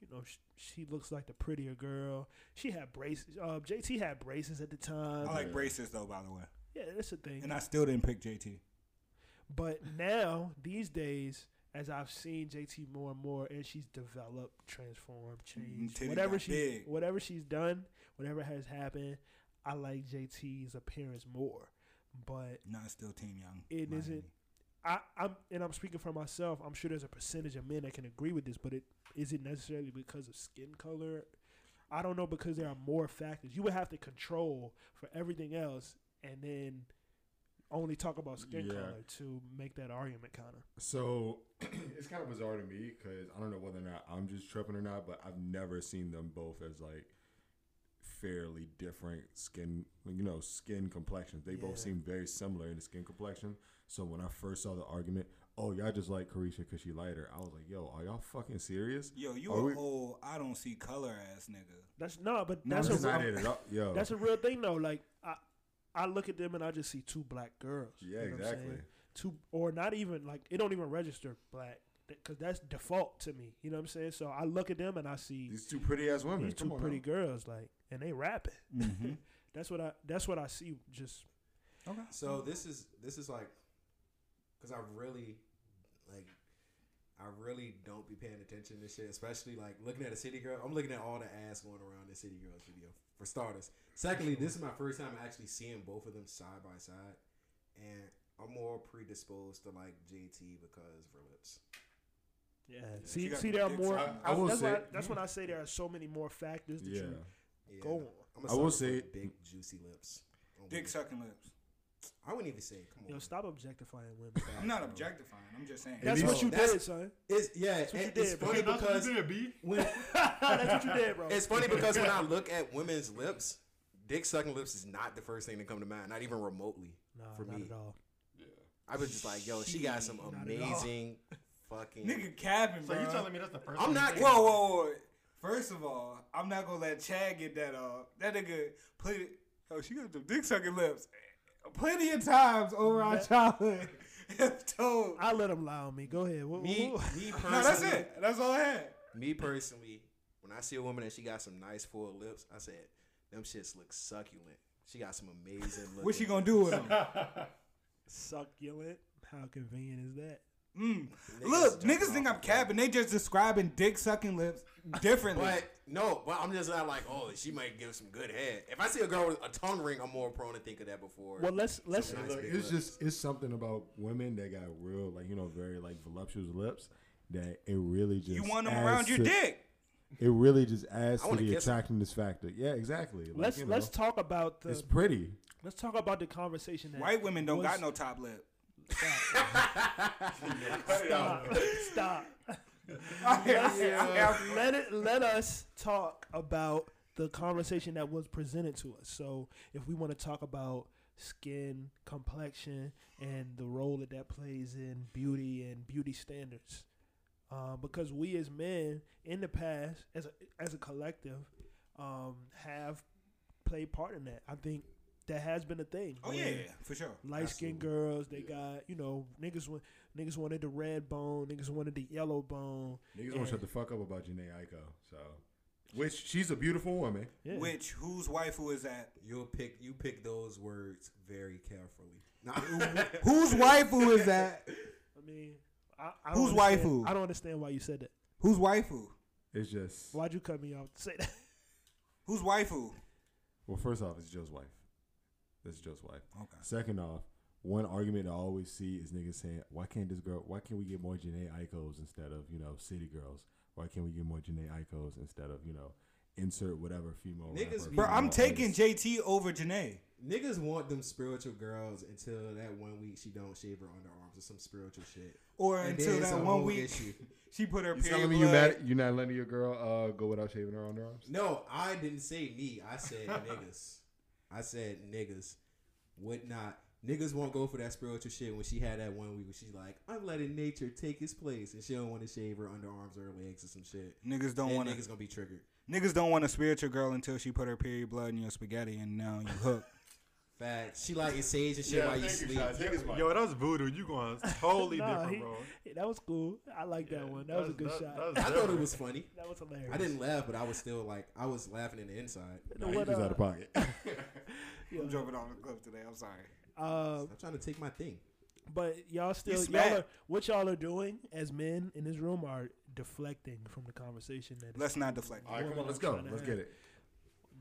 S2: you know, sh- she looks like the prettier girl. She had braces. Uh, JT had braces at the
S1: I
S2: time.
S1: like braces though, by the way.
S2: yeah, that's the thing.
S1: And I still didn't pick JT.
S2: But now, these days, as I've seen JT more and more, and she's developed, transformed, changed,
S1: Mm-hmm. titty
S2: whatever
S1: got
S2: she,
S1: big.
S2: whatever she's done, whatever has happened, I like JT's appearance more. But
S1: No, it's still Team Young.
S2: it
S1: Miami.
S2: not I, I'm and I'm speaking for myself. I'm sure there's a percentage of men that can agree with this, but it is it necessarily because of skin color? I don't know because there are more factors. You would have to control for everything else, and then only talk about skin
S4: Yeah.
S2: color to make that argument, kind of. <clears throat>
S4: So it's kind of bizarre to me because I don't know whether or not I'm just tripping or not, but I've never seen them both as like fairly different skin, you know, skin complexions. They
S2: Yeah.
S4: both seem very similar in the skin complexion. So when I first saw the argument, oh y'all just like Carisha because she lighter, I was like, yo, are y'all fucking serious?
S1: Yo, you
S4: Are
S1: a
S4: we-
S1: whole I don't see color ass nigga.
S2: That's no, but
S4: No,
S2: that's
S4: that's
S2: a
S4: not it at all. Yo,
S2: that's a real thing though. Like I, I look at them and I just see two black girls.
S4: Yeah,
S2: what I'm
S4: exactly.
S2: saying? Two or not even like it don't even register black because that's default to me. You know what I'm saying? So I look at them and I see
S4: these two pretty ass women.
S2: these two
S4: Come on
S2: pretty
S4: now.
S2: girls like, and they rapping.
S3: Mm-hmm.
S2: <laughs> that's what I that's what I see. Just
S1: Okay.
S3: So this is this is like because I really like I really don't be paying attention to shit, especially like looking at a city girl. I'm looking at all the ass going around in city girls video for starters. Secondly, this is my first time actually seeing both of them side by side, and I'm more predisposed to like JT because of her lips.
S2: Yeah. See, see, there are more. I, will that's say, why, that's when I say there are so many more factors that you
S3: Yeah.
S2: go on.
S3: I'm a
S4: I will
S3: sucker for
S4: say-
S3: big juicy lips. Oh,
S1: Dick
S3: wait.
S1: sucking lips.
S3: I wouldn't even say. Come on.
S2: Yo, stop objectifying women.
S1: I'm not objectifying. I'm just saying.
S2: That's what you
S3: That's-
S2: did, son.
S3: It's yeah.
S2: what you
S3: it- it's
S2: did, bro.
S3: funny
S2: That's
S3: because when
S2: <laughs> That's what you did, bro.
S3: it's funny because when I look at women's lips, dick sucking lips is not the first thing to come to mind. Not even remotely
S2: Nah,
S3: for
S2: not
S3: me.
S2: at all.
S3: I was just <laughs> like, yo, she got some
S2: Not at all.
S3: amazing fucking.
S1: Nigga capping,
S5: So
S1: bro.
S5: you telling me that's the first?
S3: I'm
S5: thing
S3: not-
S5: you think?
S1: Whoa, whoa, whoa. First of all, I'm not gonna let Chad get that off. That nigga played it. Oh, she got the dick sucking lips. Plenty of times over our <laughs> childhood. If told.
S2: <laughs> I let him lie on me. Go ahead. What,
S3: Me,
S2: what-
S3: me personally,
S1: No, that's it. That's all I had.
S3: me personally, when I see a woman and she got some nice full lips, I said, them shits look succulent. She got some amazing.
S1: What she
S3: looking-
S1: gonna do with him?
S2: succulent. How convenient is that?
S1: Mm. Look,
S3: jumping
S1: niggas think
S3: off
S1: I'm capping. They just describing dick sucking
S3: <laughs>
S1: lips differently.
S3: But no, but I'm just not like, oh, she might give some good head. If I see a girl with a tongue ring, I'm more prone to think of that before.
S2: Well, let's let's
S3: Some nice
S4: Look,
S3: big lips.
S4: it's just it's something about women that got real, like you know, very like voluptuous lips that it really just
S1: you want them
S4: adds
S1: around your
S4: to-
S1: dick.
S4: It really just adds
S3: I
S4: to
S3: wanna
S4: the
S3: kiss 'em.
S4: attractiveness factor. Yeah, exactly. Like,
S2: let's
S4: you know,
S2: let's talk about the
S4: it's pretty.
S2: let's talk about the conversation. That
S1: White women don't
S2: was-
S1: got no top lip.
S2: Stop. Stop. let it let us talk about the conversation that was presented to us. So if we want to talk about skin, complexion, and the role that that plays in beauty and beauty standards, uh, because we as men in the past, as a, as a collective, um, have played part in that. I think that has been a thing.
S1: Oh yeah,
S2: where-
S1: for sure.
S2: light skinned girls. They got you know niggas want niggas wanted the red bone, niggas wanted the yellow bone.
S4: Niggas
S2: and-
S4: don't shut the fuck up about Janae Aiko. So, which she's a beautiful woman.
S2: yeah.
S1: Which whose waifu is that?
S3: You'll pick you pick those words very carefully. <laughs>
S1: <laughs> Whose waifu is that?
S2: I mean, I, I don't
S1: Who's
S2: understand-
S1: waifu?
S2: I don't understand why you said that.
S1: Whose waifu?
S4: It's just
S2: Why'd you cut me off to say that? <laughs>
S1: Whose waifu?
S4: well, first off, it's Joe's wife. That's Joe's wife.
S1: Okay.
S4: Second off, one argument I always see is niggas saying, "Why can't this girl? Why can't we get more Janae Aikos instead of you know city girls? Why can't we get more Janae Aikos instead of you know insert whatever female
S3: Niggas
S4: rapper,
S3: be-
S1: Bro, I'm
S4: female
S1: taking
S4: artist."
S1: JT over Janae.
S3: Niggas want them spiritual girls until that one week she don't shave her underarms or some spiritual shit.
S1: Or
S3: And
S1: until
S3: then it's a
S1: that one
S3: whole
S1: week
S3: issue.
S1: <laughs> she put her
S4: You
S1: period.
S4: telling me you
S1: blood-
S4: mad? You not letting your girl uh, go without shaving her underarms?
S3: No, I didn't say me. I said niggas. I said niggas would not. Niggas won't go for that spiritual shit when she had that one week when she's like, I'm letting nature take its place and she don't want to shave her underarms or her legs or some shit.
S1: Niggas don't
S3: That
S1: want
S3: niggas
S1: to.
S3: gonna be triggered.
S1: Niggas don't want a spiritual girl until she put her period blood in your spaghetti, and now you hooked. <laughs>
S3: Facts. She like it sage and shit while you sleep.
S5: Yo, that's voodoo. You going totally
S2: Nah,
S5: different,
S2: he-
S5: bro.
S2: he- that was cool. I like that one. That was a good
S5: That's-
S2: shot.
S5: that's
S3: I thought it
S5: different.
S3: was <laughs> funny.
S2: <laughs> that was hilarious.
S3: I didn't laugh, but I was still like, I was laughing in the inside.
S2: No,
S4: Nah, you
S2: what,
S4: just
S2: uh,
S4: out of pocket.
S1: I'm jumping on the clip today. I'm sorry.
S2: uh,
S3: I'm trying to take my thing.
S2: but y'all still
S1: smack.
S2: y'all are, what y'all are doing as men in this room are deflecting from the conversation that is
S1: Let's not deflect.
S4: All right, come
S2: woman
S4: on, let's
S2: I'm
S4: go.
S2: trying to
S4: Let's
S2: have.
S4: get it.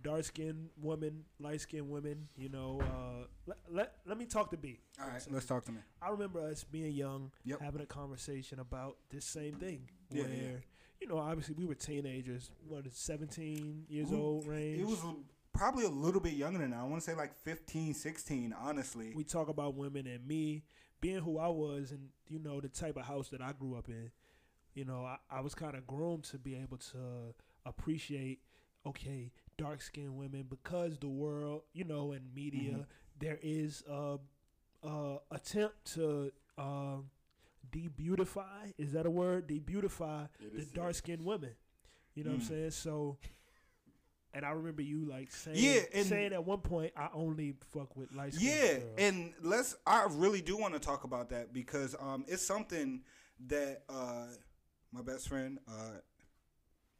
S2: dark skinned women, light skinned women, you know, uh, let, let, let me talk to B.
S1: All right, let's talk to me.
S2: I remember us being young,
S1: Yep.
S2: having a conversation about this same thing.
S1: Yeah,
S2: where,
S1: yeah.
S2: you know, obviously we were teenagers, what, 17 years old range?
S1: It was l- probably a little bit younger than that. I want to say like 15, 16, honestly.
S2: we talk about women and me being who I was and, you know, the type of house that I grew up in. You know, I, I was kind of groomed to be able to appreciate, okay, dark skinned women because the world, you know, in media,
S1: Mm-hmm.
S2: there is a, a attempt to uh, de beautify. Is that a word? De beautify the dark skinned women. You know what
S1: Mm.
S2: I'm saying? So. And I remember you like saying,
S1: Yeah, and-
S2: saying at one point, I only fuck with light skinned
S1: Yeah,
S2: girls.
S1: and let's. I really do want to talk about that because um, it's something that uh, my best friend uh,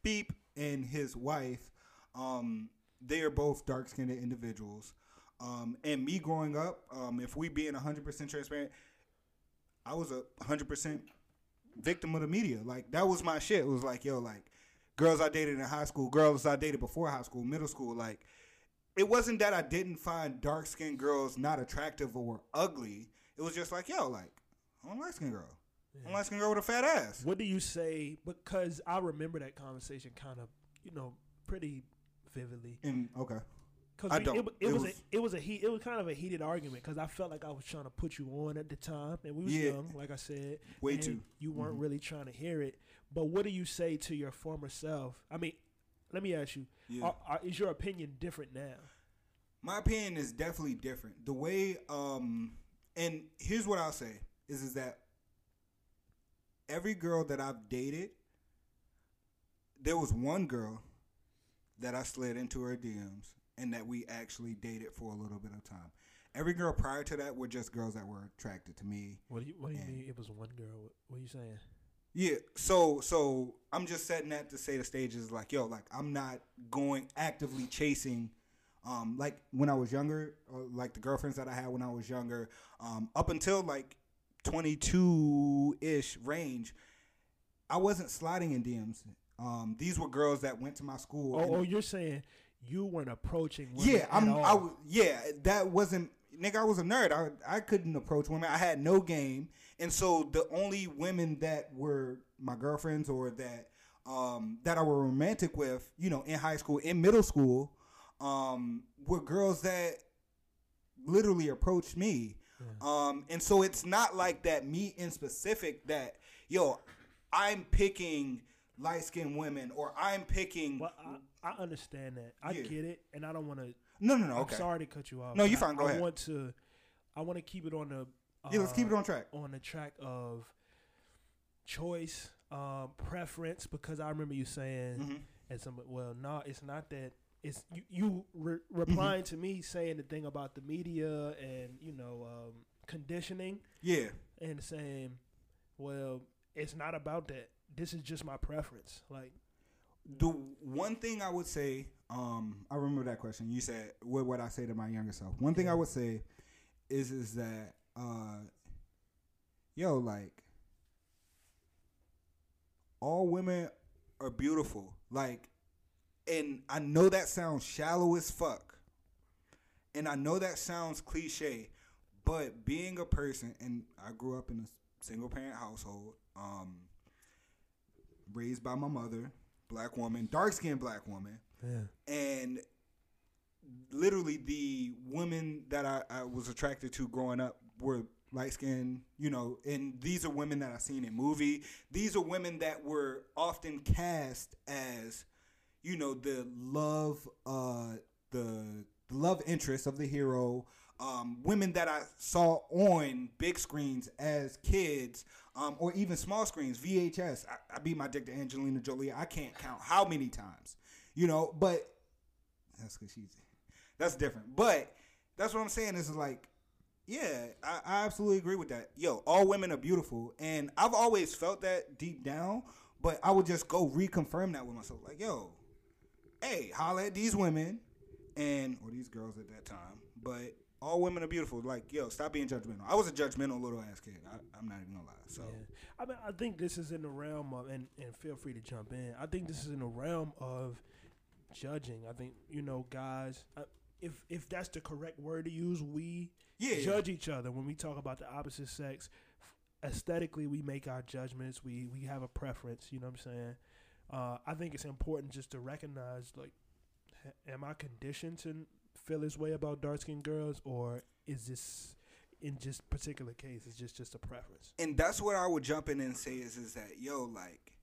S1: Beep and his wife, um, they are both dark skinned individuals. Um, and me growing up, um, if we being hundred percent transparent, I was a hundred percent victim of the media. Like that was my shit. It was like, yo, like girls I dated in high school, girls I dated before high school, middle school, like it wasn't that I didn't find dark skinned girls not attractive or ugly. It was just like, yo, like, I don't like skin girl. I'm light skin girl with a fat ass.
S2: What do you say? Because I remember that conversation kind of, you know, pretty vividly.
S1: And okay.
S2: Because
S1: I
S2: it,
S1: don't.
S2: it, wa- it
S1: It
S2: was,
S1: was-
S2: a, it was a heat it was kind of a heated argument because I felt like I was trying to put you on at the time and we was
S1: Yeah.
S2: young like I said
S1: Way
S2: and
S1: too.
S2: you weren't
S1: Mhm.
S2: really trying to hear it but what do you say to your former self I mean let me ask you
S1: Yeah.
S2: are, are, is your opinion different now
S1: my opinion is definitely different. The way um and here's what I'll say is is that every girl that I've dated, there was one girl that I slid into her DMs and that we actually dated for a little bit of time. Every girl prior to that were just girls that were attracted to me.
S2: what do you what do you mean it was one girl what, what are you saying
S1: Yeah, so so I'm just setting that to say the stage is like, yo, like I'm not going actively chasing um like when I was younger, or like the girlfriends that I had when I was younger, um up until like 22-ish range, I wasn't sliding in DMs. Um these were girls that went to my school.
S2: oh,
S1: and-
S2: oh you're saying you weren't approaching women
S1: yeah,
S2: at
S1: I'm.
S2: all.
S1: I was. Yeah, that wasn't. Nigga, I was a nerd. I I couldn't approach women. I had no game, and so the only women that were my girlfriends or that um that I were romantic with, you know, in high school, in middle school, um, were girls that literally approached me. Um, and so it's not like that me in specific that yo, I'm picking light skinned women or I'm picking.
S2: I understand that. I
S1: Yeah.
S2: get it, and I don't want to.
S1: No, no, no,
S2: I'm
S1: okay.
S2: sorry to cut you off.
S1: No,
S2: but
S1: you
S2: I-
S1: fine, go
S2: I
S1: ahead.
S2: want to. I want to keep it on the. uh,
S1: Yeah, let's keep it on track.
S2: On the track of choice, um, preference, because I remember you saying,
S1: Mm-hmm.
S2: and some well, no, it's not that. It's you, you re-
S1: Mm-hmm.
S2: replying to me saying the thing about the media and you know um, conditioning.
S1: Yeah.
S2: and saying, well, it's not about that. This is just my preference. Like
S1: the one thing I would say, um, I remember that question. You said, "What would I say to my younger self?" One thing I would say is is that, uh, yo, like all women are beautiful. Like, and I know that sounds shallow as fuck, and I know that sounds cliche, but being a person, and I grew up in a single parent household. Um, raised by my mother, black woman, dark skinned black woman.
S2: Yeah.
S1: And literally the women that I, I was attracted to growing up were light skinned, you know, and these are women that I seen in movie. These are women that were often cast as, you know, the love uh the love interest of the hero. Um, women that I saw on big screens as kids, um, or even small screens, VHS. I, I beat my dick to Angelina Jolie. I can't count how many times, you know. But that's because she's that's different. But that's what I'm saying. Is like, yeah, I, I absolutely agree with that. Yo, all women are beautiful, and I've always felt that deep down. But I would just go reconfirm that with myself. Like, yo, hey, holla at these women and or these girls at that time. But all women are beautiful. Like, yo, stop being judgmental. I was a judgmental little ass kid. I, I'm not even gonna lie. So
S2: I mean, I think this is in the realm of, and, and feel free to jump in. I think this is in the realm of judging. I think you know, guys, I, if if that's the correct word to use, we
S1: Yeah.
S2: judge each other when we talk about the opposite sex. Aesthetically, we make our judgments. We we have a preference. You know what I'm saying? Uh, I think it's important just to recognize, like, h- am I conditioned to feel this way about dark skinned girls, or is this in just particular case, it's just just a preference?
S1: And that's what I would jump in and say is is that yo like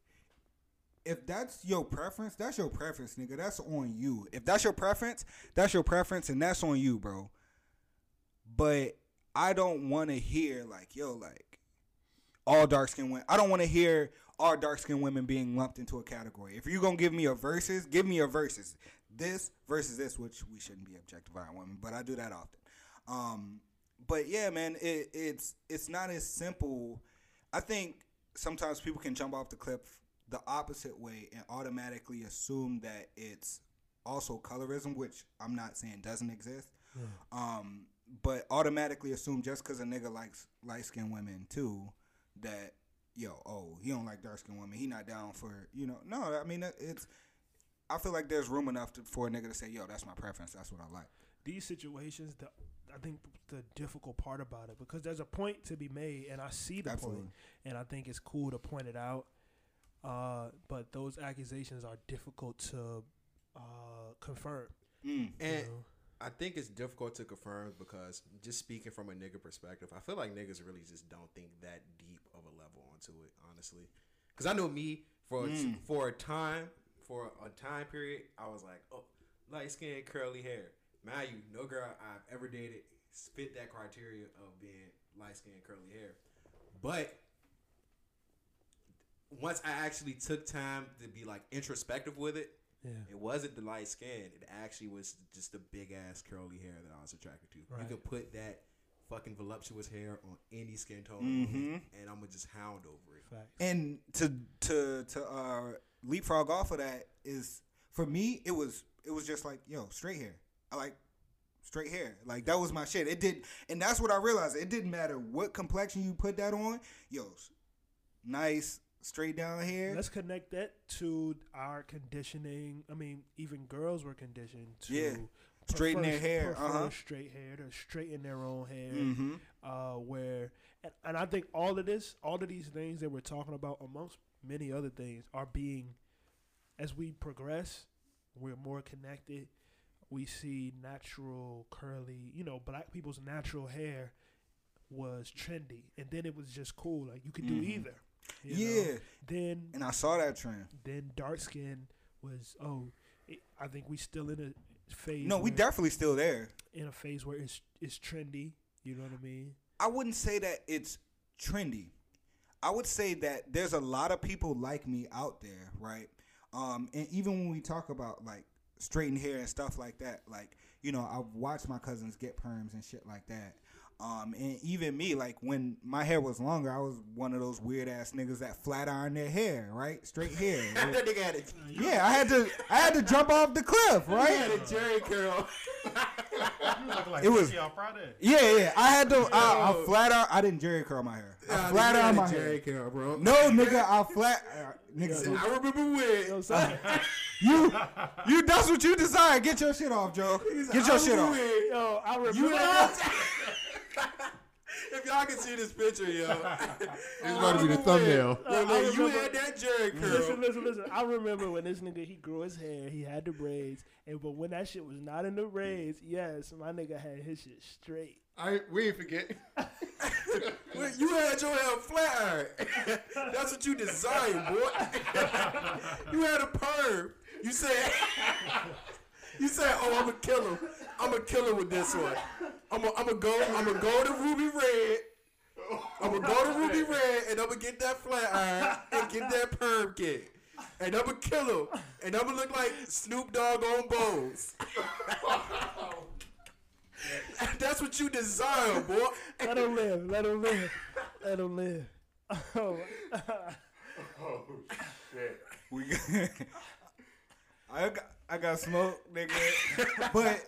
S1: if that's your preference, that's your preference, nigga. That's on you. If that's your preference, that's your preference and that's on you, bro. But I don't want to hear like yo like all dark skinned women. I don't want to hear all dark skinned women being lumped into a category. If you're going to give me a versus, give me a versus. This versus this, which we shouldn't be objectifying women, but I do that often. Um, but yeah, man, it, it's it's not as simple. I think sometimes people can jump off the cliff the opposite way and automatically assume that it's also colorism, which I'm not saying doesn't exist. Um, but automatically assume just because a nigga likes light skinned women too, that yo, oh, he don't like dark skinned women. He not down for you know. No, I mean it- it's. I feel like there's room enough to, for a nigga to say, yo, that's my preference. That's what I like.
S2: these situations the I think the difficult part about it because there's a point to be made and I see the point,
S1: Absolutely.
S2: and I think it's cool to point it out uh, but those accusations are difficult to uh, confirm you
S3: And
S2: know?
S3: I think it's difficult to confirm because just speaking from a nigga perspective, I feel like niggas really just don't think that deep of a level onto it, honestly. Because I know me for
S13: Mm.
S3: for a time for a time period, I was like, oh, light skin, curly hair. Mind you, no girl I've ever dated fit that criteria of being light skin, curly hair. But once I actually took time to be like introspective with it,
S2: Yeah.
S3: it wasn't the light skin. It actually was just the big ass curly hair that I was attracted to.
S2: Right.
S3: You could put that fucking voluptuous hair on any skin tone,
S1: Mhm.
S3: and I'm gonna just hound over it.
S1: And to to to uh, leapfrog off of that is for me, it was it was just like yo, straight hair. I like straight hair. Like that was my shit. It did, and that's what I realized. It didn't matter what complexion you put that on. Yo, s- nice straight down hair.
S2: let's connect that to our conditioning I mean even girls were conditioned to
S1: Yeah. Straighten their hair,
S2: prefer
S1: uh-huh.
S2: straight hair to straighten their own hair
S1: Mhm.
S2: uh, where and, and I think all of this all of these things that we're talking about amongst many other things are being as we progress we're more connected we see natural curly you know black people's natural hair was trendy and then it was just cool like you could do
S1: Mhm.
S2: either you know?
S1: yeah.
S2: then
S1: and I saw that trend.
S2: then dark skin was oh it, i think we still in a phase
S1: No, we
S2: where-
S1: definitely still there.
S2: in a phase where it's it's trendy you know what i mean
S1: I wouldn't say that it's trendy. I would say that there's a lot of people like me out there, right? Um, and even when we talk about like straightened hair and stuff like that, like you know, I've watched my cousins get perms and shit like that. Um, and even me, like when my hair was longer, I was one of those weird ass niggas that flat iron their hair, right? Straight hair.
S3: <laughs> that nigga had a,
S1: yeah, I had to, I had to jump off the cliff,
S3: <laughs> he had
S1: right?
S3: a Jerry curl.
S1: It was,
S5: Y'all Friday.
S1: yeah, yeah. I had to, I, I flat iron, I didn't jerry curl my hair. I flat iron my hair.
S3: Jerry curl, bro.
S1: No, nigga, I flat. Uh, nigga,
S3: I remember when.
S1: Uh, you, you. That's what you desire. Get your shit off, Joe. Get your shit off.
S2: yo i remember
S3: You out? if y'all can see this picture, yo,
S4: It's about to be the
S3: Yo,
S4: thumbnail.
S2: I
S3: look, you
S2: remember- Mm-hmm.
S3: had that Jerry curl.
S2: Listen, listen, listen. I remember when this nigga he grew his hair, he had the braids, and but when that shit was not
S1: Mm.
S2: in the braids, yes, my nigga had his shit straight.
S15: I we ain't forget.
S3: Wait, You had your hair flat <laughs> iron. That's what you designed, boy. <laughs> you had a perm. You said, <laughs> you said, oh, I'm a killer. I'm a killer with this one. I'm a, I'm a go, I'm a go to ruby red. I'm gonna go to ruby red, and I'm gonna get that flat iron and get that perm kit. And I'm gonna kill him, and I'm gonna look like Snoop Dogg on Bones. That's what you desire, boy.
S2: Let him live. Let him live. Let him live. Oh,
S15: Oh shit!
S1: We. Got, <laughs> I got, I got smoke, nigga. But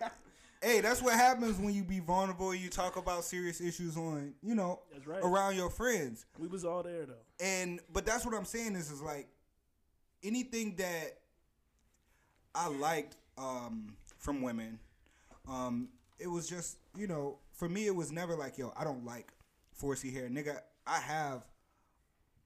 S1: hey, that's what happens when you be vulnerable. You talk about serious issues on, you know,
S2: That's right.
S1: around your friends.
S2: we was all there though.
S1: And but that's what I'm saying is is like anything that I liked um, from women, um, it was just you know for me it was never like yo I don't like 4C hair nigga I have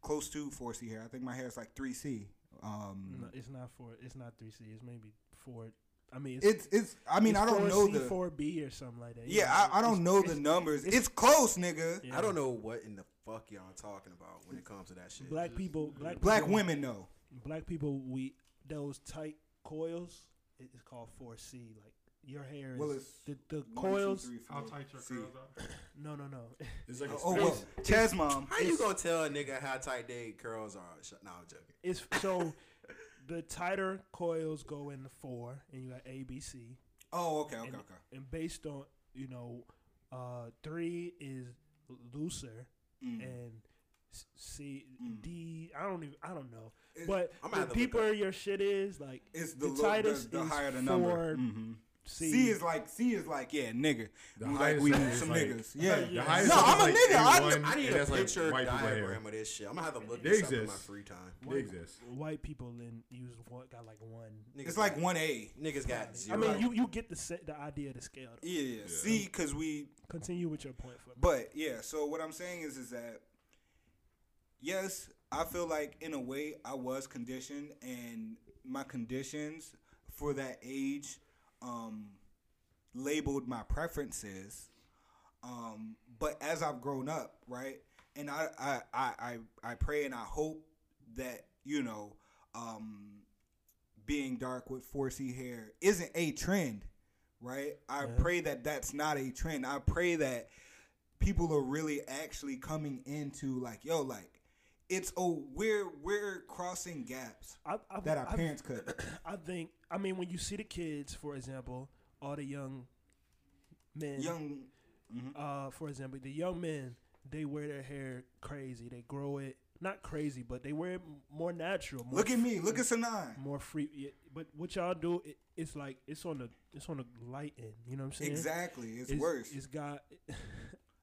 S1: close to 4C hair I think my hair is like 3C. Um,
S2: No, it's not four. It's not three C. It's maybe four. I mean,
S1: It's it's I mean I don't know the
S2: four B or something like that.
S1: yeah I, I don't know the numbers. It's close nigga.
S3: I don't know what in the fuck y'all talking about when it comes to that shit.
S2: Black people, black
S1: Black
S2: people-
S1: women though.
S2: black people, we those tight coils. it- It's called four C. Like your hair is
S1: Well, it's
S2: the, the
S1: One, two,
S2: coils.
S1: three,
S5: How
S1: four,
S5: tight your
S1: C.
S5: curls are.
S2: No, no, no. <laughs>
S4: It's like a
S1: Oh well, Chaz mom.
S3: How you gonna tell a nigga how tight they curls are? Sh- Nah, I'm joking.
S2: It's so the tighter coils go in the four, and you got A, B, C,
S1: Oh okay okay
S2: and,
S1: okay.
S2: and based on you know, uh, three is looser,
S1: Mm.
S2: and s- C,
S1: Mm.
S2: D. I don't even. I don't know.
S1: It-
S2: But
S3: I'm gonna
S2: the
S3: have to look
S2: deeper your shit is, like
S1: It's the,
S2: the
S1: low, the,
S2: tightest
S1: the
S2: is
S1: higher
S2: four
S1: the number. Mhm. C. is like C is like yeah, nigga.
S4: The
S1: like
S4: highest
S1: we
S4: level
S1: need
S4: is
S1: some
S4: like-
S1: niggas. Yeah.
S4: the
S1: no,
S4: highest level
S1: I'm
S4: is
S1: a
S4: like
S1: nigga. I,
S4: A1,
S1: I
S3: I need
S4: and
S3: a
S4: that's like
S3: picture
S4: white people hair.
S3: diagram of this shit. I'm gonna have to look
S4: They
S3: this up in my
S4: exist.
S3: free time.
S4: They exist.
S2: White people then use one got like one.
S3: It's like
S1: 1A.
S3: Niggas got
S2: I
S3: zero.
S2: mean,
S3: <laughs>
S2: you, you get the set, the idea of the scale. Though.
S1: Yeah, yeah. See, because we.
S2: Continue with your point for me.
S1: But yeah, so what I'm saying is, is that yes, I feel like in a way I was conditioned, and my conditions for that age um, labeled my preferences. Um, but as I've grown up, right, and I I I I, I pray and I hope that you know. Um, being dark with 4C hair isn't a trend, right? I pray that that's not a trend. I pray that people are really actually coming into like, yo, like it's a we're we're crossing gaps
S2: I've-
S1: that our
S2: I've- <coughs>
S1: parents could.
S2: I think. I mean, when you see the kids, for example, all the young men,
S1: Young-
S2: uh, for example, the young men, they wear their hair crazy. They grow it not crazy, but they wear it m- more natural. More
S1: Look at me,
S2: f-
S1: look at Sanaa.
S2: More free. yeah, but what y'all do, it, it's like it's on the it's on the light end. You know what I'm saying?
S1: Exactly, it's worse.
S2: It's got. oh,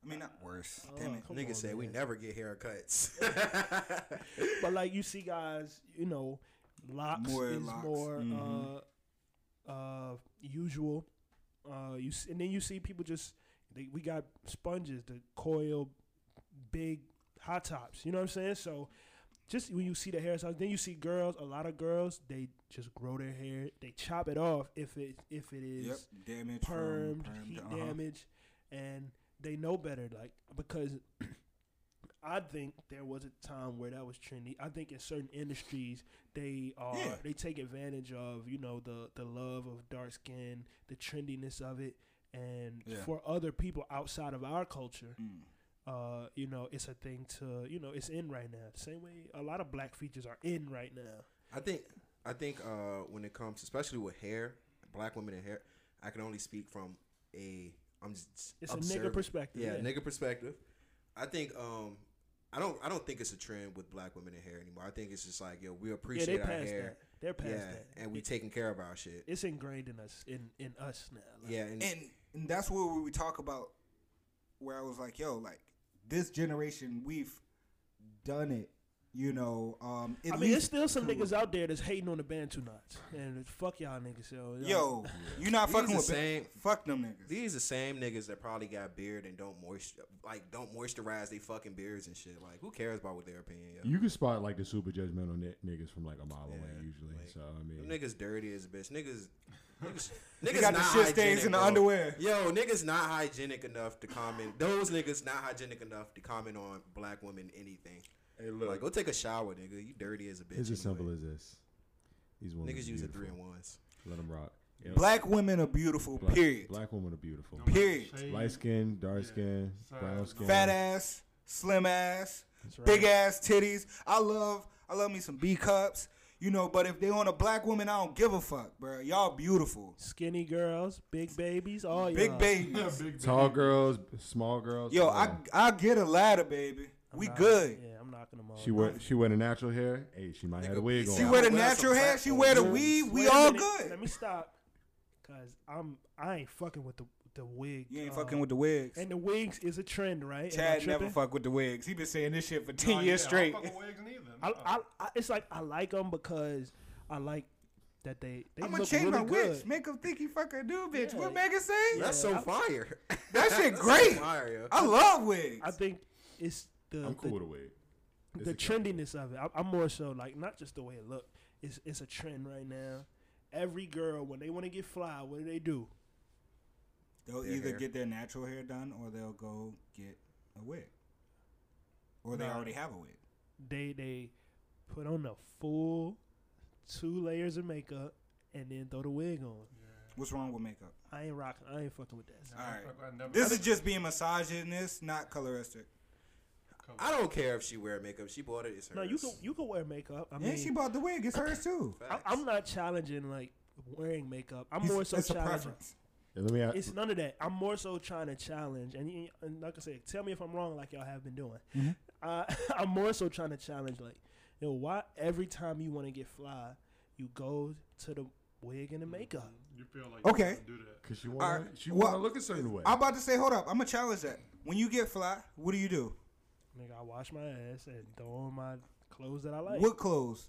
S2: I
S1: mean, not worse.
S2: Uh,
S1: Damn it.
S3: Niggas say we never get haircuts.
S2: <laughs> but like you see guys, you know, locks
S3: More
S2: is
S3: locks,
S2: more
S3: mhm.
S2: uh, uh, usual. Uh, you s- and then you see people just they, we got sponges, the coil, big hot tops. You know what I'm saying? So just when you see the hairstyles, then you see girls. A lot of girls they just grow their hair, they chop it off if it if it is
S1: Yep, damage from
S2: permed,
S1: permed,
S2: heat
S1: uh-huh.
S2: damage, and they know better. Like because <clears throat> I think there was a time where that was trendy. I think in certain industries they are they take advantage of you know the the love of dark skin, the trendiness of it, and
S7: Yeah.
S2: for other people outside of our culture.
S3: Mm.
S2: Uh, you know, it's a thing to you know, it's in right now. Same way a lot of black features are in right now.
S3: I think I think uh, when it comes, especially with hair, black women and hair, I can only speak from a I'm just
S2: It's a nigga
S3: observing.
S2: perspective,
S3: Yeah,
S2: yeah.
S3: nigga perspective. I think um I don't I don't think it's a trend with black women and hair anymore. I think it's just like yo, we appreciate our
S2: past
S3: hair.
S2: that. They're past
S3: yeah,
S2: that.
S3: and we taking care of our shit.
S2: It's ingrained in us in in us now. Like,
S3: yeah,
S1: and, and that's where we would talk about where I was like, yo, like this generation, we've done it. You know, um,
S2: I
S1: at
S2: mean, there's
S1: least
S2: still some
S1: to-
S2: niggas out there that's hating on the Bantu knots, and fuck y'all niggas. Yo,
S1: Yo, you not
S3: These
S1: fucking
S3: the
S1: with
S3: same.
S1: Fuck them niggas.
S3: These the same niggas that probably got beard and don't moisture like don't moisturize they fucking beards and shit. Like who cares about what their opinion? Yo?
S4: You can spot like the super judgmental ni- niggas from like a mile away usually. so I
S3: Them
S4: mean,
S3: niggas dirty as a bitch. Niggas, niggas,
S1: <laughs> They
S3: niggas
S1: got the
S3: not
S1: shit stains
S3: hygienic,
S1: in the
S3: bro.
S1: underwear.
S3: Yo, niggas not hygienic enough to comment. Those niggas not hygienic enough to comment on black women anything.
S4: Hey, look.
S3: like go take a shower, nigga. You dirty as a bitch.
S4: it's as simple as this. These women
S3: Niggas
S4: are
S3: use a
S4: beautiful.
S3: three and ones.
S4: Let them rock. Yeah.
S1: Black women are beautiful.
S4: Black-
S1: period.
S4: Black women are beautiful.
S1: Period.
S4: Light skin, dark skin, brown skin.
S1: Fat ass, slim ass,
S4: right.
S1: big ass titties. I love, I love me some B cups. You know, but if they on a black woman, I don't give a fuck, bro. Y'all beautiful.
S2: Skinny girls, big babies, all
S1: Big
S2: y'all.
S1: babies. Yeah, big
S4: Tall girls, small girls.
S1: Yo, I
S4: yeah.
S1: I get a ladder, baby.
S2: I'm
S1: we
S2: not-
S1: good.
S2: Yeah, I'm knocking them all.
S4: She wear she wear the natural hair. Hey, she might have a wig on.
S1: She wear the natural hair. She wear the weave. We
S2: Wait a
S1: all
S2: minute,
S1: good.
S2: Let me stop, cause I'm I ain't fucking with the the wig.
S1: You ain't
S2: uh,
S1: fucking with the wigs.
S2: And the wigs is a trend, right? Am I
S1: Chad never
S2: tripping?
S1: fuck with the wigs. He been saying this shit for
S2: Nah,
S1: ten years
S2: yeah, I
S1: straight.
S2: don't fuck I,
S1: I-
S2: I, I, it's like I like them because I like that they they
S1: I'ma
S2: look
S1: change
S2: really
S1: my
S2: good.
S1: wigs. Make him think he fucking do, bitch. What Megan say?
S3: That's so fire.
S1: That shit
S3: That's so
S1: great.
S3: <laughs> fire, yo.
S1: I love wigs.
S2: I think it's the
S4: I'm cool
S2: the,
S4: with a wig. It's
S2: the
S4: acceptable.
S2: trendiness of it. I, I'm more so like not just the way it look. It's it's a trend right now. Every girl when they want to get fly, what do they do?
S1: They'll
S2: Their
S1: either
S2: hair.
S1: get their natural hair done or they'll go get a wig. Or they
S2: Nah.
S1: already have a wig.
S2: They they put on the full two layers of makeup and then throw the wig on.
S1: What's wrong with makeup?
S2: I ain't rocking. I ain't fucking with that.
S1: All right.
S5: fuck, I never-
S1: This is just being misogynist, not coloristic.
S3: I don't care if she wear makeup. She bought it. It's hers.
S2: No, you can you can wear makeup. I
S1: Yeah,
S2: mean,
S1: she bought the wig. It's hers too.
S2: I, I'm not challenging like wearing makeup. I'm
S1: It's-
S2: more so
S1: it's a
S2: challenging.
S1: preference.
S4: Yeah, let me ask,
S2: It's none of that. I'm more so trying to challenge, and, y- and like I said, tell me if I'm wrong, like y'all have been doing. <laughs>
S1: Mm-hmm.
S4: Mhm.
S2: Uh, I'm more so trying to challenge, like, you know, why every time you want to get fly, you go to the wig and the makeup.
S5: You feel like
S1: Okay.
S4: Cause she
S1: All
S4: want
S1: right.
S4: she
S1: Well,
S4: want to look a certain way.
S1: I'm about to say, hold up. I'm gonna challenge that. When you get fly, what do you do?
S2: Nigga, I wash my ass and throw on my clothes that I like.
S1: What clothes?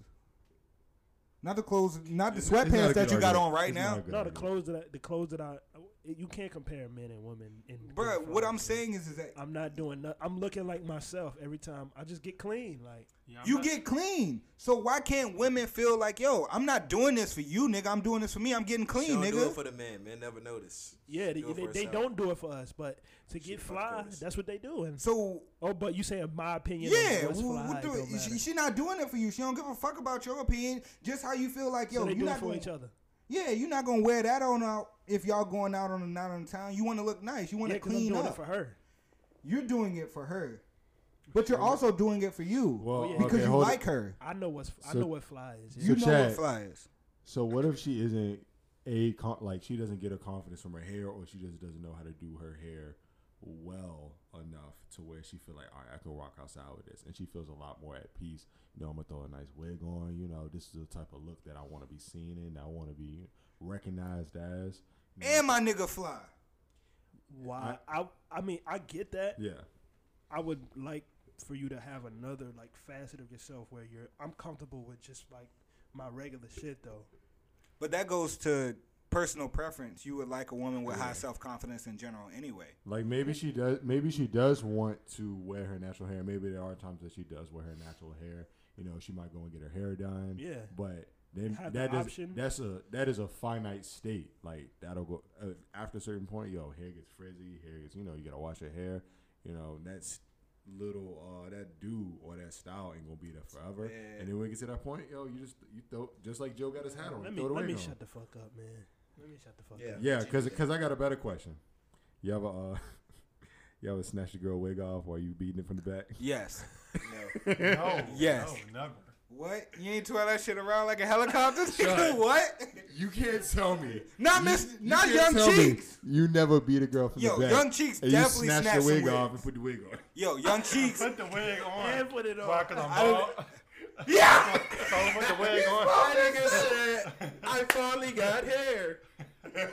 S1: Not the clothes, not the
S2: It's not a
S1: sweatpants
S2: good
S1: that you
S2: argument.
S1: got on right
S2: It's
S1: now.
S2: No, the clothes that I, the clothes that I you can't compare men and women. In
S1: Bruh, what I'm saying is, is that
S2: I'm not doing. No, I'm looking like myself every time. I just get clean. Like
S1: you get clean. So why can't women feel like, yo, I'm not doing this for you, nigga. I'm doing this for me. I'm getting
S3: She
S1: clean,
S3: don't do
S1: nigga.
S3: it for the man. Man never notice.
S2: Yeah, they,
S3: Do it
S2: they,
S3: for
S2: they
S3: herself.
S2: don't do it for us, but to get fly, that's what they do. And
S1: so,
S2: oh, but you saying my opinion?
S1: yeah,
S2: on what's
S1: wh-
S2: fly,
S1: what
S2: it
S1: do-
S2: don't matter.
S1: she, she not doing it for you. She don't give a fuck about your opinion. Just how you feel like, yo,
S2: so they
S1: you
S2: do it
S1: not
S2: for
S1: gonna,
S2: each other.
S1: Yeah, you're not gonna wear that on out if y'all going out on a night on town. You want to look nice. You want to
S2: Yeah, 'cause I'm
S1: clean
S2: doing it
S1: up
S2: for her.
S1: You're doing it for her, but you're also doing it for you
S4: Well,
S1: because
S4: okay,
S1: you
S4: hold
S1: like
S4: it.
S1: her.
S2: I know what's I
S4: So-
S2: know what fly is. yeah.
S4: so Chad,
S1: flies.
S4: So what if she isn't a con- like she doesn't get her confidence from her hair, or she just doesn't know how to do her hair well enough to where she feel like all right, I can walk outside with this, and she feels a lot more at peace. You know, I'm gonna throw a nice wig on. You know, this is the type of look that I want to be seen in. I want to be recognized as.
S1: And my nigga fly.
S2: Why? I, I mean I get that.
S4: Yeah.
S2: I would like for you to have another like facet of yourself where you're. I'm comfortable with just like my regular shit though.
S1: But that goes to personal preference. You would like a woman with high self confidence in general, anyway.
S4: Like maybe she does. Maybe she does want to wear her natural hair. Maybe there are times that she does wear her natural hair. You know, she might go and get her hair done.
S2: Yeah.
S4: But then
S2: Have the
S4: that does,
S2: option.
S4: that's a that is a finite state. Like that'll go uh, after a certain point. Yo, hair gets frizzy. Hair gets you know you gotta wash your hair. You know that's little uh that do or that style ain't gonna be there forever.
S2: Yeah.
S4: And then when it gets to that point, yo, you just you throw just like Joe got his hat on.
S2: Let
S4: you
S2: me
S4: throw the
S2: let
S4: wig
S2: me
S4: on.
S2: shut the fuck up, man. Let me shut the fuck up.
S4: Yeah, because I got a better question. You ever uh, <laughs> you ever snatch your girl wig off while you beating it from the back?
S1: Yes.
S5: No. No,
S1: Yes.
S5: No, never.
S1: What? You ain't twirl that shit around like a helicopter? <laughs>
S4: Shut.
S1: what?
S4: You can't tell <laughs> me.
S1: Not
S4: You-
S1: Miss,
S4: you
S1: not
S4: can't
S1: Young
S4: tell me
S1: Cheeks.
S4: You never beat a girl from
S1: Yo,
S4: the back.
S1: Young Cheeks
S4: and
S1: definitely
S4: you snatch
S1: snatched
S4: the
S1: some
S4: wig
S1: wig.
S4: off and put the wig on.
S1: Yo, Young
S5: <laughs>
S1: Cheeks.
S5: Put the
S2: <laughs>
S5: wig on.
S2: And put it on.
S5: Why? 'Cause I'm
S1: I-
S5: bald.
S1: Yeah.
S5: <laughs> so I put the wig on.
S3: That nigga said, I finally got hair.
S5: no,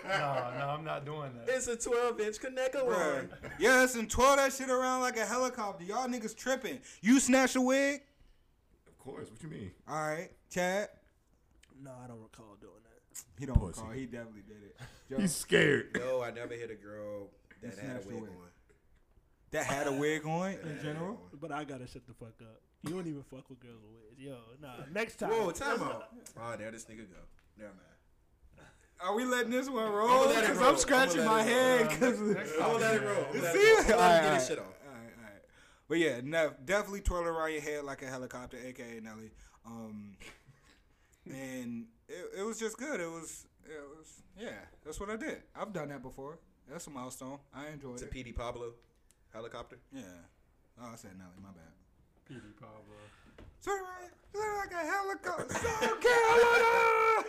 S5: no, I'm not doing that.
S3: It's a 12 inch connector
S1: Bruh.
S3: line.
S1: Yes, and twirl that shit around like a helicopter. Y'all niggas tripping. You snatch a wig?
S4: Of course. What you mean?
S1: All right, Chad.
S2: No, I don't recall doing that.
S1: He don't
S4: Pussy.
S1: recall. He definitely did it. Yo,
S4: He's scared.
S3: No, I never hit a girl that had a
S1: snatched
S3: wig
S1: the
S3: on.
S1: wig. that had a wig on in general.
S2: But I gotta shut the fuck up. You don't even fuck with girls with wigs. Yo, nah. Next time.
S3: Whoa, time out. Oh, there this nigga go. Never mind.
S1: Are we letting this one
S3: I'ma
S1: roll?
S3: let it
S1: Because
S3: roll.
S1: I'm scratching
S3: I'ma
S1: my
S3: let it
S1: head.
S3: roll.
S1: Because <laughs>
S3: I'm gonna let it roll. I'm gonna let it
S1: See?
S3: roll. I'm
S1: Alright,
S3: gonna let him get his
S1: alright.
S3: shit off.
S1: All right, all right. But yeah, nef- definitely twirl around your head like a helicopter, aka Nelly. Um, and it, it was just good. It was, it was, yeah. That's what I did. I've done that before. That's a milestone. I enjoyed
S3: It's a
S1: it.
S3: PD Pablo helicopter.
S1: Yeah. Oh, I said Nelly. My bad.
S5: PD Pablo.
S1: Twirl around, look like a
S3: <laughs>
S1: helicopter. South Carolina.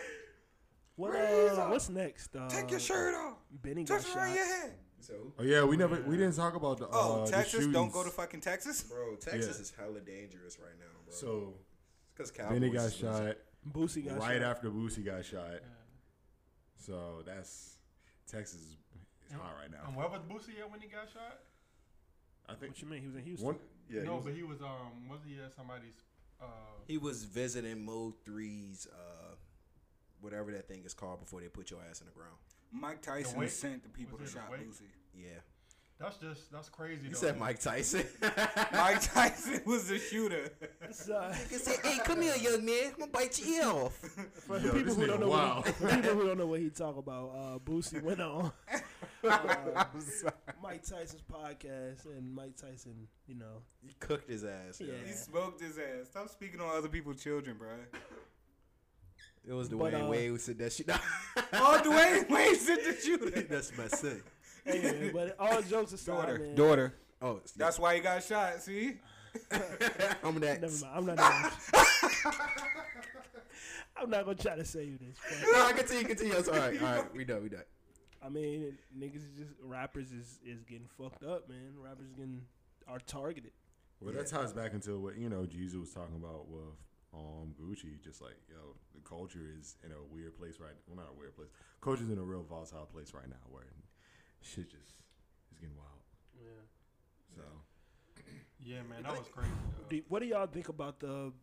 S2: What,
S1: Raise
S2: uh,
S1: up.
S2: what's next? Uh,
S1: Take
S4: Um,
S1: your shirt off.
S2: Benny got
S1: Twirl
S2: shot.
S1: around your head.
S3: So,
S4: Oh yeah, we never we didn't talk about the uh,
S1: Oh,
S4: the
S1: Texas, don't
S4: shootings.
S1: go to fucking Texas.
S3: bro, Texas
S4: Yeah.
S3: is hella dangerous right now, bro.
S4: So
S3: because
S4: Benny got shot
S2: Boosie got
S4: right
S2: shot.
S4: after Boosie got shot. So that's Texas is is hot right now.
S5: And where was Boosie at when he got shot?
S4: I think
S2: What you mean? He was in Houston.
S4: one. Yeah, he
S5: no,
S4: was-
S5: but he was um, was he at somebody's? Uh,
S3: He was visiting Mo 3's, uh, whatever that thing is called before they put your ass in the ground.
S1: Mike
S5: The
S1: Tyson
S5: wake?
S1: sent the people that
S5: Was it the
S1: shot
S5: wake?
S1: Boosie.
S3: Yeah.
S5: that's just that's crazy.
S3: He
S5: though.
S3: said Mike Tyson.
S1: Mike <laughs> Tyson was the shooter.
S2: So,
S3: <laughs> He said, hey, come here, young man. I'm going to bite your ear off.
S2: for
S4: <laughs> Yo,
S2: people
S4: this
S2: who
S4: nigga
S2: don't know,
S4: wild.
S2: what, for <laughs> people who don't know what he talk about, uh, Boosie went
S4: <laughs>
S2: on uh, Mike Tyson's podcast, and Mike Tyson, you know,
S3: He cooked his ass. yo.
S2: Yeah.
S1: He smoked his ass. Stop speaking on other people's children, bro.
S3: It was the
S2: But,
S3: way
S2: uh,
S3: Wade who said that
S1: <laughs>
S3: shit. <laughs>
S1: oh, <laughs> Dwayne Wade sent the shooter.
S3: That's my son.
S2: anyway, but all jokes aside,
S1: Daughter.
S2: man,
S1: Daughter.
S3: Oh,
S1: That's why he got shot, see?
S3: <laughs> I'm that.
S2: Never mind. I'm not. Gonna, <laughs> I'm not gonna try to say you this.
S3: <laughs>
S2: but,
S3: No, I continue, continue. It's all right, all right. We done, we done.
S2: I mean, niggas is just rappers is is getting fucked up, man. Rappers getting are targeted.
S4: Well, that ties back into what you know Jesus was talking about with um, Gucci, just like yo, the culture is in a weird place right. Well, not a weird place. Culture's in a real volatile place right now, where shit just is getting wild.
S5: Yeah.
S4: So
S5: Yeah, man, that was crazy. dog.
S2: Do- what do y'all think about the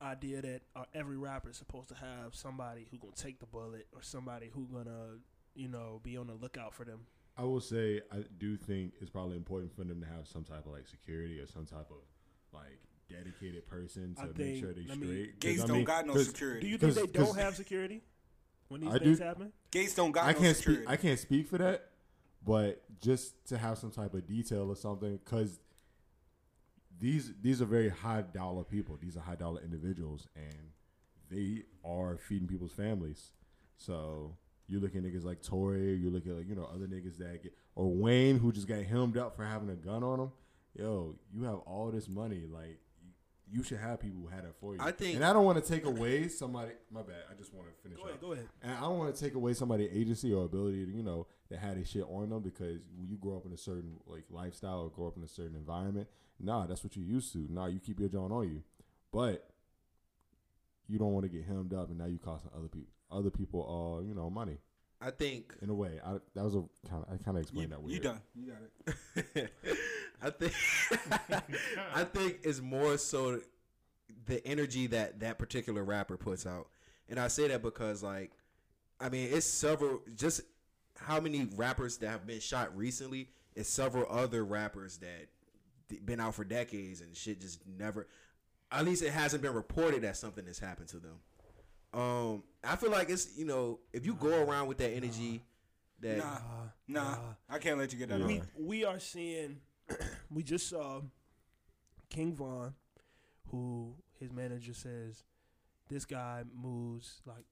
S2: idea that uh, every rapper is supposed to have somebody who gonna take the bullet or somebody who gonna you know be on the lookout for them?
S4: I will say I do think it's probably important for them to have some type of like security or some type of like dedicated person to
S2: I
S4: make
S2: think-
S4: sure they
S2: let me-
S4: straight. 'Cause,
S1: Gates
S4: I
S1: don't
S4: mean,
S1: got no
S4: 'cause-
S1: security.
S2: Do you think they
S4: 'cause- 'cause-
S2: don't have security when these
S4: I do-
S2: things happen?
S1: Gates don't got
S4: I
S1: no
S4: can't
S1: security.
S4: speak. I can't speak for that, but just to have some type of detail or something, because these these are very high dollar people. These are high dollar individuals, and they are feeding people's families. So you look at niggas like Tory. You look at like you know other niggas that get or Wayne, who just got hemmed up for having a gun on him. Yo, you have all this money, like. You should have people who had it for you.
S3: I think-
S4: and I don't want to take away somebody. My bad. I just want to finish.
S2: Go ahead,
S4: up.
S2: go ahead.
S4: And I don't want to take away somebody's agency or ability to, you know, to have this shit on them because when you grow up in a certain like lifestyle or grow up in a certain environment, nah, that's what you're used to. Nah, you keep your joint on you, but you don't want to get hemmed up, and now you costing other people, other people, uh, you know, money.
S3: I think <laughs>
S4: In a way, I, that was a kind of I kind of explained that weird.
S1: You done. You got it.
S3: I think <laughs> I think it's more so the energy that that particular rapper puts out, and I say that because like, I mean, it's several just how many rappers that have been shot recently. It's several other rappers that d- been out for decades and shit just never. At least it hasn't been reported that something has happened to them. Um, I feel like it's you know if you go around with that energy, that
S1: Nah, nah, I can't let you get that
S4: Yeah.
S1: on.
S2: we we are seeing <clears throat> we just saw King Von, who his manager says this guy moves like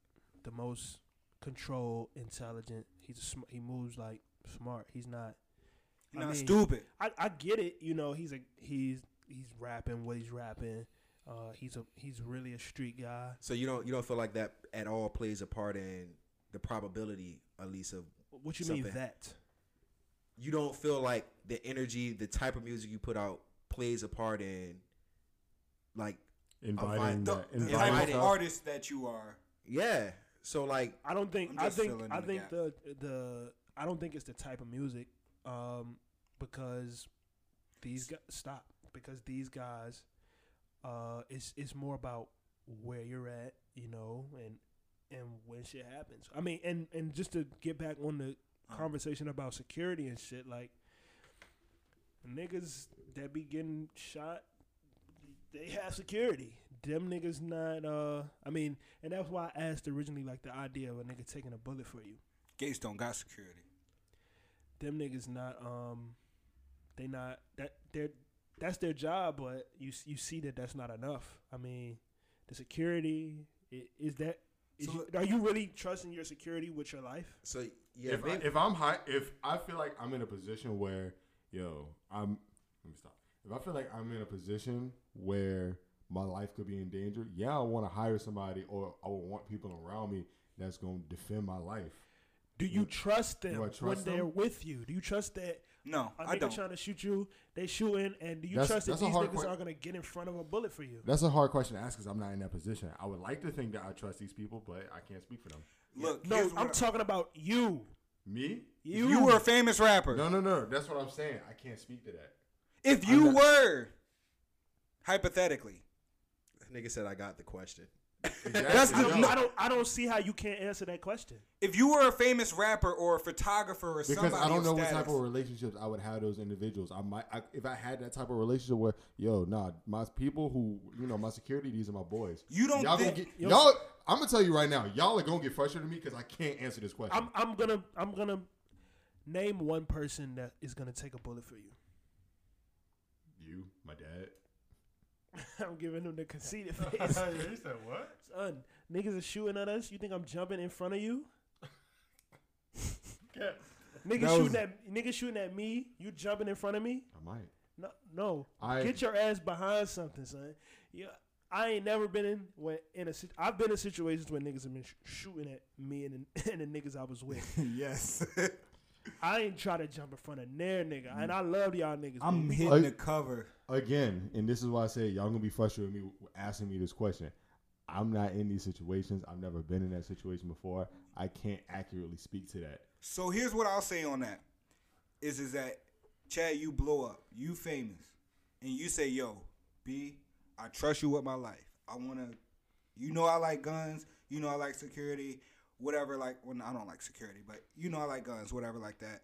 S2: the most controlled, intelligent. He's a sm- he moves like smart. He's not.
S1: He not stupid.
S2: I, I get it. You know he's a he's he's rapping what he's rapping. Uh, he's a he's really a street guy.
S3: So you don't you don't feel like that at all plays a part in the probability, at least of
S2: What you mean
S3: something-
S2: that?
S3: you don't feel like the energy, the type of music you put out plays a part in, like a
S4: Inviting
S3: vi-
S4: that-
S1: The
S3: inviting
S1: type of
S3: stuff.
S1: artist that you are.
S3: Yeah. So like
S2: I don't think
S1: I'm
S2: I
S1: just
S2: think
S1: filling in
S2: I
S1: the
S2: think
S1: gap.
S2: the the I don't think it's the type of music um because these guys stop because these guys uh it's it's more about where you're at, you know, and and when shit happens. I mean, and and just to get back on the
S1: Uh-huh.
S2: conversation about security and shit like niggas that be getting shot they have security. Them niggas not uh I mean, and that's why I asked originally like the idea of a nigga taking a bullet for you.
S1: Gates don't got security.
S2: Them niggas not um they not that they're that's their job, but you s- you see that that's not enough. I mean, the security i- is that is
S1: So
S2: you-
S1: let-
S2: are you really trusting your security with your life?
S3: so yeah.
S4: if, I,
S3: maybe-
S4: if I'm high, if I feel like I'm in a position where, yo, I'm let me stop. If I feel like I'm in a position where my life could be in danger, yeah, I want to hire somebody or I would want people around me that's going to defend my life.
S2: Do you trust them
S4: I
S2: when
S4: trust
S2: they're
S4: them?
S2: with you? Do you trust that
S1: No,
S2: a
S1: I
S2: nigga
S1: don't.
S2: trying to shoot you, they shooting, and do you
S4: That's-
S2: trust that
S4: that's a
S2: these
S4: hard
S2: niggas
S4: que-
S2: are gonna get in front of a bullet for you?
S4: That's a hard question to ask because I'm not in that position. I would like to think that I trust these people, but I can't speak for them.
S1: Look,
S2: No,
S1: here's
S2: I'm
S1: what I-
S2: talking about you.
S4: Me?
S1: if you were a famous rapper.
S4: No, no, no. That's what I'm saying. I can't speak to that.
S1: If you
S4: I'm not-
S1: were, hypothetically,
S3: nigga said I got the question.
S1: That's
S4: Exactly.
S1: the-
S4: No.
S2: I don't I don't see how you can't answer that question.
S1: if you were a famous rapper or a photographer or
S4: because
S1: somebody,
S4: I don't
S1: of
S4: know
S1: status,
S4: what type of relationships I would have those individuals. I might I, if I had that type of relationship where yo, nah, my people who you know my security, these are my boys.
S1: You don't
S4: y'all
S1: think-
S4: gonna get,
S2: yo-
S4: y'all. I'm gonna tell you right now, y'all are gonna get frustrated with me because I can't answer this question.
S2: I'm I'm gonna I'm gonna name one person that is gonna take a bullet for you. <laughs>
S4: you, my dad.
S2: I'm giving him the
S1: <laughs>
S2: conceited
S5: Yeah,
S2: face.
S5: <laughs> he said what?
S2: Son, niggas are shooting at us. You think I'm jumping in front of
S1: <laughs>
S2: you?
S5: Yeah.
S2: Niggas
S4: That was-
S2: shooting at niggas shooting at me. You jumping in front of me?
S4: I might.
S2: No, no.
S4: I-
S2: Get your ass behind something, son. Yeah, I ain't never been in when in a. sit- I've been in <laughs>
S4: <laughs>
S2: situations where niggas have been sh- shooting at me and the, and the niggas I was with.
S1: yes,
S2: I ain't try to jump in front of their nigga, and I love y'all niggas.
S1: <laughs> I'm
S2: man.
S1: hitting
S4: Ag-
S1: the cover.
S4: again, and this is why I say y'all gonna be frustrated with me w- asking me this question. I'm not in these situations. I've never been in that situation before. I can't accurately speak to that.
S1: So here's what I'll say on that is is that Chad, you blow up, you famous, and you say, "Yo, B, I trust you with my life. I wanna, you know, I like guns. You know, I like security, whatever. Like, well, no, I don't like security, but you know, I like guns, whatever, like that.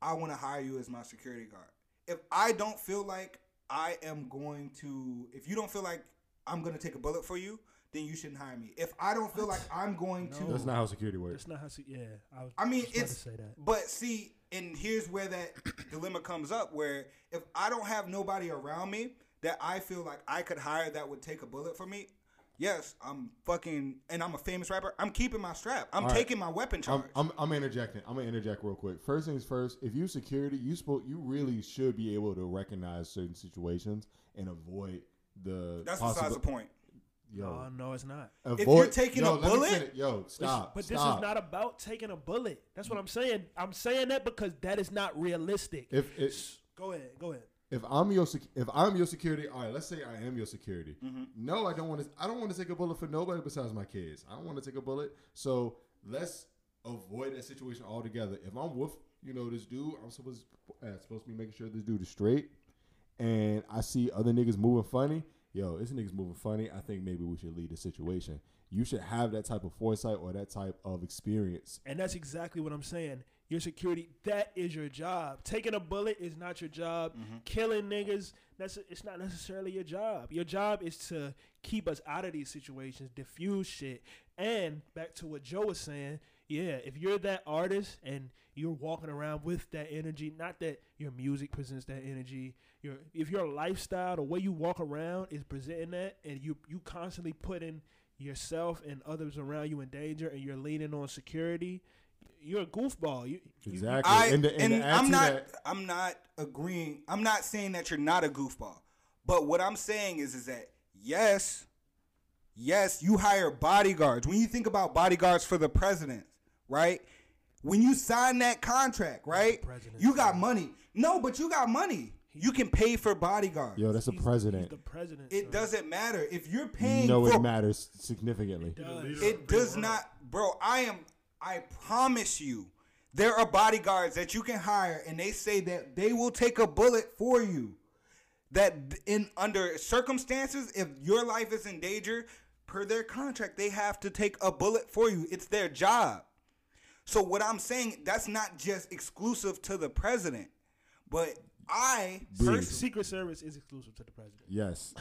S1: I want to hire you as my security guard. If I don't feel like I am going to, if you don't feel like I'm gonna take a bullet for you, then you shouldn't hire me. If I don't feel like I'm going to,
S4: That's not how security <laughs> works.
S2: That's not how. se- Yeah, I, was
S1: I mean,
S2: just about
S1: it's
S2: to say that.
S1: but see, and here's where that <coughs> dilemma comes up. Where if I don't have nobody around me that I feel like I could hire that would take a bullet for me, yes, I'm fucking, and I'm a famous rapper. I'm keeping my strap. I'm
S4: All right.
S1: taking my weapon charge.
S4: I'm, I'm, I'm interjecting. I'm gonna interject real quick. First things first. If you security, you spo- you really should be able to recognize certain situations and avoid the.
S1: That's besides
S4: possible-
S1: the point.
S4: Yo,
S2: No, Oh, no, it's not.
S4: Avoid,
S1: If you're taking
S4: yo,
S1: a
S4: let me
S1: bullet-
S4: finish- yo, stop.
S2: But this
S4: stop.
S2: is not about taking a bullet. That's what I'm saying. I'm saying that because that is not realistic.
S4: If it's
S2: go ahead, go ahead.
S4: if I'm your sec- if I'm your security, all right, let's say I am your security. No, I don't want to. I don't want to take a bullet for nobody besides my kids. I don't want to take a bullet. So let's avoid that situation altogether. If I'm with you know this dude, I'm supposed uh, supposed to be making sure this dude is straight, and I see other niggas moving funny. Yo, this nigga's moving funny. I think maybe we should lead the situation. You should have that type of foresight or that type of experience.
S2: And that's exactly what I'm saying. Your security, that is your job. Taking a bullet is not your job. Killing niggas, that's it's not necessarily your job. Your job is to keep us out of these situations, diffuse shit. And back to what Joe was saying, yeah, if you're that artist and you're walking around with that energy, not that your music presents that energy, your if your lifestyle, the way you walk around is presenting that and you you constantly putting yourself and others around you in danger and you're leaning on security, you're a goofball. You, you-
S4: Exactly.
S1: I
S4: and to-
S1: and,
S4: and to add
S1: I'm
S4: to
S1: not
S4: that-
S1: I'm not agreeing. I'm not saying that you're not a goofball. But what I'm saying is is that yes, yes, you hire bodyguards. When you think about bodyguards for the president, right? When you sign that contract, right? You got money. No, but you got money. You can pay for bodyguards.
S4: Yo, that's a president.
S2: president.
S1: It doesn't matter if you're paying
S4: no,
S1: for
S4: it matters significantly.
S1: it does not, bro. I am. I promise you, there are bodyguards that you can hire, and they say that they will take a bullet for you. That in under circumstances, if your life is in danger, per their contract, they have to take a bullet for you. It's their job. So what I'm saying, that's not just exclusive to the president, but I
S2: First, Secret Service is exclusive to the president.
S4: Yes.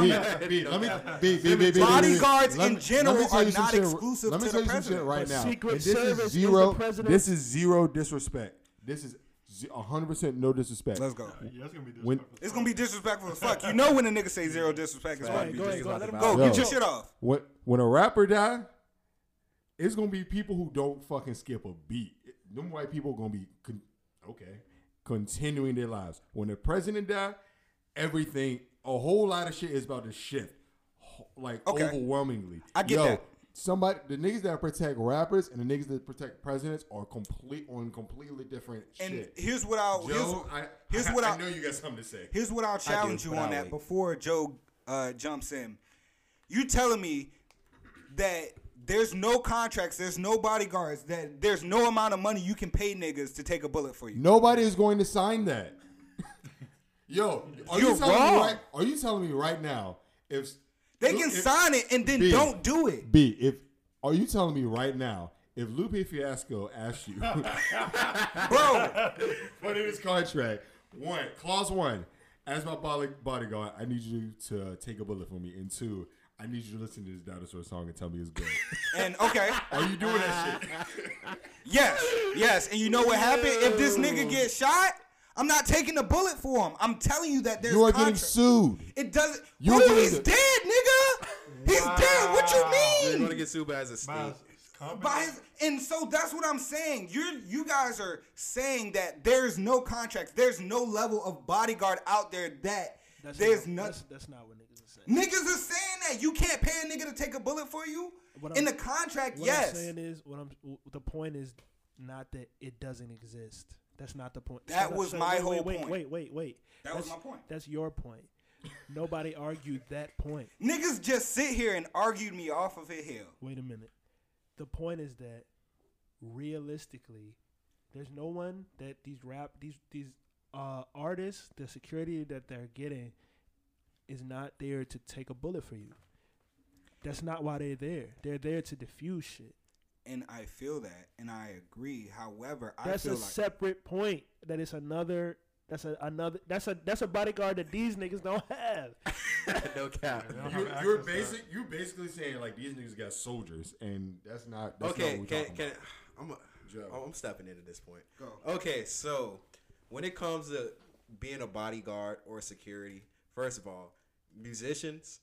S4: B, B, let me, B, B, B, B, B, B,
S2: Bodyguards
S4: B, let
S2: in
S4: me-
S2: general
S4: let me tell
S2: are
S4: you some
S2: not
S4: shit-
S2: exclusive
S4: let me
S2: to
S4: tell
S2: the
S4: you some shit
S2: president.
S4: Right
S2: The
S4: now,
S2: Secret
S4: And this
S2: Service is
S4: is
S2: the
S4: zero.
S2: president.
S4: This is zero disrespect. This is ze- hundred percent no disrespect.
S1: Let's go.
S5: Yeah, that's gonna be
S4: When,
S1: It's gonna be disrespectful as fuck. You know when a nigga say zero disrespect is
S4: Go
S1: gonna
S4: ahead,
S1: be
S4: go ahead, go
S1: disrespectful.
S4: ahead, let him
S1: Go
S4: go.
S1: get your
S4: Yo.
S1: shit off.
S4: when when a rapper die, it's gonna be people who don't fucking skip a beat. It- Them white people gonna be con- okay, continuing their lives. When the president die, everything, a whole lot of shit is about to shift, Ho- like
S1: Okay.
S4: overwhelmingly.
S1: I get that.
S4: Somebody, the niggas that protect rappers and the niggas that protect presidents are complete on completely different
S1: And
S4: shit.
S1: here's what I'll- here's-
S4: Joe, I,
S1: here's
S4: I-
S1: what
S4: I
S1: I'll-
S4: know you got something to say.
S1: Here's what I'll challenge you on that before Joe uh, jumps in. You telling me that there's no contracts, there's no bodyguards, that there's no amount of money you can pay niggas to take a bullet for you.
S4: Nobody is going to sign that. <laughs> Yo, are you
S1: You're
S4: telling
S1: wrong.
S4: me right? Are you telling me right now if
S1: They can sign it and then don't do it?
S4: B, if are you telling me right now if Lupe Fiasco asked <laughs> you,
S1: bro,
S4: put in his contract one clause one, as my body, bodyguard, I need you to take a bullet for me, and two, I need you to listen to this dinosaur song and tell me it's good.
S1: And okay.
S4: Are you doing that
S1: shit? yes, yes. And you know what happened? If this nigga gets shot, I'm not taking the bullet for him. I'm telling you that there's
S4: you are getting
S1: contracts.
S4: sued.
S1: It doesn't.
S4: You
S1: Woo,
S4: are getting
S1: he's
S4: the-
S1: dead, nigga. He's dead. What you mean?
S3: You're gonna get sued by as a state.
S1: By his, and so that's what I'm saying. You're you guys are saying that there's no contracts, there's no level of bodyguard out there that
S2: That's
S1: there's
S2: not,
S1: nothing.
S2: That's, that's not what niggas are saying.
S1: Niggas are saying that you can't pay a nigga to take a bullet for you
S2: What
S1: in the
S2: I'm-
S1: contract.
S2: What
S1: yes,
S2: I'm saying is what I'm. The point is not that it doesn't exist. That's not the point.
S3: That
S2: So
S3: was
S2: so
S3: my
S2: wait,
S3: whole
S2: wait, wait,
S3: point.
S2: Wait, wait, wait.
S3: That was
S2: That's-
S3: my point.
S2: That's your point. Nobody argued that point.
S3: Niggas just sit here and argued me off of a hill.
S2: Wait a minute. The point is that realistically, there's no one that these rap these these uh, artists, the security that they're getting is not there to take a bullet for you. That's not why they're there. They're there to diffuse shit.
S3: And I feel that, and I agree. However,
S2: That's
S3: I
S2: a
S3: feel like
S2: separate point. That is another. That's a another. That's a that's a bodyguard that these niggas don't have.
S1: no cap.
S4: You're, you're basic. You're basically saying like these niggas got soldiers, and that's not. That's
S1: okay,
S4: Not what
S1: can,
S4: we're talking
S1: can
S3: <sighs>
S4: about.
S1: I'm a, oh, I'm stepping in at this point.
S3: Go.
S1: Okay, so when it comes to being a bodyguard or security, first of all, musicians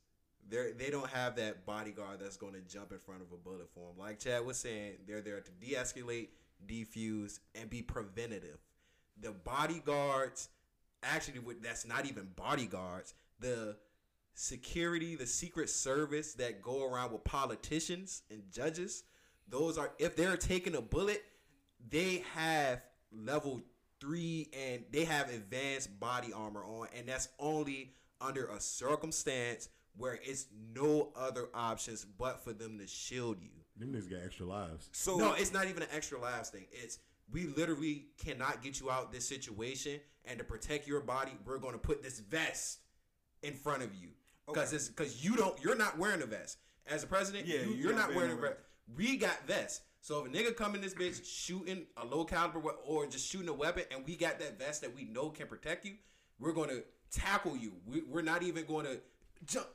S1: they they don't have that bodyguard that's going to jump in front of a bullet for them. Like Chad was saying, they're there to de-escalate, defuse, and be preventative. The bodyguards actually would that's not even bodyguards. The security, the secret service that go around with politicians and judges, those are if they're taking a bullet, they have level three and they have advanced body armor on, and that's only under a circumstance where it's no other options but for them to shield you.
S4: Them niggas got extra lives.
S1: So no, it's not even an extra lives thing. It's we literally cannot get you out this situation, and to protect your body, we're going to put this vest in front of you because it's because you don't, you're not wearing a vest as a president.
S3: Yeah,
S1: you,
S3: you're
S1: you're
S3: not
S1: not wearing a
S3: wearing
S1: vest. We got vests. So if a nigga come in this bitch shooting a low caliber we- or just shooting a weapon, and we got that vest that we know can protect you, we're going to tackle you. We, we're not even going to jump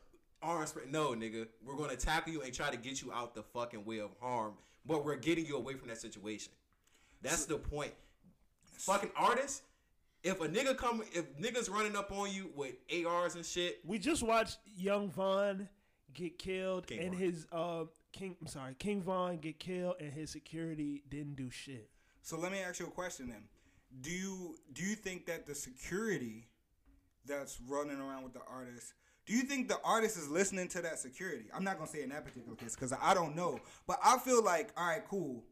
S1: arm spread. No, nigga, we're going to tackle you and try to get you out the fucking way of harm, but we're getting you away from that situation. That's the point. Fucking artists, if a nigga come, if niggas running up on you with ARs and shit,
S2: We just watched Young Von get killed,
S1: King
S2: and
S1: Von.
S2: his uh King. I'm sorry, King Von get killed, and his security didn't do shit.
S3: So let me ask you a question then. Do you do you think that the security that's running around with the artist, do you think the artist is listening to that security? I'm not gonna say in that particular case because I don't know, but I feel like all right, cool.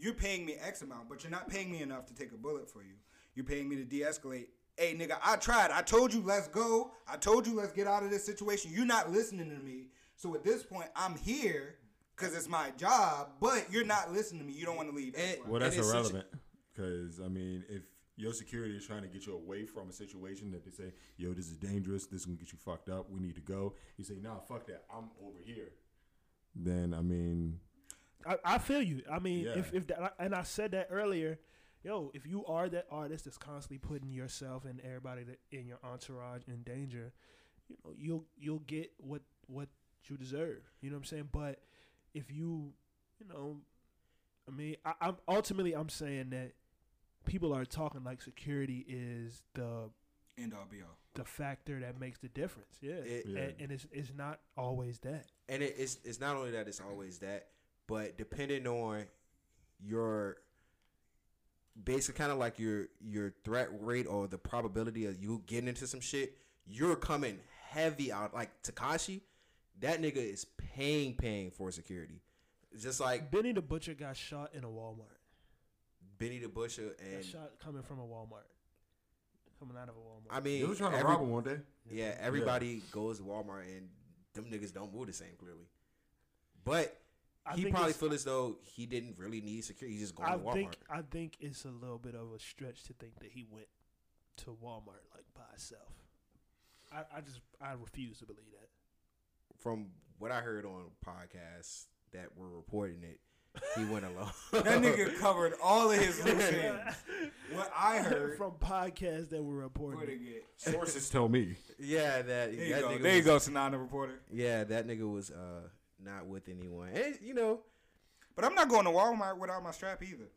S3: You're paying me X amount, but you're not paying me enough to take a bullet for you. You're paying me to de-escalate. Hey, nigga, I tried. I told you let's go. I told you let's get out of this situation. You're not listening to me. So at this point, I'm here because it's my job, but you're not listening to me. You don't want to leave. X, Y,
S4: Well,
S3: Z.
S4: that's irrelevant. Because I mean, if your security is trying to get you away from a situation that they say, "Yo, this is dangerous. This can get you fucked up. We need to go," you say, "Nah, fuck that. I'm over here." Then I mean,
S2: I, I feel you. I mean,
S4: Yeah.
S2: if if that, and I said that earlier, yo, if you are that artist that's constantly putting yourself and everybody that in your entourage in danger, you know, you'll you'll get what what you deserve. You know what I'm saying? But if you, you know, I mean, I, I'm ultimately I'm saying that people are talking like security is the
S3: End all be all.
S2: the factor that makes the difference. Yeah,
S1: It-
S2: and,
S1: Yeah.
S2: and it's it's not always that.
S1: and it, it's it's not only that it's always that, but depending on your basic kind of like your your threat rate or the probability of you getting into some shit, you're coming heavy out. Like Takashi, that nigga is paying paying for security, just like
S2: Benny the Butcher got shot in a Walmart.
S1: Benny the Butcher
S2: That
S1: and
S2: shot coming from a Walmart. Coming out of a Walmart.
S1: I mean,
S4: They was trying to rob him, weren't they?
S1: Yeah,
S4: Yeah.
S1: everybody goes to Walmart and them niggas don't move the same clearly. But
S2: I
S1: he
S2: think
S1: probably
S2: it's-
S1: feels as though he didn't really need security. He's just going
S2: I
S1: to Walmart.
S2: think I think it's a little bit of a stretch to think that he went to Walmart like by himself. I, I just I refuse to believe that.
S1: From what I heard on podcasts that were reporting it,
S3: <laughs>
S1: he went alone.
S3: That nigga covered all of his loose ends.
S2: <laughs>
S3: What I heard.
S2: from podcasts that were reporting.
S3: it.
S4: sources tell me.
S1: <laughs> Yeah, that.
S3: There you
S1: that
S3: go.
S1: nigga
S3: There you
S1: was-
S3: go, Sinana reporter.
S1: Yeah, that nigga was uh, not with anyone. And you know,
S3: But I'm not going to Walmart without my strap either.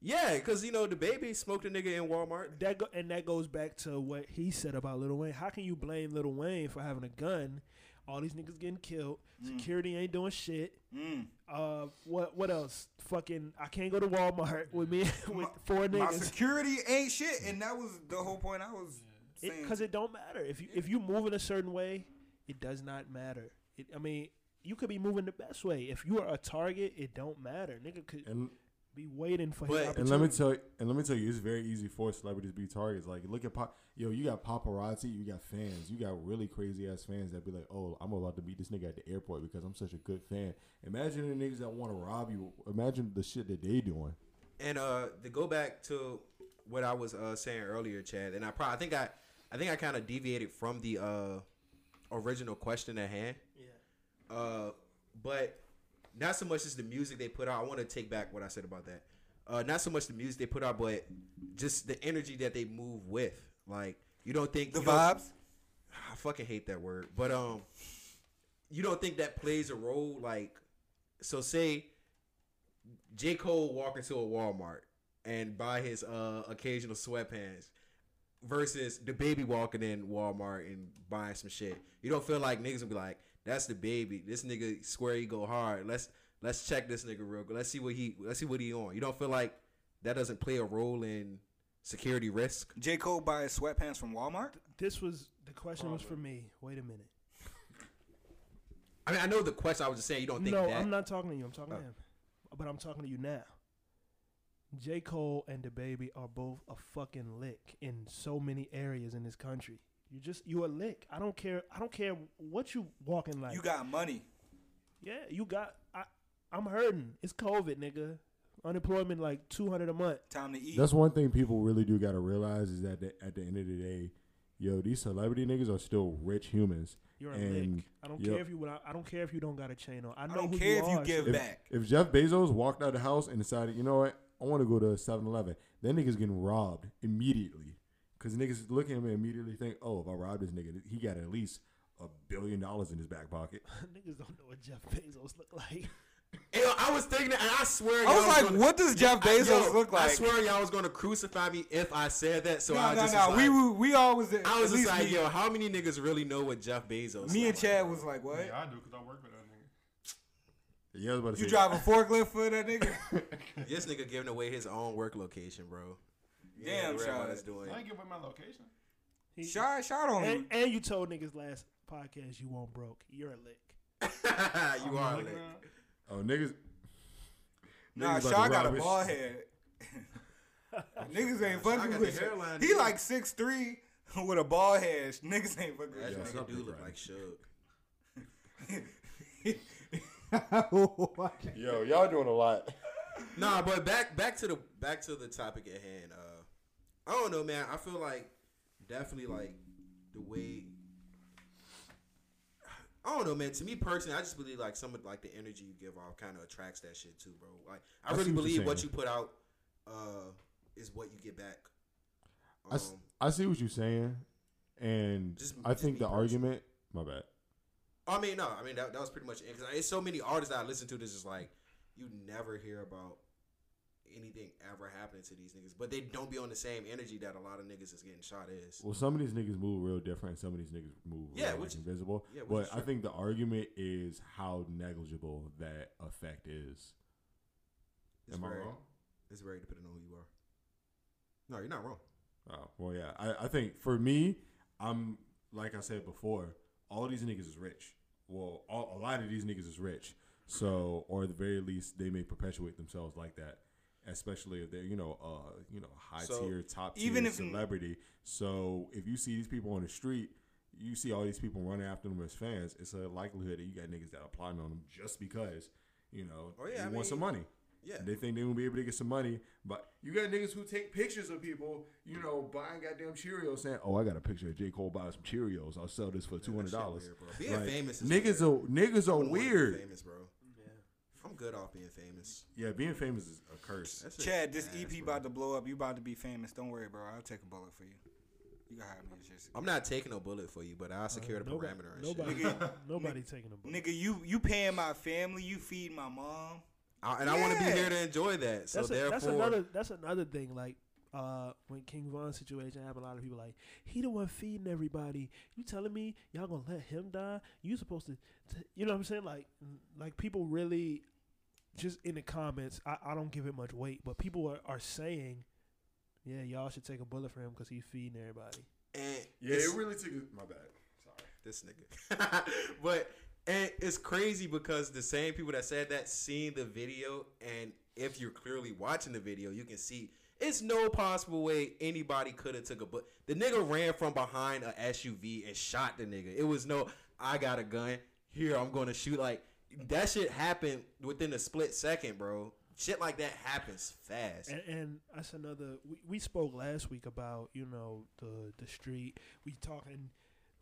S1: yeah, because you know the baby smoked a nigga in Walmart.
S2: That go, and that goes back to what he said about Lil Wayne. How can you blame Lil Wayne for having a gun? All these niggas getting killed.
S1: Mm.
S2: Security ain't doing shit.
S3: Mm.
S2: Uh, what what else? Fucking, I can't go to Walmart <laughs> with me with four
S3: My
S2: niggas.
S3: security ain't shit, and that was the whole point I was saying.
S2: because it, don't matter if you if you move in a certain way, it does not matter. It, I mean, you could be moving the best way. If you are a target, it don't matter. Nigga could
S4: And
S2: be waiting for his
S4: But and
S2: opportunity.
S4: let me tell you, and let me tell you, it's very easy for celebrities to be targets. Like, look at pop, yo, you got paparazzi, you got fans, you got really crazy ass fans that be like, oh, I'm about to meet this nigga at the airport because I'm such a good fan. Imagine the niggas that want to rob you. Imagine the shit that they doing.
S1: And uh, to go back to what I was uh, saying earlier, Chad, and I probably I think I I think I kind of deviated from the uh, original question at hand. Yeah. Uh, but not so much as the music they put out. I want to take back what I said about that. Uh, not so much the music they put out, but just the energy that they move with. Like you don't think
S3: The
S1: you don't-
S3: vibes?
S1: I fucking hate that word, but um, you don't think that plays a role? Like, so say J. Cole walk into a Walmart and buy his uh occasional sweatpants versus the baby walking in Walmart and buying some shit. You don't feel like niggas will be like, that's the baby. This nigga square he go hard. Let's let's check this nigga real quick. Let's see what he let's see what he on. You don't feel like that doesn't play a role in security risk.
S3: J. Cole buys sweatpants from Walmart.
S2: This was the question
S4: Oh,
S2: was for me. Wait a minute.
S1: I mean I know the question I was just saying you don't think
S2: no,
S1: that
S2: I'm not talking to you. I'm talking
S1: Oh.
S2: to him. But I'm talking to you now. J. Cole and the baby are both a fucking lick in so many areas in this country. You just you a lick. I don't care. I don't care what you walking like.
S3: You got money.
S2: yeah. You got. I I'm hurting. It's COVID, nigga. Unemployment like 200 a month.
S3: Time to eat.
S4: That's one thing people really do got to realize is that the, at the end of the day, yo, these celebrity niggas are still rich humans.
S2: You're a
S4: And,
S2: lick. I don't
S4: yo,
S2: care if you. what I- I don't care if you don't got a chain on. I, know
S3: don't
S2: who
S3: care
S2: you
S3: if you
S2: are,
S3: give
S2: so-
S4: if, If Jeff Bezos walked out of the house and decided, you know what, I want to go to 7 Eleven, that nigga's getting robbed immediately. Because niggas look at him and immediately think, oh, if I rob this nigga, he got at least a billion dollars in his back pocket.
S2: <laughs> Niggas don't know what Jeff Bezos look like.
S1: <laughs> Yo, I was thinking, that, and I swear,
S3: I was
S1: y'all
S3: like,
S1: gonna-
S3: what does Jeff
S1: I-
S3: Bezos
S1: yo,
S3: look
S1: I
S3: like?
S1: swear, y'all was gonna crucify me if I said that. So
S3: No,
S1: I
S3: no,
S1: just
S3: no,
S1: was
S3: we
S1: like,
S3: were- we all was-
S1: I
S3: at
S1: was just
S3: least
S1: like,
S3: me-
S1: yo, how many niggas really know what Jeff Bezos?
S3: Me
S1: look
S3: and Chad was like, what?
S5: I do because I work with that nigga.
S4: Yeah, I was about to
S3: You
S4: say-
S3: drive a forklift for that nigga?
S1: like? this nigga giving away his own work location, bro.
S3: Damn,
S1: the rabbi's
S3: Chad.
S1: doing.
S5: I ain't give up my location.
S2: He-
S3: Shot, shot
S2: <laughs>
S3: on
S2: and,
S3: him.
S2: and you told niggas last podcast you won't broke. You're a lick.
S1: <laughs> you are <laughs>
S5: looking
S1: lit.
S5: at-
S4: Oh, niggas.
S3: <laughs> Nah,
S4: niggas about to
S3: Shaw got
S4: rob
S3: a
S4: his-
S3: bald head.
S1: <laughs>
S3: Niggas ain't
S1: Shaw got
S3: fucking
S1: the
S3: with
S1: hairline,
S3: He
S1: dude.
S3: like 6'3 <laughs> with a bald head. Niggas ain't fucking
S1: That
S3: with
S4: Yeah,
S1: nigga
S4: something
S1: do look
S4: right.
S1: like Suge. <laughs>
S4: <laughs> Yo, y'all doing a lot.
S1: Nah, but back back to the back to the topic at hand. Uh, I don't know, man. I feel like definitely like the way. I don't know, man. To me personally, I just believe like some of like the energy you give off kind of attracts that shit too, bro. Like I,
S4: I see
S1: really
S4: what you're
S1: believe what you
S4: saying.
S1: put out uh, is what you get back. Um,
S4: I, s- I see what you're saying. And
S1: Just-
S4: I
S1: just
S4: think
S1: be
S4: the
S1: personal.
S4: argument, my bad.
S1: I mean, no, I mean that, that was pretty much it. Because it's so many artists that I listen to that's just like you never hear about anything ever happening to these niggas, but they don't be on the same energy that a lot of niggas is getting shot is.
S4: Well, some of these niggas move real different, and some of these niggas move
S1: Yeah,
S4: real,
S1: which-
S4: like, invisible.
S1: yeah, which is
S4: but I
S1: true.
S4: think the argument is how negligible that effect is.
S1: It's
S4: Am I
S1: very,
S4: wrong?
S1: It's very dependent on who you are. No, you're not wrong.
S4: Oh well, yeah. I, I think for me, I'm like I said before, all these niggas is rich. Well, all, a lot of these niggas is rich. So, or at the very least, they may perpetuate themselves like that, especially if they're you know, uh, you know, high
S1: So,
S4: tier, top
S3: even
S4: tier
S3: if-
S4: celebrity. So, if you see these people on the street. You see all these people running after them as fans. It's a likelihood that you got niggas that are plotting on them just because, you know,
S1: Oh, yeah,
S4: they
S1: I
S4: want
S1: mean,
S4: some money.
S1: yeah.
S4: they think they're gonna be able to get some money, but you got niggas who take pictures of people, you know, buying goddamn Cheerios, saying, "Oh, I got a picture of J Cole buying some Cheerios. I'll sell this for two hundred dollars."
S1: weird, bro. Being famous is weird.
S4: niggas are niggas are
S1: I wouldn't wanna be
S4: weird.
S1: Famous, bro. I'm good off being famous.
S4: Yeah, being famous is a curse.
S1: That's a
S3: Chad, this
S1: ass,
S3: EP
S1: bro.
S3: about to blow up. You about to be famous. Don't worry, bro. I'll take a bullet for you. You can hire me as your security.
S1: I'm not taking no bullet for you, but I'll secure the
S2: Uh, Nobody-
S1: parameter and shit.
S2: Nobody,
S3: Nigga,
S2: <laughs> nobody taking a bullet.
S3: Nigga, you you paying my family. You feed my mom.
S1: I, and I want to be
S3: Yeah.
S1: here to enjoy that. So
S2: That's, a,
S1: therefore,
S2: that's another. That's another thing. Like uh, when King Von's situation happened, a lot of people like he the one feeding everybody. You telling me y'all gonna let him die? You supposed to, t- you know what I'm saying? Like, like people really just in the comments. I, I don't give it much weight, but people are, are saying, yeah, y'all should take a bullet for him because he's feeding everybody.
S1: and
S4: Yeah,
S1: it's-
S4: it really took. My bad. Sorry.
S1: this nigga. <laughs> but And it's crazy because the same people that said that seen the video, and if you're clearly watching the video, you can see it's no possible way anybody could have took a but the nigga ran from behind a SUV and shot the nigga. It was no, I got a gun here. I'm gonna shoot. Like that shit happened within a split second, bro. Shit like that happens fast.
S2: And, and that's another. We, we spoke last week about you know the the street. We talking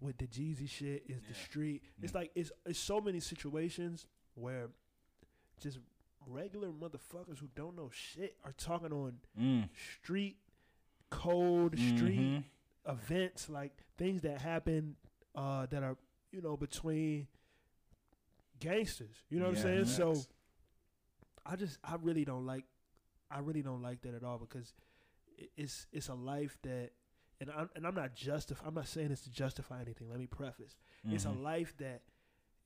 S2: with the Jeezy shit is the street. It's like it's it's so many situations where just regular motherfuckers who don't know shit are talking on
S16: Mm.
S2: street cold
S3: Mm-hmm.
S2: street
S16: Mhm.
S2: events like things that happen uh, that are you know between gangsters. You know what
S16: Yeah,
S2: I'm saying? So
S16: facts.
S2: I just I really don't like I really don't like that at all because i- it's it's a life that and I'm and I'm not justif- I'm not saying this to justify anything. Let me preface. It's a
S16: Mhm.
S2: life that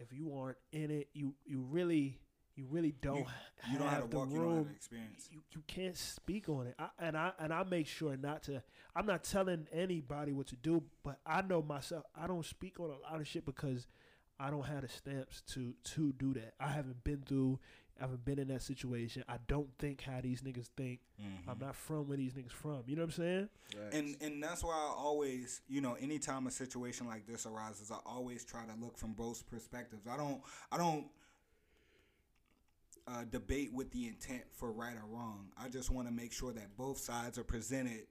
S2: if you aren't in it, you you really you really don't
S16: You-
S4: Mm-hmm.
S2: ha-
S16: you don't have
S2: have
S16: to
S2: the
S16: walk, you
S2: room.
S16: don't have the experience.
S2: You, you can't speak on it. I, and I and I make sure not to. I'm not telling anybody what to do, but I know myself. I don't speak on a lot of shit because I don't have the stamps to to do that. I haven't been through. I haven't been in that situation. I don't think how these niggas think. I'm not from where these niggas from. You know what I'm saying?
S3: And and that's why I always, you know, anytime a situation like this arises, I always try to look from both perspectives. I don't I don't uh, debate with the intent for right or wrong. I just want to make sure that both sides are presented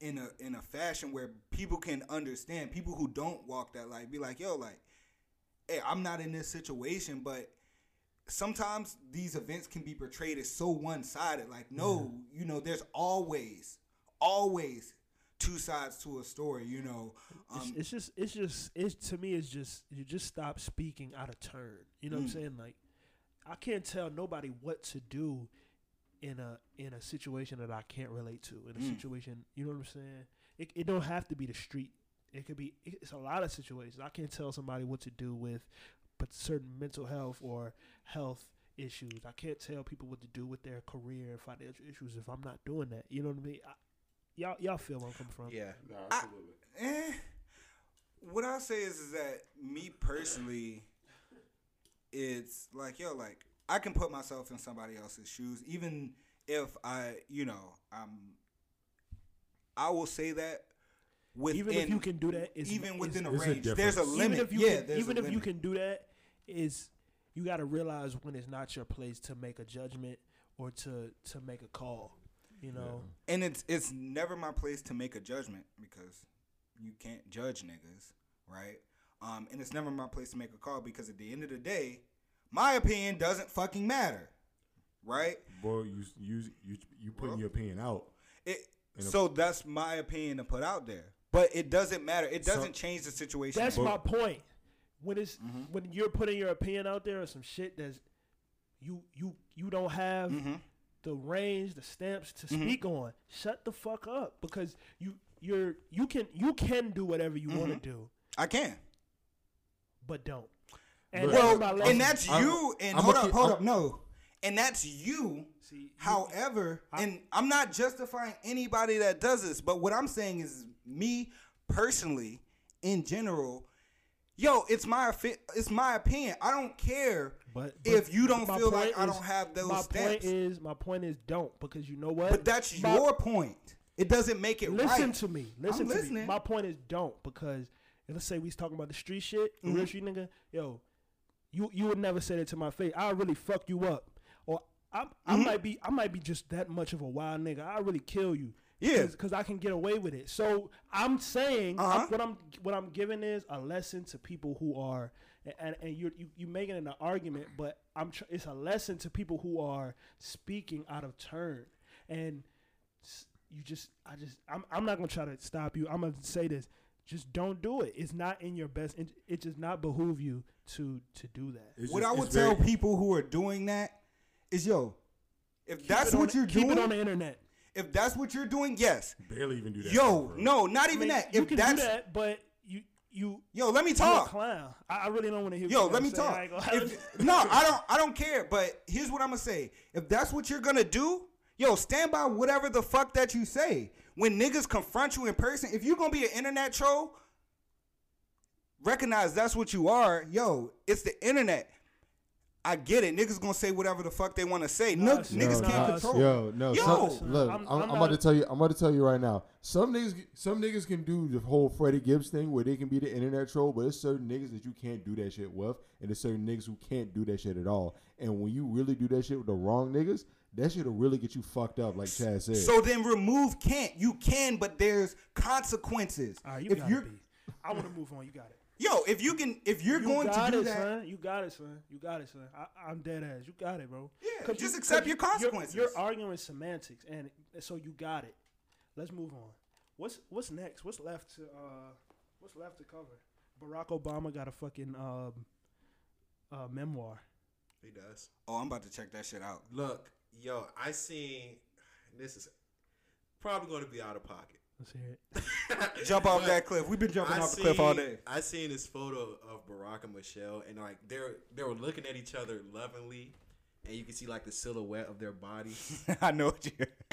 S3: in a in a fashion where people can understand. People who don't walk that life be like, yo, like, hey, I'm not in this situation, but sometimes these events can be portrayed as so one sided. Like, no, you know, there's always, always two sides to a story. You know,
S2: It's-
S3: um,
S2: it's, just it's just it's to me it's just you just stop speaking out of turn. You know what I'm
S3: Mm.
S2: saying? Like I can't tell nobody what to do in a in a situation that I can't relate to. In a
S16: Mm.
S2: situation, you know what I'm saying? It it don't have to be the street. It could be it's a lot of situations. I can't tell somebody what to do with but certain mental health or health issues. I can't tell people what to do with their career and financial issues if I'm not doing that. You know what I mean? I, y'all y'all feel where I'm coming from.
S1: Yeah.
S3: absolutely. eh, what I say is, is that me personally, it's like yo, like I can put myself in somebody else's shoes, even if I, you know, I'm. I will say that. Within,
S2: even if you can do that, it's,
S3: even
S2: it's-
S3: within a range, there's a limit.
S2: Even if you
S3: yeah,
S2: can,
S3: there's
S2: even
S3: a
S2: if you
S3: limit.
S2: can do that, is you got to realize when it's not your place to make a judgment or to to make a call. You know,
S3: And it's it's never my place to make a judgment because you can't judge niggas, right? Um, and it's never my place to make a call because at the end of the day, my opinion doesn't fucking matter, right?
S4: Boy, you you you you putting your opinion out.
S3: It
S4: And a-
S3: so that's my opinion to put out there, but it doesn't matter. It
S4: So-
S3: doesn't change the situation.
S2: that's
S3: at
S2: my
S3: all.
S2: point. When it's
S3: Mm-hmm.
S2: when you're putting your opinion out there or some shit that's you you you don't have
S3: Mm-hmm.
S2: the range, the stamps to speak on. Shut the fuck up because you you're you can you can do whatever you want to
S3: Mm-hmm.
S2: do,
S3: I can.
S2: but don't.
S3: well,
S2: my lesson.
S3: and that's you. And hold up, hold up, no, and that's you. However, and I'm not justifying anybody that does this, but what I'm saying is, me personally, in general, yo, it's my affi- it's my opinion. I don't care
S2: But,
S3: if
S2: but-
S3: you don't
S2: my
S3: feel like
S2: point
S3: I
S2: is-
S3: don't have those
S2: my point
S3: stamps.
S2: is my point is don't because you know what?
S3: but that's
S2: My-
S3: your point. It doesn't make it right.
S2: Listen to me. Listen
S3: I'm
S2: to me.
S3: listening.
S2: My point is don't because and let's say we was talking about the street shit, the real
S3: Mhm.
S2: street nigga. Yo, you you would never say that to my face. I'll really fuck you up, or I
S3: Mm-hmm.
S2: I might be I might be just that much of a wild nigga. I'll really kill you.
S3: Yeah.
S2: because I can get away with it. So I'm saying I'm-
S3: Uh-huh.
S2: what I'm what I'm giving is a lesson to people who are and and you're, you you making an argument, but I'm tr- it's a lesson to people who are speaking out of turn and s- you just I just I'm I'm not gonna try to stop you. I'm gonna say this. Just don't do it. It's not in your best. It, it does not behoove you to to do that.
S3: what I would tell people who are doing that is, yo, if that's
S2: it on
S3: what
S2: the-
S3: you're
S2: keep it
S3: doing
S2: on the internet.
S3: If that's what you're doing, yes.
S4: Barely even do that.
S3: Yo, no, not
S2: I
S3: even
S2: mean,
S3: that.
S2: you
S3: If
S2: can
S3: that's
S2: do that, but you you
S3: Yo, let me
S2: you a
S3: talk.
S2: clown. I, I really don't want to hear.
S3: Yo,
S2: what
S3: let me
S2: you gotta
S3: talk.
S2: say. I ain't gonna- <laughs>
S3: If- <laughs> no, I don't. I don't care. But here's what I'm gonna say. If that's what you're gonna do, yo, stand by whatever the fuck that you say. When niggas confront you in person, if you're gonna be an internet troll, recognize that's what you are. Yo, it's the internet. I get it. Niggas gonna say whatever the fuck they want to say. No, niggas
S4: No,
S3: can't
S4: no,
S3: control.
S4: Yo, no.
S3: Yo,
S4: some- look, I'm, I'm, about to tell you. I'm about to tell you right now. Some niggas, some niggas can do the whole Freddie Gibbs thing where they can be the internet troll, but there's certain niggas that you can't do that shit with, and there's certain niggas who can't do that shit at all. And when you really do that shit with the wrong niggas, that shit'll really get you fucked up, like Chad said.
S3: So then remove can't. You can, but there's consequences.
S2: you
S3: if
S2: gotta
S3: you're
S2: I want to move on. You got it.
S3: yo, if you can, if you're
S2: You
S3: going to
S2: got
S3: do
S2: it,
S3: that,
S2: son. You got it, son. You got it, son. I, I'm dead ass. You got it, bro. Yeah,
S3: just accept your consequences.
S2: You're, arguing semantics, and so you got it. Let's move on. What's what's next? What's left to uh, what's left to cover? Barack Obama got a fucking um, uh, memoir.
S1: He does.
S3: oh, I'm about to check that shit out.
S1: Look, yo, I seen this is probably going to be out of pocket.
S2: Let's hear it.
S3: Jump
S1: <laughs>
S3: off
S1: But
S3: that cliff. We've been jumping
S1: I
S3: off the cliff all
S1: seen-
S3: <laughs> day.
S1: I seen this photo of Barack and Michelle, and like they're they were looking at each other lovingly, and you can see like the silhouette of their
S3: <laughs>
S1: bodies.
S3: I know what you. <laughs>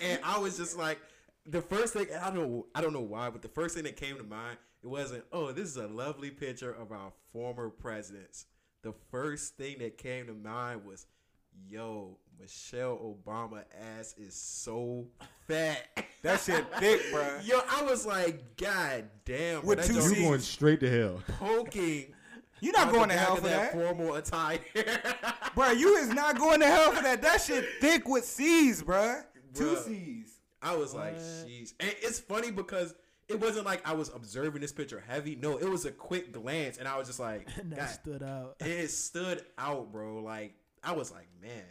S1: and I was just like, the first thing and I don't know, I don't know why, but the first thing that came to mind it wasn't, oh, this is a lovely picture of our former presidents. The first thing that came to mind was, yo, Michelle Obama ass is so fat. <laughs>
S3: That shit thick, bruh.
S1: Yo, I was like, God damn,
S3: With
S1: bro, that
S3: two
S1: joint
S4: you
S1: is
S4: going straight to hell.
S1: poking.
S3: You're not
S1: out
S3: going
S1: the
S3: to
S1: back
S3: hell
S1: of
S3: for that.
S1: formal attire. <laughs>
S3: Bruh, you is not going to hell for that. That shit thick with C's, bruh. Two
S1: Bruh.
S3: C's.
S1: I was like, jeez. And it's funny because it wasn't like I was observing this picture heavy. No, it was a quick glance, and I was just
S3: <laughs>
S1: like,
S2: And that
S1: God,
S2: stood out.
S1: it stood out, bro. Like I was like, man,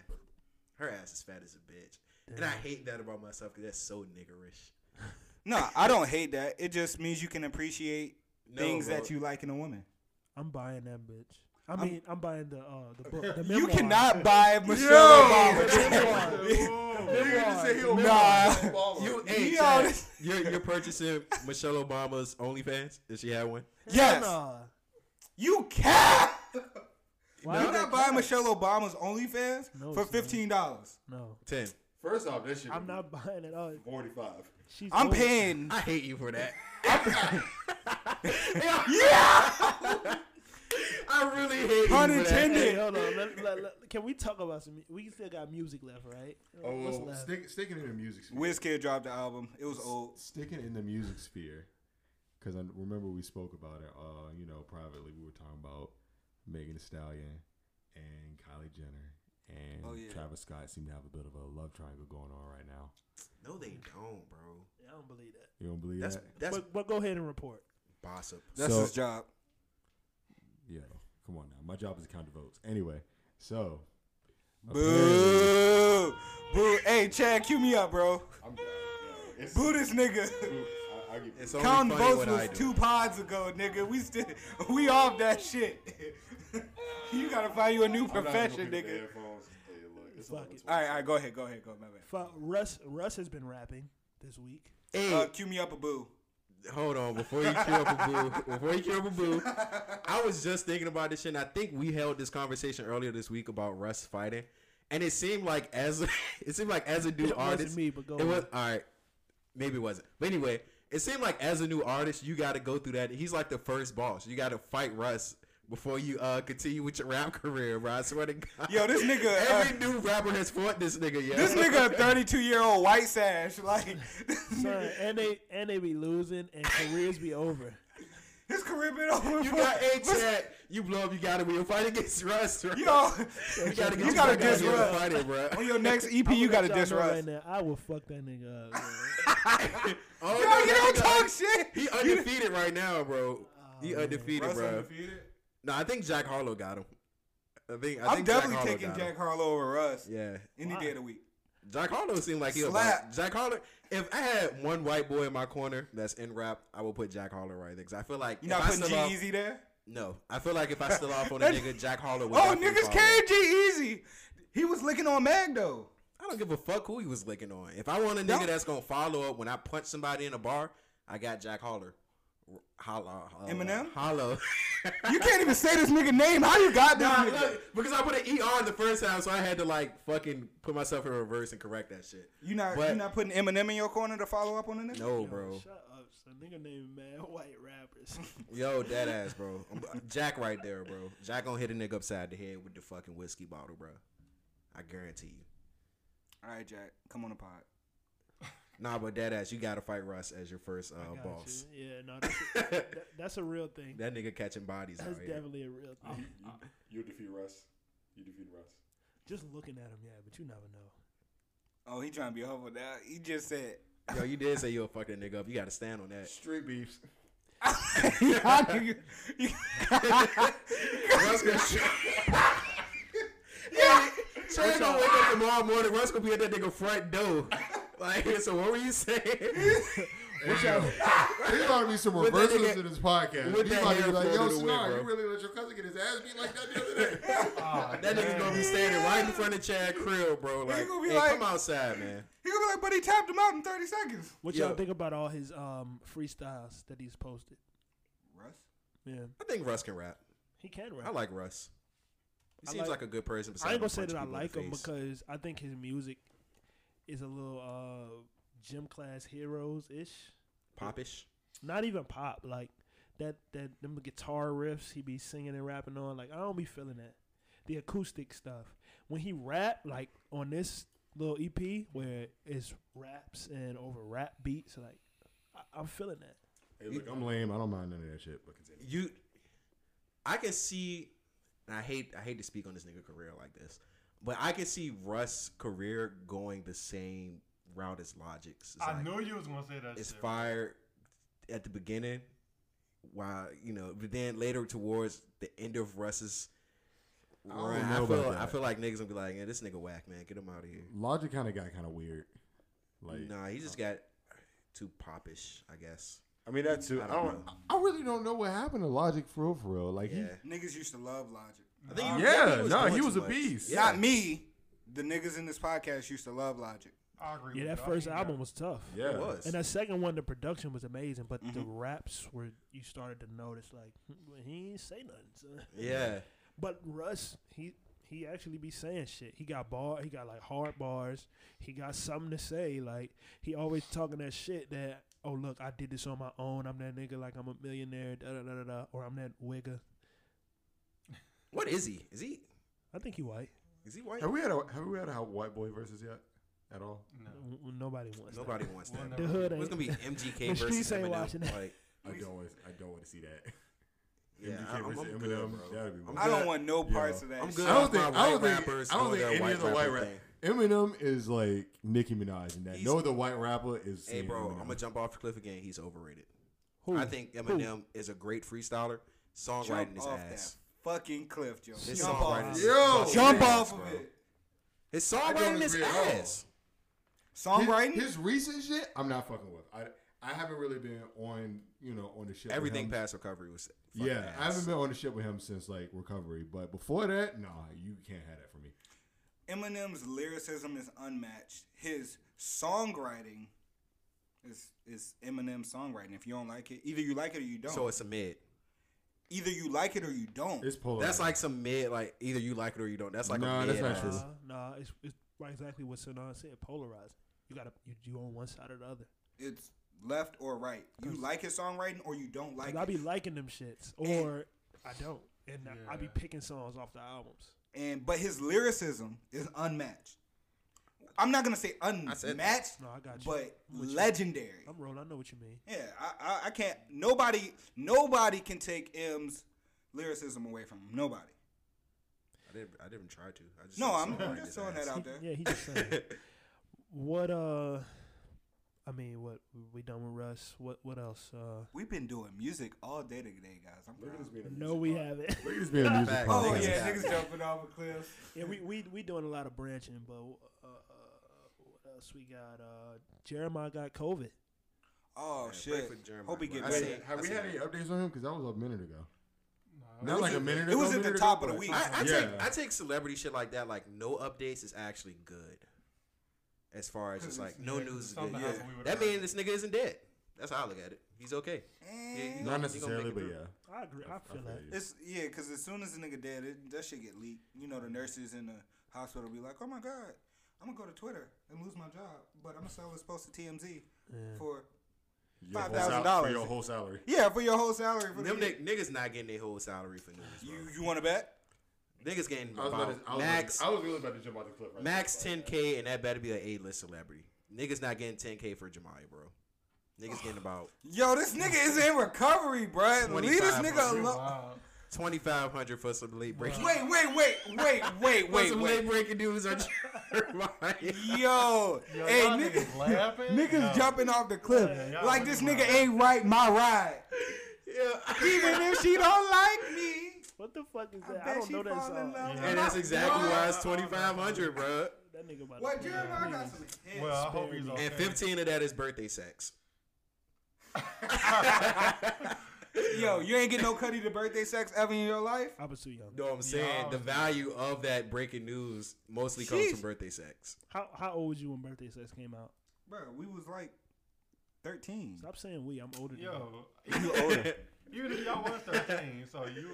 S1: her ass is fat as a bitch, and I
S3: Damn.
S1: hate that about myself because that's so niggerish.
S3: No, I don't hate that. It just means you can appreciate
S1: No,
S3: things
S1: bro.
S3: that you like in a woman.
S2: I'm buying that bitch. I
S3: I'm-
S2: mean, I'm, buying the uh, the
S3: <laughs>
S2: book. The
S3: You
S2: memoir.
S3: cannot buy Michelle Obama. nah,
S1: you,
S3: you,
S1: hey,
S3: you
S1: Chad,
S3: <laughs> honest-
S1: you're, you're purchasing Michelle Obama's OnlyFans? Does she have one?
S3: Yes. You cap.
S17: Why
S3: you
S17: would
S3: not
S17: I
S3: buy
S17: cap?
S3: Michelle Obama's OnlyFans
S2: No,
S3: for
S2: it's not.
S3: fifteen dollars?
S2: No.
S1: Ten.
S17: First off, that shit.
S2: I'm not buying it. Uh,
S17: Forty-five.
S2: she's
S3: I'm
S2: old.
S3: paying.
S1: I hate you for that.
S3: yeah.
S1: I really hate
S3: <laughs> Pun
S1: you for that.
S3: intended. <laughs>
S2: Hey, hold on. Let, let, let, can we talk about some? mu- We still got music left, right?
S4: Oh,
S2: What's
S4: well,
S2: left?
S4: stick, sticking in the music sphere.
S3: Wizkid dropped the album. It was old.
S4: Sticking in the music sphere, because I remember we spoke about it. Uh, you know, privately we were talking about Megan Thee Stallion and Kylie Jenner and
S3: Oh, yeah.
S4: Travis Scott seem to have a bit of a love triangle going on right now.
S1: No, they don't, bro.
S2: Yeah, I don't believe that.
S4: You don't believe
S1: That's
S4: that?
S1: that's
S2: but, but go ahead and report.
S1: gossip.
S3: That's
S4: So-
S3: his job.
S4: Yeah, come on now. My job is to count the votes. Anyway, so
S3: Boo. Boo. Hey, Chad, cue me up, bro. Boo this nigga. <laughs>
S1: It's only
S3: Counting
S1: funny
S3: votes
S1: when I
S3: was
S1: do.
S3: two pods ago, nigga. We still <laughs> we off that shit. <laughs> you gotta find you a new profession, nigga.
S2: Fuck it.
S3: All right, all right, go ahead, go ahead, go. My bad.
S2: Fuck, Russ. Russ has been rapping this week.
S1: Hey,
S3: Uh, cue me up a boo.
S1: hold on before you cue up a boo. Before you cue up a boo, I was just thinking about this shit. And I think we held this conversation earlier this week about Russ fighting, and it seemed like as <laughs> it seemed like as a new
S2: It wasn't
S1: artist,
S2: me, but go
S1: it was
S2: on.
S1: all right. Maybe it wasn't, but anyway, it seemed like as a new artist, you got to go through that. He's like the first boss. You got to fight Russ. Before you uh continue with your rap <laughs> career, bro, I swear to God.
S3: Yo, this nigga, uh,
S1: Every new rapper has fought this nigga. Yeah,
S3: This nigga a 32 year old white sash. Like <laughs>
S2: Son, and they and they be losing, and careers be over.
S3: his career been over.
S1: <laughs> You
S3: for- <laughs>
S1: got a
S3: Listen,
S1: chat. You blow up. You got to win. Fight against Russ. Bro.
S3: Yo,
S1: you got to
S3: you gotta diss Russ.
S1: Fight it, bro.
S3: on your next EP,
S2: I
S3: you
S2: will
S3: gotta
S2: let y'all
S3: diss
S2: know
S3: Russ.
S2: right
S3: <laughs>
S2: now. I will fuck that nigga up. man.
S1: Oh,
S3: Yo,
S1: no,
S3: you
S1: no,
S3: don't
S1: he
S3: talk
S1: un-
S3: shit. <laughs>
S1: He undefeated right now, bro. He undefeated,
S3: Oh, Russ
S1: bro.
S3: undefeated?
S1: No, I think Jack Harlow got him. I think. I
S3: I'm
S1: think
S3: definitely
S1: Jack Harlow
S3: taking
S1: got
S3: Jack
S1: Him.
S3: Harlow over Russ
S1: Yeah,
S3: any
S2: Why?
S3: day of the week.
S1: Jack Harlow seemed like he
S3: Slap.
S1: about Jack Harlow. If I had one white boy in my corner that's in rap, I would put Jack Harlow right there because I feel like
S3: You
S1: if
S3: not
S1: I
S3: putting G
S1: still off-
S3: Easy there?
S1: No, I feel like if I still off on a
S3: <laughs> That-
S1: nigga, Jack Harlow. Would
S3: Oh,
S1: definitely
S3: niggas
S1: follow.
S3: came G Easy. He was licking on Mag though.
S1: I don't give a fuck who he was licking on. If I want a nigga
S3: Don't-
S1: that's gonna follow up when I punch somebody in a bar, I got Jack Holler. Hollow.
S3: Eminem?
S1: Hollow. <laughs>
S3: You can't even say this nigga name. How you got
S1: Nah,
S3: that? nigga?
S1: look, because I put an E on the first time, so I had to like fucking put myself in reverse and correct that shit.
S3: You not
S1: But-
S3: you not putting Eminem in your corner to follow up on the nigga?
S1: No, bro.
S2: Shut up, son. Nigga named Mad White Rappers.
S1: Yo, dead ass, bro. I'm- Jack right there, bro. Jack gonna hit a nigga upside the head with the fucking whiskey bottle, bro. I guarantee you.
S3: All right, Jack, come on the pod.
S1: Nah, but dead ass, you gotta fight Russ as your first uh,
S2: Got
S1: boss.
S2: you. Yeah, no, that's a, that, that's a real thing.
S1: That oh, nigga catching bodies
S2: That's
S1: out here.
S2: definitely a real
S4: Um,
S2: thing.
S18: You defeat Russ. You defeat Russ.
S2: Just looking at him, yeah, but you never know.
S3: Oh, he trying to be humble now. He just said
S1: Yo, you did say you'll fuck that nigga up. You gotta stand on that.
S18: Street beefs.
S1: Russ gonna yeah. Chad gonna wake up tomorrow morning. Russ gonna be at that nigga front door.
S3: <laughs>
S1: Like, so what were you saying?
S18: There's gotta be some
S1: With that
S18: reversals
S1: nigga-
S18: in this podcast.
S1: with
S18: You
S1: that
S18: might be
S1: hair
S18: like, yo,
S1: floated away,
S18: Snar,
S1: bro."
S18: you really let your cousin get his ass beat like that the other day?
S1: <laughs> That nigga's
S5: Oh,
S1: gonna be standing right in front of Chad Krill, bro. Like,
S3: gonna be
S1: hey,
S3: like-
S1: come outside, man.
S3: he gonna be like, but he tapped him out in thirty seconds.
S2: What
S1: Yo.
S2: y'all think about all his um freestyles that he's posted?
S3: Russ,
S2: Yeah,
S1: I think Russ can rap.
S2: he can rap.
S1: I like Russ. He
S2: I
S1: seems
S2: like-
S1: like, a good person.
S2: I
S1: besides
S2: ain't gonna
S1: a
S2: say
S1: bunch
S2: that I
S1: of
S2: like
S1: people in
S2: him
S1: the face.
S2: because I think his music is a little uh gym class heroes ish.
S1: popish.
S2: Not even pop, like that that them guitar riffs he be singing and rapping on. Like I don't be feeling that. The acoustic stuff. When he rap, like on this little EP where it's raps and over rap beats, like I, I'm feeling that.
S4: Hey, look, I'm lame. I don't mind none of that shit. But continue.
S1: You, I can see, and I hate, I hate to speak on this nigga career like this, but I can see Russ' career going the same route as Logic's. It's
S5: I
S1: like,
S5: knew you was gonna say that.
S1: it's
S5: shit.
S1: fire at the beginning, while you know, but then later towards the end of Russ's.
S4: don't
S1: run, I,
S4: know about
S1: feel, I
S4: that.
S1: feel like niggas gonna be like, yeah, this nigga whack, man, get him out of here.
S4: Logic kind of got kind of weird. Like,
S1: nah, he just got too popish, I guess.
S18: I mean, that too.
S1: I
S18: I
S1: don't
S18: don't.
S1: know.
S4: I really don't know what happened to Logic for real, for real. Like,
S1: Yeah.
S3: niggas used to love Logic.
S1: I think he-
S18: Yeah,
S1: I think
S18: nah,
S1: doing
S18: he
S1: too
S18: was a
S1: much.
S18: beast.
S1: Yeah.
S3: Not me. The niggas in this podcast used to love Logic.
S5: I agree.
S2: Yeah, that
S5: with you. I
S2: first
S5: think
S2: album was tough.
S4: he, yeah,
S1: It was.
S2: And that second one, the production was amazing, but the
S1: Mm-hmm.
S2: raps were you started to notice like "Hmm, he ain't say nothing. Son.
S1: Yeah.
S2: <laughs> But Russ, he he actually be saying shit. He got bar, he got like hard bars. He got something to say. Like he always talking that shit that oh look, I did this on my own. I'm that nigga like I'm a millionaire. Da da da da. da or I'm that wigger.
S1: What is he? Is he
S2: I think he white.
S1: is he white?
S4: Have we had a have we had a white boy versus yet at all?
S2: N- n- Nobody wants that.
S1: Nobody wants that.
S2: The hood ain't.
S1: It's gonna be <laughs>
S2: The
S1: MGK
S2: streets
S1: versus
S2: ain't
S1: Eminem.
S2: watching that.
S1: Like,
S4: I don't want I don't want to see that.
S1: yeah,
S4: MGK
S1: I- I'm,
S4: versus
S1: I'm
S4: Eminem.
S1: good, bro.
S4: That'd be
S1: I'm
S4: wild.
S3: I
S1: good.
S3: don't want no parts of that.
S1: I'm
S3: shit.
S1: good.
S4: I don't
S1: with my
S4: think I don't
S1: white
S4: think
S1: rappers
S4: I don't
S1: doing
S4: think
S1: that
S4: any
S1: white
S4: of the white
S1: rapper
S4: rap.
S1: thing.
S4: Eminem is like Nicki Minaj and that.
S1: He's-
S4: no other white rapper is.
S1: Hey,
S4: saying
S1: bro,
S4: Eminem.
S1: I'm gonna jump off the cliff again. He's overrated.
S2: Who?
S1: I think Eminem is a great freestyler. Songwriting
S3: Jump
S1: is
S3: off
S1: ass.
S3: that fucking cliff, Joe.
S1: His
S3: Jump off.
S1: songwriting is
S18: Yo!
S1: fucking
S3: Jump
S1: ass,
S3: off of
S1: bro.
S3: it.
S1: His
S18: That joint
S1: songwriting
S18: is
S1: is
S18: weird. Oh.
S1: ass.
S3: Songwriting?
S4: His, his recent shit, I'm not fucking with. I I haven't really been on you know on the shit. with
S1: Everything
S4: him.
S1: past recovery was. fucking
S4: Yeah, I
S1: ass.
S4: haven't been on the shit with him since like recovery, but before that, nah, you can't have that for me.
S3: Eminem's lyricism is unmatched. His songwriting is is Eminem's songwriting. If you don't like it, either you like it or you don't.
S1: So it's a mid.
S3: either you like it or you don't.
S4: It's polarized.
S1: That's like some mid. Like either you like it or you don't. That's like
S4: Nah,
S1: a mid. uh,
S4: that's not true.
S1: ass.
S2: Nah, nah, it's, it's right exactly what Sonan said. Polarized. You gotta you, you on one side or the other.
S3: It's left or right. You like his songwriting or you don't
S2: Like
S3: like
S2: I
S3: it.
S2: be liking them shits, or I don't, and I I be picking songs off the albums.
S3: and but his lyricism is unmatched. I'm not gonna say
S1: said that.
S3: unmatched,
S2: No, I got you.
S3: but
S2: I'm with you.
S3: legendary.
S2: I'm rolling. I know what you mean.
S3: Yeah, I, I, I can't. Nobody, nobody can take M's lyricism away from him. Nobody.
S1: I didn't. I didn't try to. I just
S3: No,
S1: said
S3: I'm,
S1: songwriting
S3: I'm just
S1: is
S3: throwing
S1: ass.
S3: that out there.
S2: Yeah, he just saying.
S3: <laughs>
S2: what uh, I mean, what we done with Russ? What what else? Uh,
S3: We've been doing music all day today, guys. I'm proud.
S2: no, we haven't.
S4: Look at this being a music
S1: Fact.
S3: Oh
S4: podcast.
S3: yeah, niggas jumping off a cliff.
S2: <laughs> yeah, we we we doing a lot of branching, but uh, uh, what else we got? Uh, Jeremiah got COVID.
S3: Oh
S1: pray
S3: shit.
S1: for Jeremiah,
S3: Hope he
S1: bro.
S3: get
S1: I
S3: better.
S1: said-
S4: Have we
S1: I
S4: had
S1: said-
S4: any updates on him? Because that was a minute ago. Not
S1: was
S4: like a
S1: at-
S4: minute ago.
S3: it was at
S4: minute
S3: the
S4: ago,
S3: top of
S4: but-
S3: the week.
S1: I, I
S4: Yeah.
S1: take I take celebrity shit like that. Like no updates is actually good. As far as just like no
S5: yeah,
S1: news is good.
S5: something else we
S1: Yeah.
S5: would've
S1: That
S5: heard.
S1: means this nigga isn't dead. That's how I look at it. He's okay. He- he
S4: Not
S1: gonna- he gonna
S4: necessarily,
S1: make it
S4: but
S1: through.
S4: yeah.
S2: I agree. I feel that.
S3: It's yeah, because as soon as the nigga dead, it, that shit get leaked. You know, the nurses in the hospital be like, "Oh my god, I'm gonna go to Twitter and lose my job, but I'm gonna sell this post to TMZ for
S1: Your
S3: five
S1: whole
S3: thousand
S1: sal-
S3: dollars
S1: for your whole salary.
S3: Yeah, for your whole salary. For the
S1: Them
S3: year.
S1: ni- niggas not getting their whole salary for news. Bro. You
S3: you want to bet?
S1: Niggas getting
S19: I was about
S1: about
S19: to- I was
S1: max.
S19: really- I was really about to jump out the cliff right
S1: max 10k, and that better be an A-list celebrity. Niggas not getting 10k for Jamaya, bro. Niggas getting about
S3: Yo, this nigga is in recovery, bruh. Leave this nigga
S1: 2500.
S3: alone.
S1: Twenty five hundred for some late breaking.
S3: Wait, wait, wait, wait, wait,
S1: For
S3: wait,
S1: some
S3: wait.
S1: late breaking news on
S19: <laughs>
S1: Yo,
S3: Yo, hey,
S1: y'all
S3: niggas,
S1: niggas laughing?
S3: niggas
S1: No.
S3: jumping off the cliff.
S1: Yeah, y'all
S3: like this nigga ain't right, my ride.
S1: <laughs>
S3: Even if she don't like me.
S2: What the fuck is
S3: I
S2: that? I,
S3: bet
S2: don't
S3: she
S2: know that
S3: fall in
S2: song.
S3: love.
S1: And that's exactly why it's twenty five hundred, bro.
S2: That nigga about
S3: What,
S2: to-
S3: Jeremiah? I got
S2: Please.
S3: some
S5: Well, I hope he's okay.
S1: And fifteen of that is
S19: <laughs>
S1: birthday sex. <laughs>
S3: Yo, you ain't get no Cuddy to birthday sex ever in your life?
S2: I was too young.
S1: No, I'm saying the value of that breaking news mostly comes from birthday sex.
S2: How how old was you when Birthday Sex came out?
S3: Bro, we was like 13.
S2: Stop saying we. I'm older than
S5: Yo,
S2: you.
S1: Oh,
S5: Even if y'all was 13, so you.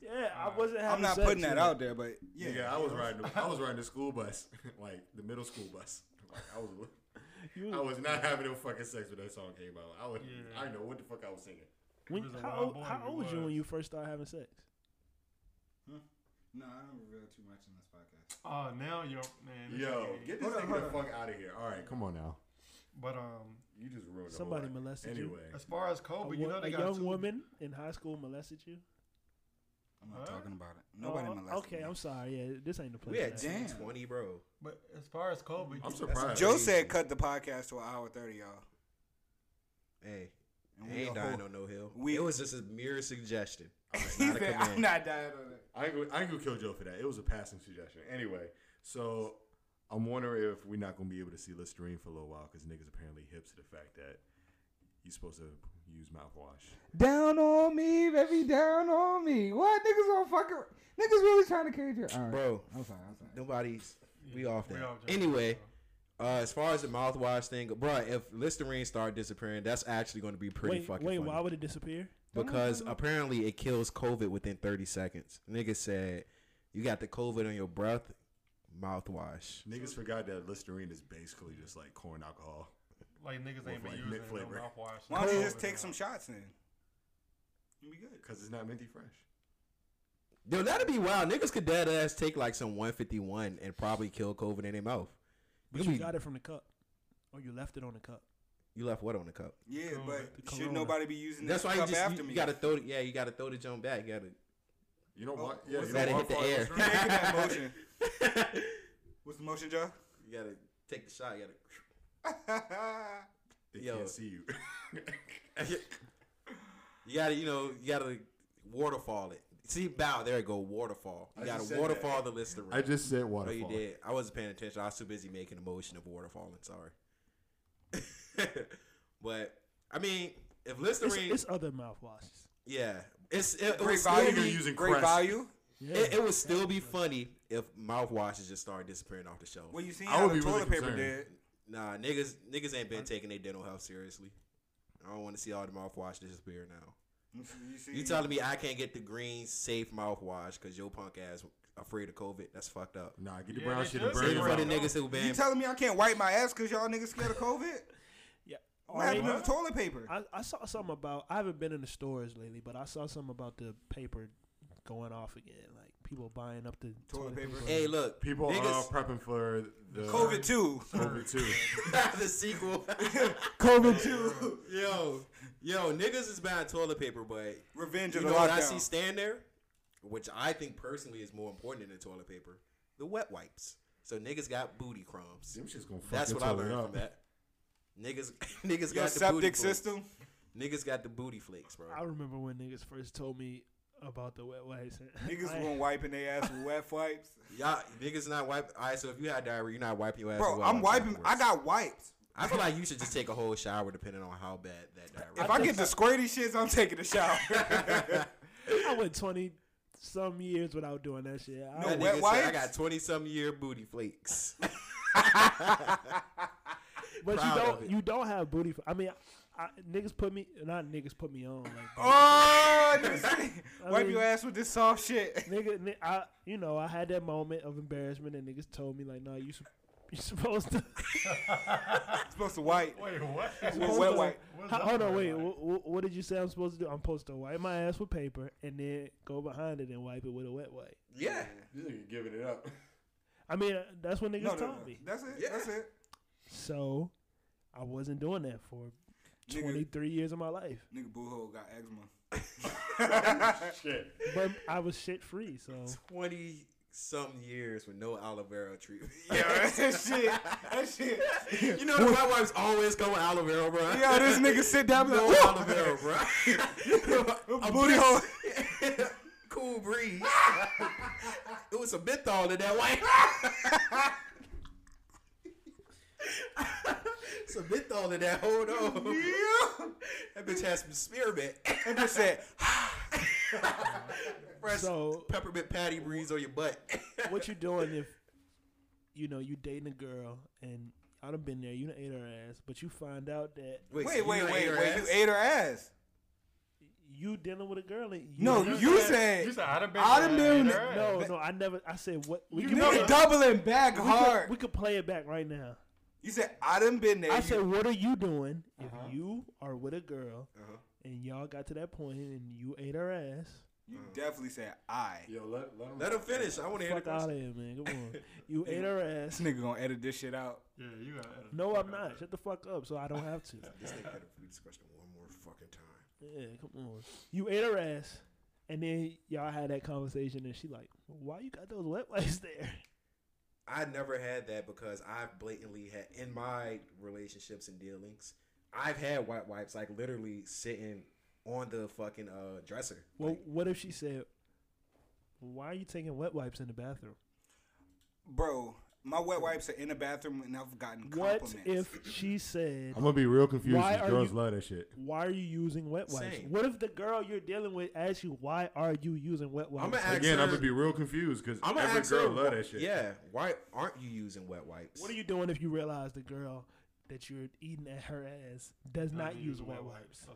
S2: Yeah, I wasn't having
S3: I'm not
S2: sex
S3: putting that
S2: yet.
S3: out there, but yeah.
S4: Yeah, I was riding. The, I was riding the school bus, <laughs> like the middle school bus. <laughs> Like, I was, I was not having no fucking sex when that song came out. I was, I didn't know what the fuck I was singing.
S2: When,
S4: was a
S2: how
S4: wild
S2: old,
S4: boy
S2: how
S4: we
S2: old was you when you first started having sex?
S3: No, I don't reveal too much in this podcast.
S5: Oh, now yo, man. this
S4: Yo,
S5: nigga-
S4: get this nigga the fuck out of here. All right, come on now.
S5: But um,
S4: You just ruined the
S2: Somebody
S4: whole-
S2: molested you.
S4: anyway.
S5: As far as Kobe,
S2: a,
S5: Oh, you
S2: wo-
S5: know they
S2: a
S5: got
S2: young
S5: two-
S2: woman in high school molested you.
S3: I'm not talking about it. Nobody
S2: Oh,
S3: molested
S2: Okay,
S3: me.
S2: I'm sorry. Yeah, this ain't the place.
S1: We
S2: for
S1: had
S2: that.
S1: damn twenty, bro.
S5: But as far as Kobe,
S1: I'm
S5: you-
S1: surprised.
S3: Joe said cut the podcast to an hour 30, y'all.
S1: Hey,
S3: And
S1: I
S3: we
S1: ain't
S3: a
S1: dying
S3: <laughs> whole-
S1: on no hill.
S3: we-
S1: it was just a mere <laughs> suggestion. It's
S3: He
S1: not a
S3: said,
S1: command.
S3: <laughs> I'm not dying on it.
S4: I ain't, gonna, I ain't gonna kill Joe for that. It was a passing suggestion. Anyway, so I'm wondering if we're not gonna be able to see Listerine for a little while because niggas apparently hip to the fact that you're supposed to use mouthwash.
S3: Down on me, baby, down on me. What? Niggas on fucking. Niggas really trying to cage your.
S1: Bro,
S3: I'm sorry, I'm sorry.
S1: Nobody's we off that.
S5: off that.
S1: anyway, uh, as far as the mouthwash thing, bro, if Listerine start disappearing, that's actually going to be pretty
S2: wait,
S1: fucking
S2: wait,
S1: funny.
S2: why would it disappear?
S1: Because apparently it kills COVID within 30 seconds. Nigga said, you got the COVID on your breath, mouthwash.
S4: Niggas forgot that Listerine is basically just like corn alcohol.
S5: like niggas
S4: With,
S5: ain't been
S4: like,
S5: using
S4: mint
S5: no
S4: flavor.
S5: mouthwash.
S3: Why don't you
S5: Kobe
S3: just take
S5: now. <laughs>
S3: some shots then? You'll be good.
S4: Because it's not minty fresh.
S1: Yo, that'd be wild. Niggas could dead ass take like some 151 and probably kill COVID in their mouth.
S2: But
S1: You'll
S2: you
S1: be-
S2: got it from the cup, or you left it on the cup.
S1: you left what on the cup?
S3: Yeah,
S2: The
S3: but should
S2: Corona.
S3: nobody be using
S1: That's
S3: this
S1: why you
S3: cup
S1: just
S3: after
S1: you,
S3: me?
S1: you gotta throw the yeah you gotta throw the jump back you gotta
S4: You know
S3: Oh,
S4: what? Yeah,
S3: what's
S4: you
S1: that?
S4: know
S1: Hit the air.
S3: You making that motion. What's the motion, Joe?
S1: <laughs>
S3: <laughs>
S1: you gotta take the shot you gotta
S4: They
S1: Yo.
S4: can't see you.
S1: You gotta, you know, you gotta waterfall it. See, bow, there you go, waterfall. You
S4: I
S1: gotta
S4: just said
S1: waterfall
S4: that.
S1: the listerine.
S4: I just said
S1: No, Oh, you
S4: waterfall.
S1: did. I wasn't paying attention. I was too busy making the motion of waterfalling. Sorry. <laughs> but I mean, if
S2: It's,
S1: listerine,
S2: it's other mouthwashes.
S1: yeah, it's it, it
S3: Great
S1: would still
S3: value.
S1: be,
S4: using
S3: Great
S4: Crest.
S3: value.
S1: it, it would still be funny if mouthwashes just started disappearing off the shelf.
S3: Well, you seen
S4: I
S3: how
S4: would
S3: the
S4: be really
S3: toilet paper did.
S4: concerned.
S1: Nah, niggas, niggas ain't been taking their dental health seriously. I don't want to see all the mouthwash disappear now.
S3: You, see,
S1: You telling me I can't get the green safe mouthwash because your punk ass afraid of COVID? That's fucked up.
S4: Nah, get the
S5: Yeah,
S4: brown
S5: they
S4: shit and
S5: just
S4: burn
S1: Save
S4: it
S1: it for the
S4: out.
S1: niggas who
S3: you
S1: been.
S3: telling me I can't wipe my ass because y'all niggas scared of COVID?
S2: Yeah.
S3: What happened to the
S2: Alright.
S3: toilet paper?
S2: I, I saw something about. I haven't been in the stores lately, but I saw something about the paper going off again. Like people buying up the
S3: Toilet paper.
S1: Hey, look,
S4: People are
S1: niggas,
S4: prepping for the
S1: Uh,
S3: <laughs> COVID two.
S4: COVID too.
S1: <laughs> the sequel.
S3: <laughs> COVID two.
S1: <laughs> yo, yo, niggas is buying toilet paper, but
S3: Revenge
S1: you
S3: of
S1: know
S3: the
S1: what
S3: lockdown.
S1: I see stand there, which I think personally is more important than the toilet paper, the wet wipes. So niggas got booty crumbs.
S4: Them shit's gonna fuck
S1: That's
S4: your
S1: what I
S4: toilet
S1: learned
S4: up.
S1: from that. Niggas, <laughs> niggas
S3: Your
S1: got the booty
S3: septic
S1: flakes.
S3: system. <laughs>
S1: Niggas got the booty flakes, bro.
S2: I remember when niggas first told me about the wet wipes. <laughs>
S3: Niggas
S2: I-
S3: weren't wiping their ass with wet wipes.
S1: Y'all niggas not wipe. All right, so if you had diarrhea, you're not wiping your ass.
S3: Bro,
S1: well
S3: I'm wiping.
S1: afterwards.
S3: I got wiped.
S1: I feel like you should just take a whole shower, depending on how bad that diarrhea.
S3: If I get the squirty shits, I'm taking a <laughs> shower.
S2: I <laughs> went twenty some years without doing that shit. I,
S3: No
S1: That
S3: way.
S1: nigga
S3: wet
S1: said, I
S3: wipes?
S1: got twenty some year booty
S3: <laughs>
S1: flakes.
S2: but you
S1: proud of
S2: don't
S1: it.
S2: you don't have booty. I mean, I, niggas put me, not niggas put me on. Like,
S3: Oh, this-
S2: I
S3: wipe
S2: mean,
S3: your ass with this soft shit. <laughs>
S2: Nigga, ni- I, you know, I had that moment of embarrassment, and niggas told me like, "No, you, sup- you supposed to." <laughs>
S3: supposed to white.
S5: Wait, what?
S2: You're supposed
S3: Wet
S2: to-
S3: wipe.
S5: What's
S2: Ho-
S5: up
S2: Hold
S5: with
S2: on,
S5: wet
S2: wait. What, what did you say I'm supposed to do? I'm supposed to wipe my ass with paper and then go behind it and wipe it with a wet wipe.
S1: Yeah.
S4: This nigga giving it up. <laughs>
S2: I mean, uh, that's what niggas
S3: No, no,
S2: taught
S3: no.
S2: me.
S3: That's it. That's it.
S2: So, I wasn't doing that for
S3: Nigga.
S2: 23 years of my life.
S3: Nigga Booho got eczema.
S4: Shit.
S2: But I was shit free, so.
S1: Twenty something years with no aloe vera treatment.
S3: Yeah, <laughs> that shit. That
S1: <laughs>
S3: shit.
S1: You know my wife's always going aloe vera, bro.
S3: Yo, this <laughs> nigga sit down be like,
S1: no
S3: "Woo!"
S1: aloe vera, bro. <laughs> A
S3: Booty
S1: brisk-
S3: hole. <laughs>
S1: cool breeze. <laughs> it was a menthol in that white. <laughs> it's a menthol in that. Hold on. That bitch has some spearmint. <laughs>
S3: That bitch said,
S1: Fresh
S2: So-
S1: peppermint patty breeze on your butt. <laughs>
S2: what you doing if you know you dating a girl and I done been there, you done ate her ass, but you find out that
S1: Wait, so
S3: wait,
S1: you
S3: wait,
S1: done ate
S3: wait,
S1: her
S3: wait.
S1: ass?
S3: You ate her ass.
S2: you dealing with a girl and you
S3: No,
S2: never-
S3: you said.
S5: You said I'd have been.
S3: I'd have been-
S2: no, no, I never I said what we
S3: You
S2: can play,
S3: nigga doubling back
S2: we, could,
S3: hard.
S2: we could play it back right now.
S3: You said, I done been there.
S2: I
S3: You- Uh-huh.
S2: said, what are you doing if you are with a girl and y'all got to that point and you ate her ass?
S3: you definitely said, I.
S4: Yo, let, let him.
S1: Let him finish. I want to hear the
S2: Fuck out
S1: question.
S2: of here, man. Come
S3: <laughs>
S2: on, you ate her ass.
S3: This nigga gonna edit this shit out.
S5: Yeah, you got it.
S2: No, I'm not. Shut the fuck up, so I don't have to.
S1: This nigga had to read this question one more fucking time.
S2: Yeah, come on. You ate her ass, and then y'all had that conversation, and she like, "Why you got those wet wipes <laughs> there?"
S1: I never had that because I've blatantly had in my relationships and dealings, I've had white wipes like literally sitting on the fucking uh, dresser.
S2: Well,
S1: Like,
S2: what if she said, "Why are you taking wet wipes in the bathroom?"
S3: Bro, my wet wipes are in the bathroom and I've gotten compliments.
S2: What if she said,
S20: I'm gonna be real confused.
S2: Why
S20: 'cause
S2: are
S20: Girls
S2: you-
S20: love that shit.
S2: "Why are you using wet wipes?"
S1: Same.
S2: What if the girl you're dealing with asks you, "Why are you using wet wipes?"
S1: I'ma ask-
S20: Again, I'm
S1: her-
S20: gonna be real confused because
S1: I'm gonna
S20: every
S1: ask her,
S20: girl
S1: why-
S20: love that shit.
S1: Yeah, why aren't you using wet wipes?
S2: what are you doing if you realize the girl that you're eating at her ass does not use wet wipes?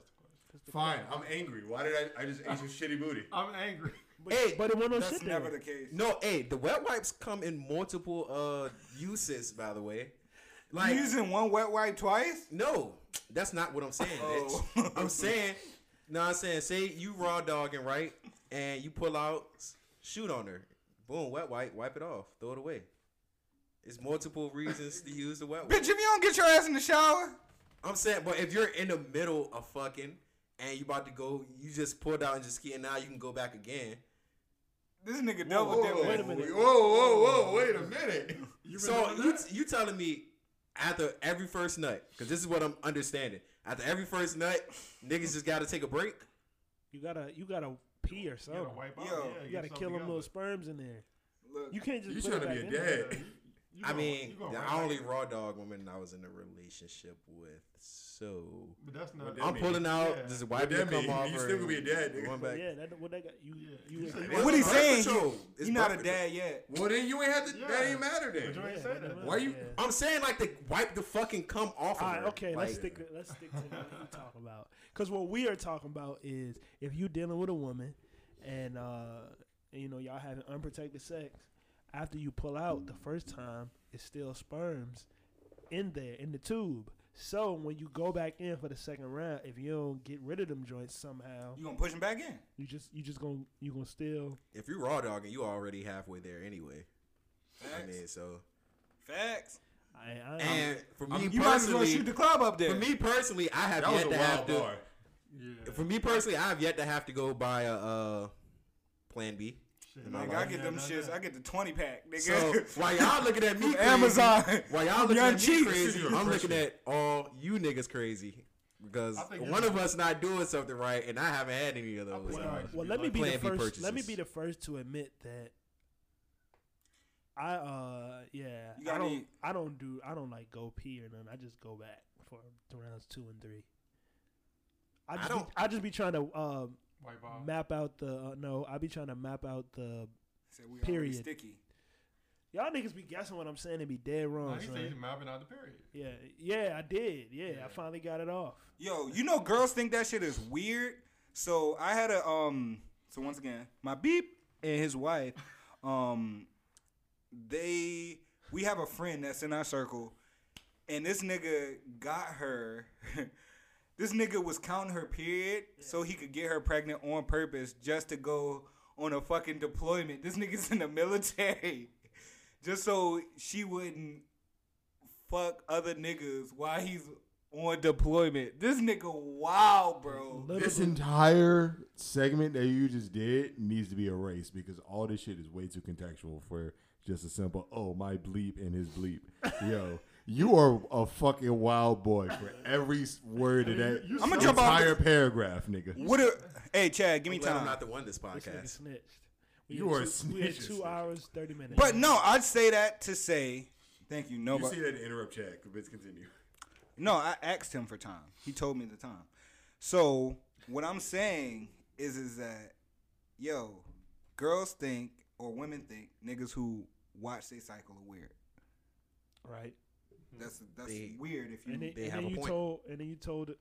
S4: Fine, I'm angry. Why did I? I just ate your shitty booty.
S5: I'm angry. <laughs>
S1: Hey,
S2: But it won't no
S3: That's
S2: shit there.
S3: never the case.
S1: no, hey, the wet wipes come in multiple uh uses. By the way, like
S3: you using one wet wipe twice?
S1: No, that's not what I'm saying,
S3: Oh.
S1: bitch. I'm saying, no, I'm saying, say you raw dogging, right? And you pull out, s- shoot on her. Boom, wet wipe, wipe it off, throw it away. It's multiple reasons to use the wet
S3: Bitch,
S1: wipe.
S3: if you don't get your ass in the shower,
S1: I'm saying, but if you're in the middle of fucking and you about to go, you just pulled out and just ski, and now you can go back again.
S3: this nigga
S4: Whoa,
S3: double dip.
S4: wait
S2: a minute.
S4: Whoa, whoa, whoa! Wait a minute. <laughs>
S1: so you, you telling me after every first nut, because this is what I'm understanding. After every first nut, niggas just got to take a break.
S2: You gotta, you gotta pee or
S5: You
S2: something.
S5: gotta wipe out.
S3: Yo,
S5: yeah,
S2: You
S5: get
S2: gotta kill
S5: something
S2: them little
S5: together.
S2: sperms in there.
S3: Look,
S2: You can't
S4: You
S2: just. put
S4: trying
S2: it
S4: to
S2: back
S4: be a
S2: in there.
S4: <laughs> dad?
S5: You
S1: I
S5: gonna-
S1: mean,
S5: you gonna wipe
S1: the only
S5: out.
S1: raw dog woman I was in a relationship with. So
S5: But that's not.
S4: But
S1: I'm
S4: mean-
S1: pulling out.
S5: Yeah.
S1: Just wipe
S4: that
S1: it come
S4: mean?
S1: off.
S4: You still gonna be a dad, nigga.
S1: Going
S2: But
S1: back.
S2: yeah, that, what that got you. You,
S5: You say
S2: you
S5: what?
S3: what he's
S1: Birth
S3: saying,
S1: control.
S3: he,
S1: It's
S3: he not a
S1: birth control.
S3: dad yet.
S4: Well, then you ain't had to. That
S5: Yeah.
S4: ain't matter
S5: But you
S4: then.
S5: ain't say that.
S4: Why you?
S2: Yeah.
S1: I'm saying like to wipe the fucking cum off.
S2: All
S1: Of
S2: right,
S4: <laughs>
S1: her.
S2: okay, let's
S1: Like,
S2: stick. To, let's stick to what we talking about. Because what we are talking about is if you dealing with a woman, and uh, and, you know y'all having unprotected sex, after you pull out the first time, it's still sperms in there in the tube. So when you go back in for the second round, if you don't get rid of them joints somehow,
S3: You gonna push him back in?
S2: you just you just gonna you gonna still.
S1: If you raw dogging, you already halfway there anyway. I
S3: Facts.
S1: mean, so
S3: Facts.
S2: I, I,
S1: and for me
S3: You might as well shoot
S1: personally,
S3: the club up there.
S1: for me personally, I have
S4: That was
S1: yet
S4: a
S1: to have
S4: wild
S1: to.
S4: bar.
S5: Yeah.
S1: For me personally, I have yet to have to go buy a uh, plan B. in my
S3: Nigga,
S1: life.
S3: I get them shits. I get the twenty pack, <laughs>
S1: So <laughs>
S3: nigga.
S1: while y'all looking at me
S3: From
S1: crazy,
S3: Amazon.
S1: while y'all
S3: From
S1: looking
S3: Young
S1: at me
S3: Chiefs.
S1: crazy,
S4: This is
S1: I'm
S4: your
S1: looking
S4: freshman.
S1: at all you niggas crazy because
S5: I think
S1: one
S5: this-
S1: of us not doing something right, and I haven't had any of those.
S5: Well,
S1: uh,
S2: Well, let me
S1: like
S2: be the
S1: Plan B
S2: first. Let me
S1: purchases.
S2: be the first to admit that I uh yeah
S3: You
S2: I
S3: gotta
S2: don't
S3: eat.
S2: I don't do I don't like go pee or nothing. I just go back for rounds two and three. I
S1: I
S2: just
S1: don't-
S2: Be, I just be trying to um
S5: Wipe off.
S2: map out the uh, no. I be trying to map out the
S3: Said we already
S2: Period.
S3: Sticky.
S2: Y'all niggas be guessing what I'm saying and be dead wrong.
S5: Nah, he said
S2: son.
S5: he's mapping out the period.
S2: Yeah, yeah, I did. Yeah, I finally got it off.
S3: Yo, you know girls think that shit is weird. So I had a um so once again, my beep and his wife, um they we have a friend that's in our circle and this nigga got her <laughs> this nigga was counting her period so he could get her pregnant on purpose just to go on a fucking deployment. This nigga's in the military. <laughs> Just so she wouldn't fuck other niggas while he's on deployment. This nigga wild, bro.
S4: This entire segment that you just did needs to be erased because all this shit is way too contextual for just a simple "oh my bleep" and his bleep. Yo, you are a fucking wild boy for every s- word of that
S3: You- you I'ma jump off
S4: entire
S3: this-
S4: paragraph, nigga.
S3: What a hey Chad, give me
S1: I'm glad I'm
S3: time.
S1: not the one this
S2: This nigga
S1: podcast.
S2: snitched.
S4: You
S2: had
S4: are
S2: two, We had
S4: snitches.
S2: two hours thirty minutes.
S3: But no, I'd say that to say thank you.
S4: you
S3: Nobody.
S4: see that interrupt chat? Let's continue.
S3: No, I asked him for time. He told me the time. So what I'm saying is, is that yo, girls think or women think niggas who watch they cycle are weird.
S2: right.
S3: That's that's weird if you.
S2: and then, and then you told and then you told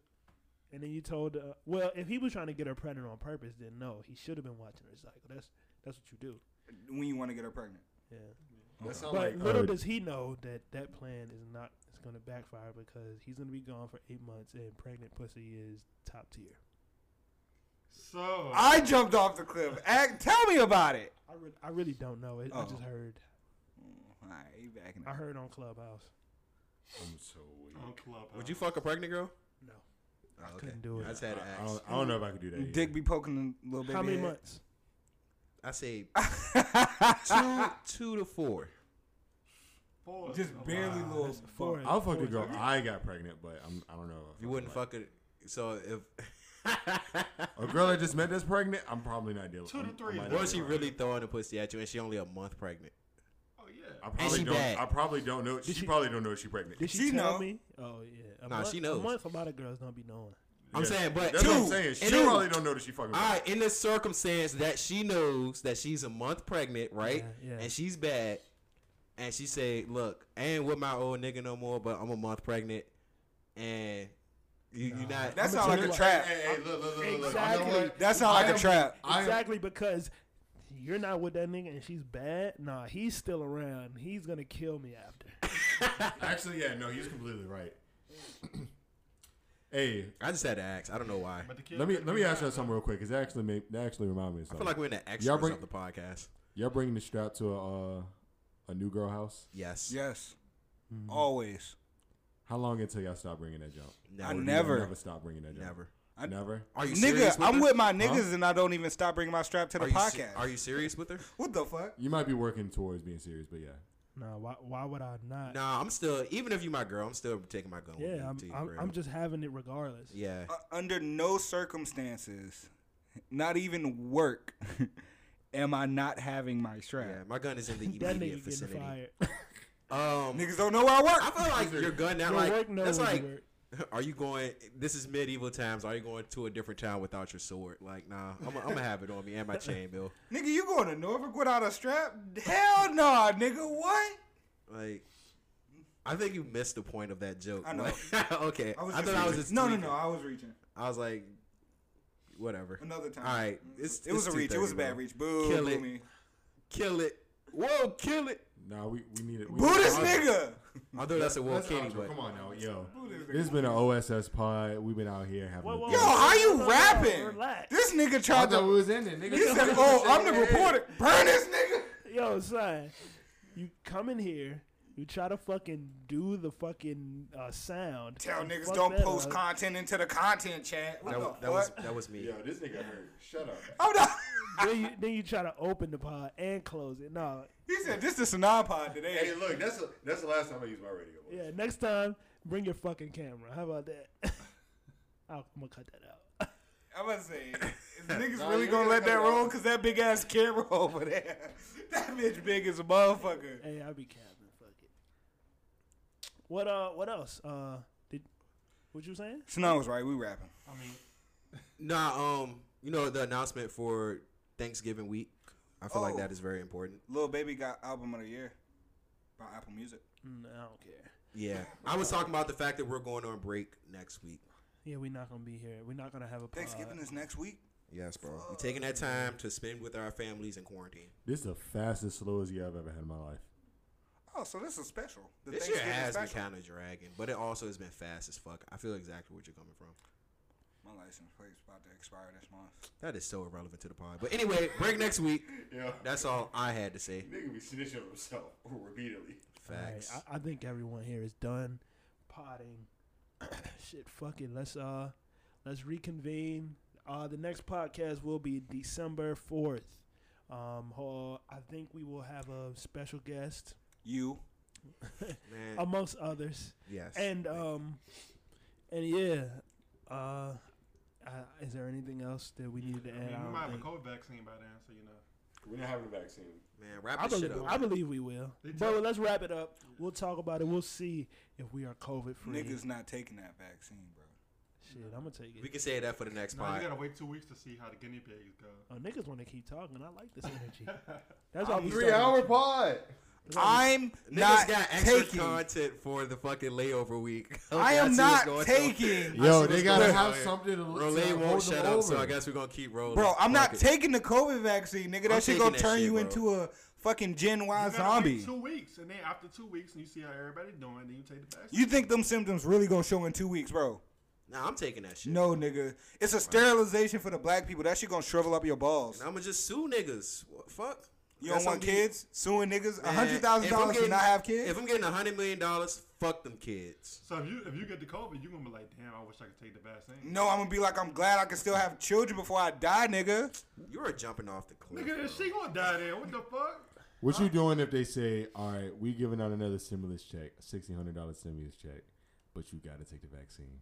S2: and then you told uh, well if he was trying to get her pregnant on purpose then no he should have been watching her cycle that's that's what you do
S3: when you want to get her pregnant
S2: yeah
S21: That
S2: but
S5: Oh,
S21: sound like-
S2: little
S21: uh,
S2: does he know that that plan is not it's going to backfire because he's going to be gone for eight months and pregnant pussy is top tier
S5: So
S2: Oh.
S3: I jumped off the cliff. Act, tell me about it.
S2: I, re- I really don't know it I
S3: Oh.
S2: just heard
S3: All right, you back in
S2: I heard on Clubhouse
S4: I'm so weak.
S1: Would you fuck a pregnant girl?
S2: No.
S1: I
S2: couldn't do it.
S1: I just had to
S2: I-
S1: ask.
S4: I don't, I don't know if I could do that. either.
S3: Dick be poking a little baby.
S2: how many
S3: head.
S2: months
S1: I say two, two to four.
S5: Boy,
S3: Just barely little.
S2: four
S3: bump.
S4: I'll fuck the girl. I got pregnant, but I'm, I don't know. If
S1: You
S4: I
S1: wouldn't
S4: like-
S1: fuck it. So if <laughs>
S4: a girl I just met that's pregnant. I'm probably not dealing.
S5: Two to
S4: I'm-
S5: three.
S4: I might
S1: was
S4: not
S1: she
S4: deal with
S1: really throwing the pussy at you and she only a month pregnant?
S5: Oh yeah.
S4: I probably
S1: she
S4: don't.
S1: bad?
S4: I probably don't know. She,
S2: she-
S4: probably don't know she's pregnant.
S2: did she,
S3: She
S2: tell
S3: know.
S2: me oh yeah a
S1: Nah,
S2: month,
S1: she knows.
S2: a month a lot of girls don't be knowing
S1: I'm
S4: Yeah.
S1: saying, but
S4: That's what I'm
S1: Two.
S4: saying. She
S1: And then-
S4: probably don't know that she fucking.
S1: All right, in the circumstance that she knows that she's a month pregnant, right?
S2: Yeah, yeah.
S1: And she's bad, and she say, "Look, I ain't with my old nigga no more, but I'm a month pregnant, and you, you not."
S3: That
S2: I'ma
S3: sounds
S2: tell
S3: like
S2: you
S3: a
S2: what-
S3: trap.
S21: Hey, hey, look, look, look, look, look. You know
S2: Exactly.
S21: what?
S3: That sounds
S21: I
S3: like a
S21: am-
S3: trap.
S21: I am-
S2: Exactly because you're not with that nigga and she's bad. Nah, he's still around. He's gonna kill me after.
S4: Actually, yeah, no, he's completely right. hey,
S1: I just had to ask. I don't know why.
S5: But the kid
S4: let me
S5: couldn't
S4: let me
S5: be
S4: ask
S5: mad.
S4: y'all something real quick. Cause that actually made that actually reminded me of
S1: I
S4: something.
S1: feel like we're in the extras
S4: Y'all bring-
S1: of the podcast.
S4: y'all bringing the strap to a uh, a new girl house.
S1: Yes.
S3: Yes,
S1: Mm-hmm.
S3: always.
S4: How long until y'all stop bringing that jump?
S1: Never.
S3: I
S4: Or do y'all
S3: never.
S4: never stop bringing that jump.
S1: Never.
S3: I-
S4: never.
S1: Are you
S3: Nigga,
S1: serious with
S3: I'm
S1: her?
S3: with my niggas and I don't even stop bringing my strap to the
S1: Are you se-
S3: podcast.
S1: are you serious with her?
S3: what the fuck?
S4: You might be working towards being serious, but yeah.
S2: Nah, why, why would I not?
S1: Nah, I'm still. Even if you my girl, I'm still taking my gun. with me
S2: yeah, I'm,
S1: to you,
S2: I'm,
S1: bro.
S2: I'm just having it regardless.
S1: Yeah.
S3: Uh, under no circumstances, not even work, <laughs> am I not having my strap.
S1: Yeah, my gun is in the
S2: That
S1: immediate
S2: nigga
S1: vicinity.
S2: getting
S1: <laughs>
S2: fired.
S1: Um,
S3: Niggas don't know where I
S1: I
S3: work.
S1: feel like your gun now,
S2: Your
S1: like
S2: work knows
S1: that's
S2: you
S1: like,
S2: work.
S1: are you going? This is medieval times. Are you going to a different town without your sword? Like, nah, I'm, I'm gonna have it on me and my chain, Bill.
S3: Nigga, you going to Norfolk without a strap? Hell nah, nigga. What?
S1: Like, I think you missed the point of that joke.
S3: I know.
S1: Like, <laughs> okay, I,
S3: just
S1: thought I was
S3: reaching.
S1: just
S3: no, no,
S1: tweaking.
S3: no. I was reaching.
S1: I was like, whatever.
S3: Another time.
S1: All right, it's,
S3: It was a
S1: it's
S3: reach. It was a
S1: 2:30,
S3: bad
S1: bro.
S3: reach. Boo,
S1: Kill
S3: boo
S1: it.
S3: me.
S1: Kill it. Whoa, kill it.
S4: Nah, we, we need it. we
S3: Boo
S4: need it.
S3: this nigga.
S1: <laughs> Although that's a wolf
S4: Let's
S1: kitty,
S4: outro.
S1: but
S4: come on now, yo. This has been an OSS pod. We've been out here having.
S2: Whoa,
S4: a
S2: whoa,
S4: good
S3: Yo,
S2: whoa.
S3: how you
S2: no, no,
S3: rapping?
S2: relax.
S3: This nigga
S4: I
S3: tried
S4: thought
S3: to.
S4: we was in it,
S3: He
S4: nigga.
S3: said,
S2: <laughs>
S3: "Oh, I'm the reporter. Burn this nigga."
S2: Yo, son, you come in here. You try to fucking do the fucking uh, sound.
S3: Tell
S2: you
S3: niggas
S2: fuck
S3: don't
S2: that
S3: post
S2: up.
S1: <laughs>
S3: content into the content chat. What
S1: that,
S3: the
S1: wa- that
S3: fuck? <laughs>
S1: was that was me.
S4: Yo, this nigga hurt. Shut up.
S3: I'm not-
S2: then, you, then you try to open the pod and close it. No,
S3: he said this is Sanaa pod today.
S21: Hey, look, that's the- that's the last time I used my radio.
S2: Yeah, next time, bring your fucking camera. How about that? <laughs> I'll, I'm gonna cut that out. <laughs>
S3: I'm gonna say, is niggas
S21: Nah,
S3: really
S21: you
S3: gonna
S21: ain't gotta
S3: let that
S21: cut it
S3: roll?
S21: out.
S3: Cause that big ass camera <laughs> over there, that bitch big as a motherfucker.
S2: hey, I'll be capping. Fuck it. What uh? What else? Uh, did what you were saying?
S3: Sanaa was right. We rapping.
S5: I mean,
S1: Nah, um, you know the announcement for Thanksgiving week. I feel like
S3: Oh.
S1: that is very important.
S3: Lil baby got album of the year. By Apple Music.
S2: Mm, I don't care.
S1: Yeah, I was talking about the fact that we're going on break next week.
S2: Yeah, we're not gonna be here. We're not gonna have a pod.
S3: Thanksgiving is next week.
S1: Yes, bro. We're taking that time to spend with our families in quarantine.
S4: This is the fastest, slowest year I've ever had in my life.
S3: Oh, so this is special. The
S1: this year
S3: Thanksgiving
S1: has
S3: special.
S1: been kind of dragging, but it also has been fast as fuck. I feel exactly where you're coming from.
S3: My license plate's about to expire this month.
S1: That is so irrelevant to the pod. But anyway, break next week.
S22: Yeah.
S1: That's all I had to say.
S22: Nigga be snitching on himself
S5: <laughs>
S22: repeatedly.
S2: All right,
S1: Facts.
S2: I, I think everyone here is done potting. <coughs> Shit, fuck it. Let's uh, let's reconvene. Uh, the next podcast will be December fourth. Um, ho- I think we will have a special guest,
S3: You.
S1: Man.
S3: oh,
S2: amongst others.
S1: Yes.
S2: And um, and yeah. Uh, uh, is there anything else that we needed to
S5: I mean,
S2: add? I
S5: we
S2: don't
S5: might have a
S2: think-
S5: COVID vaccine by then, so you know.
S22: We're not having a vaccine.
S1: Man,
S2: I believe, I believe we will.
S5: They
S2: But let's wrap it up. We'll talk about it. We'll see if we are COVID free.
S3: Niggas not taking that vaccine, bro.
S2: Shit, I'm gonna take it.
S1: We can say that for the next
S5: No, you
S1: pod.
S5: gotta wait two weeks to see how the guinea pigs go.
S2: Oh, niggas want to keep talking. I like this
S5: <laughs>
S2: energy. That's all. we
S22: Three
S2: started.
S22: hour pod.
S3: I'm
S1: Niggas
S3: not
S1: got extra
S3: taking.
S1: content for the fucking layover week. <laughs> Okay,
S3: I am
S1: see what's
S3: not
S1: going on.
S3: taking.
S1: I see
S4: Yo,
S1: what's
S4: they gotta
S1: going
S4: have
S1: on.
S4: something to-
S1: Relay
S4: to
S1: won't
S4: hold
S1: shut
S4: them
S1: up, so
S4: over.
S1: I guess we're gonna keep rolling.
S3: Bro,
S1: Fuck
S3: I'm not
S1: it.
S3: taking the COVID vaccine, nigga. That
S1: I'm
S3: shit
S1: taking
S3: gonna
S1: that
S3: turn
S1: shit,
S3: you
S1: bro.
S3: into a fucking Gen Y
S5: You gotta
S3: zombie.
S5: Wait two weeks, and then after two weeks, and you see how everybody doing, then you take the vaccine.
S3: You think them symptoms really gonna show in two weeks, bro?
S1: Nah, I'm taking that shit.
S3: No, nigga. It's a sterilization for the black people. That shit gonna shrivel up your balls.
S1: I'ma just sue niggas. What, fuck.
S3: You
S1: That's
S3: don't want
S1: something you-
S3: kids suing niggas? A
S1: Man,
S3: hundred thousand
S1: if I'm
S3: dollars to
S1: getting-
S3: not have kids?
S1: If I'm getting a hundred million dollars, fuck them kids.
S5: So if you if you get the COVID, you are gonna be like, damn, I wish I could take the vaccine.
S3: no, I'm gonna be like, I'm glad I can still have children before I die, nigga.
S1: You are jumping off the cliff.
S5: Nigga,
S1: bro.
S5: she gonna die there. What the fuck?
S4: What you doing if they say, "All right, we giving out another stimulus check, sixteen hundred dollars stimulus check, but you got to take the vaccine"?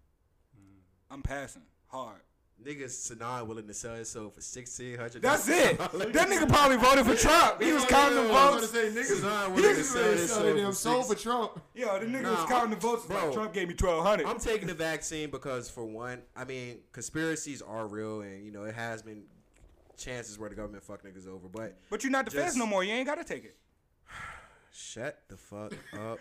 S3: I'm passing hard.
S1: Niggas Sanaa willing to sell his soul for sixteen hundred. <laughs>
S3: That's it. that nigga probably voted for Trump. He was counting the
S4: Oh, I was
S3: votes.
S4: gonna say <laughs> niggas
S1: Sanaa
S4: He
S1: willing to
S4: was
S1: sell
S4: ready to
S1: his
S4: sell their damn
S1: soul
S4: soul
S1: for
S4: for
S1: 16.
S4: Trump.
S3: Yo, the nigga
S1: Nah,
S3: was counting the votes.
S1: bro.
S3: Like, Trump gave me twelve hundred.
S1: I'm taking the vaccine because for one, I mean, conspiracies are real, and you know it has been chances where the government fuck niggas over. But
S3: But you're not the feds
S1: Just-
S3: no more. You ain't gotta take it.
S1: shut the fuck up.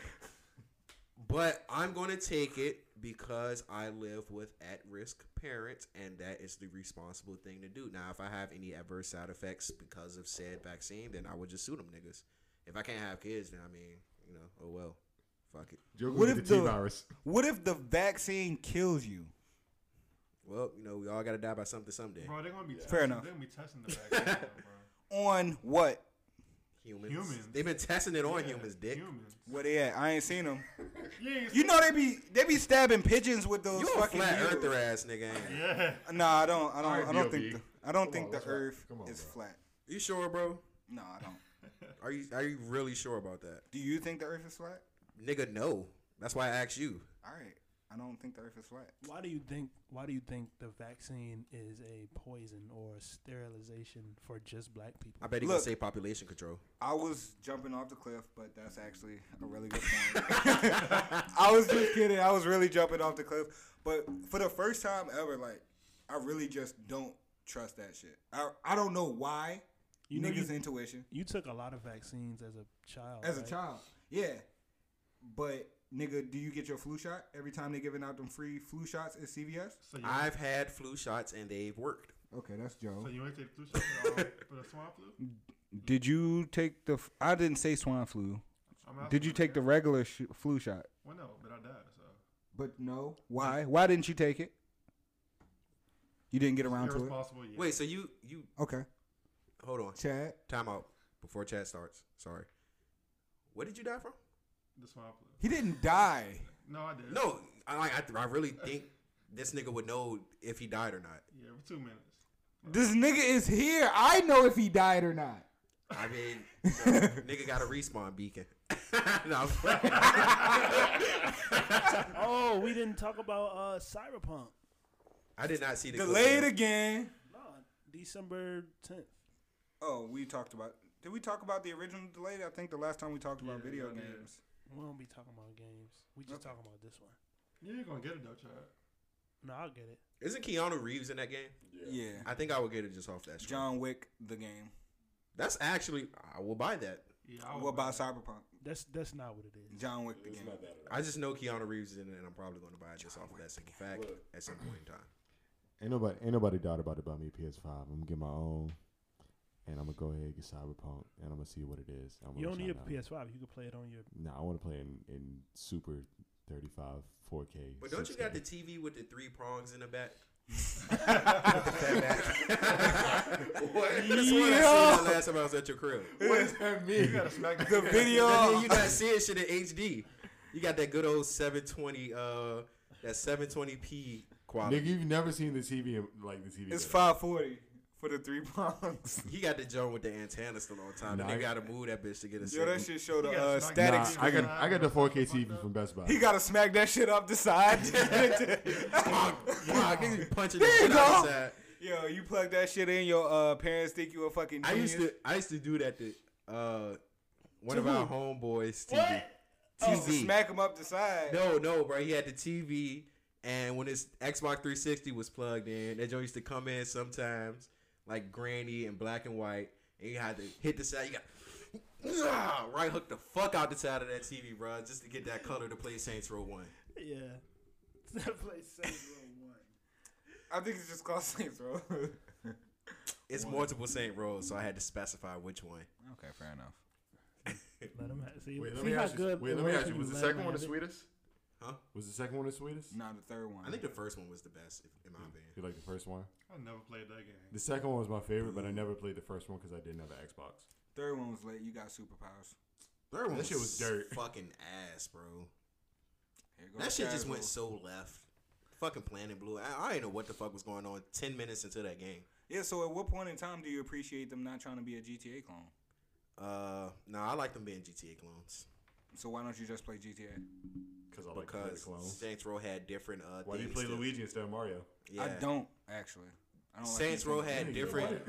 S1: But I'm going to take it because I live with at-risk parents, and that is the responsible thing to do. Now, if I have any adverse side effects because of said vaccine, then I would just sue them niggas. If I can't have kids, then I mean, you know, oh well, fuck it.
S4: Joker
S3: What
S4: with
S3: if
S4: the
S3: the-
S4: T-virus.
S3: What if the vaccine kills you?
S1: Well, you know, we all got to die by something someday.
S5: Bro, they're gonna be testing,
S3: Fair enough.
S5: They're gonna be testing the vaccine, now,
S3: <laughs>
S5: bro.
S3: On what?
S1: Humans.
S5: Humans.
S1: They've been testing it on humans, dick.
S5: Humans.
S3: Where they at? I ain't seen them.
S5: Yeah,
S3: You know they be they be stabbing pigeons with those
S1: You a
S3: fucking.
S1: flat
S3: needles.
S1: earther ass nigga. Ain't you?
S5: yeah.
S3: Nah, I don't. I don't. I don't
S22: RBOB.
S3: think. The, I don't think the
S4: let's rock.
S3: Earth
S4: Come on,
S3: is
S4: bro.
S3: flat.
S1: you sure, bro?
S3: No, I don't.
S1: Are you are you really sure about that,
S3: Do you think the Earth is flat?
S1: nigga? No. That's why I asked you.
S3: All right. I don't think the Earth is flat.
S2: Why do you think? Why do you think the vaccine is a poison or a sterilization for just black people?
S1: I bet he gonna
S3: Look.
S1: say population control.
S3: I was jumping off the cliff, but that's actually a really good
S2: <laughs>
S3: point. <laughs> I was just kidding. I was really jumping off the cliff, but for the first time ever, like I really just don't trust that shit. I I don't know why.
S2: You know
S3: niggas
S2: you-
S3: intuition
S2: You took a lot of vaccines as a child.
S3: as a
S2: right?
S3: child, yeah. But nigga, do you get your flu shot every time they giving out them free flu shots at CVS?
S5: So you,
S1: I've had flu shots and they've worked.
S3: Okay, that's Joe.
S5: so you ain't take the flu shot for the, um, for the swine flu?
S3: Did you take the? f- I didn't say swine flu.
S5: I'm out
S3: Did
S5: for
S3: you
S5: it.
S3: take the regular sh- flu shot?
S5: Well, no, but I died. So
S3: But no. Why? Why didn't you take it? You didn't get around to it.
S5: irresponsible. Yeah.
S1: Wait, so you you
S3: Okay,
S1: hold on.
S3: Chad.
S1: Time out before chat starts. Sorry. What did you die from?
S5: the swine flu.
S3: He didn't die.
S5: No, I did.
S1: No, I like I, I really think this nigga would know if he died or not.
S5: Yeah, for two minutes.
S3: This nigga is here. I know if he died or not.
S1: I mean, <laughs> nigga got a respawn beacon. <laughs> no, <laughs> I'm playing.
S2: Oh, we didn't talk about uh, Cyberpunk.
S1: I did not see the clip.
S3: Delayed again.
S2: No, Uh, December tenth.
S3: Oh, we talked about. Did we talk about the original delayed? I think the last time we talked about video
S5: yeah, yeah.
S3: games.
S2: We don't be talking about games. We just talking about this one.
S5: You ain't gonna get it though, child.
S2: No, I'll get it.
S1: Isn't Keanu Reeves in that game?
S3: Yeah.
S1: I think I would get it just off that. John.
S3: John Wick, the game.
S1: That's actually I will buy that.
S5: Yeah, I
S3: What
S5: would
S3: about
S5: buy
S3: Cyberpunk?
S2: That's that's not what it is.
S3: John Wick
S1: the game. I just know Keanu Reeves is in it, and I'm probably going to buy it just off of that single fact at some point in time.
S4: Ain't nobody, ain't nobody doubt about it by me. PS Five. I'm gonna get my own, and I'm gonna go ahead and get Cyberpunk, and I'm gonna see what it is. I'm
S2: You don't need a
S4: PS.
S2: PS5. You can play it on your.
S4: No, I want to play in in super 35 4K.
S1: But don't you
S4: 6K.
S1: got
S4: <laughs>
S1: the TV with the three prongs in the back? With the
S3: <laughs>
S1: fat back. <laughs> what? That's what I seen the last time I was at your crib.
S23: What does that mean?
S1: You gotta
S3: <laughs>
S4: <laughs>
S1: smack
S23: The video.
S1: That mean <laughs> you not seeing shit in HD. You got that good old 720, uh, that 720p quality.
S4: Nigga, you've never seen the TV in- like the TV.
S1: It's
S4: that-
S3: 540 for the three <laughs> prongs.
S1: He got the joint with the antenna still on time.
S4: Nah,
S1: and
S4: I-
S1: they gotta move that bitch to get a
S3: Yo, that shit showed
S1: He
S3: a
S1: got
S3: uh,
S1: smacked.
S3: static
S4: Nah, I
S3: screen.
S4: got I got the 4K TV from Best Buy.
S3: he gotta smack that shit up
S1: <laughs>
S3: the side.
S1: Wow, niggas be punching
S3: There
S1: the
S3: you
S1: shit out the
S3: go.
S1: side.
S3: <laughs> Yo, you plug that shit in, your uh, parents think you a fucking
S1: I
S3: genius.
S1: used to I used to do that to uh one
S3: To
S1: of our
S3: who?
S1: homeboys TV.
S3: What?
S1: TV.
S3: used to Oh, smack him up the side.
S1: No, no, bro. He had the TV, and when his Xbox 360 was plugged in, that joint used to come in sometimes, like granny and black and white, and you had to hit the side. You got Ah, <sniffs> right hook the fuck out the side of that TV, bro, just to get that color to play Saints Row One.
S2: Yeah. <laughs> That play Saints Row One.
S3: I think it's just called Saints Row. <laughs>
S1: It's
S3: One.
S1: multiple Saint Rows, so I had to specify which
S4: <laughs>
S1: one.
S3: Okay, fair enough.
S2: Let him have, see,
S4: Wait, let
S2: see
S4: me
S2: how
S4: ask you.
S2: good.
S4: Wait, let me ask you. Was the second one the sweetest?
S1: Huh?
S4: Was the second one the sweetest?
S3: No, the third one.
S1: I think the first one was the best, if- in my opinion.
S4: You like the first one?
S5: I never played that game.
S4: The second one was my favorite, but I never played the first one because I didn't have an Xbox.
S3: Third one was late. You got superpowers.
S1: Third one
S4: That shit was dirt.
S1: Fucking ass, bro.
S3: Here go
S1: That shit just
S3: Charizard.
S1: went so left. Fucking Planet Blue. I, I didn't know what the fuck was going on 10 minutes into that game.
S3: Yeah. So at what point in time do you appreciate them not trying to be a GTA clone?
S1: Uh, no, I like them being GTA clones.
S3: So why don't you just play GTA?
S4: Because I like to play the
S1: Because
S4: clones.
S1: Saints Row had different. Uh,
S4: Why do you
S1: things
S4: play
S1: to-
S4: Luigi instead of Mario?
S1: Yeah.
S3: I don't actually. I don't
S1: Saints Row
S3: anything.
S1: had different.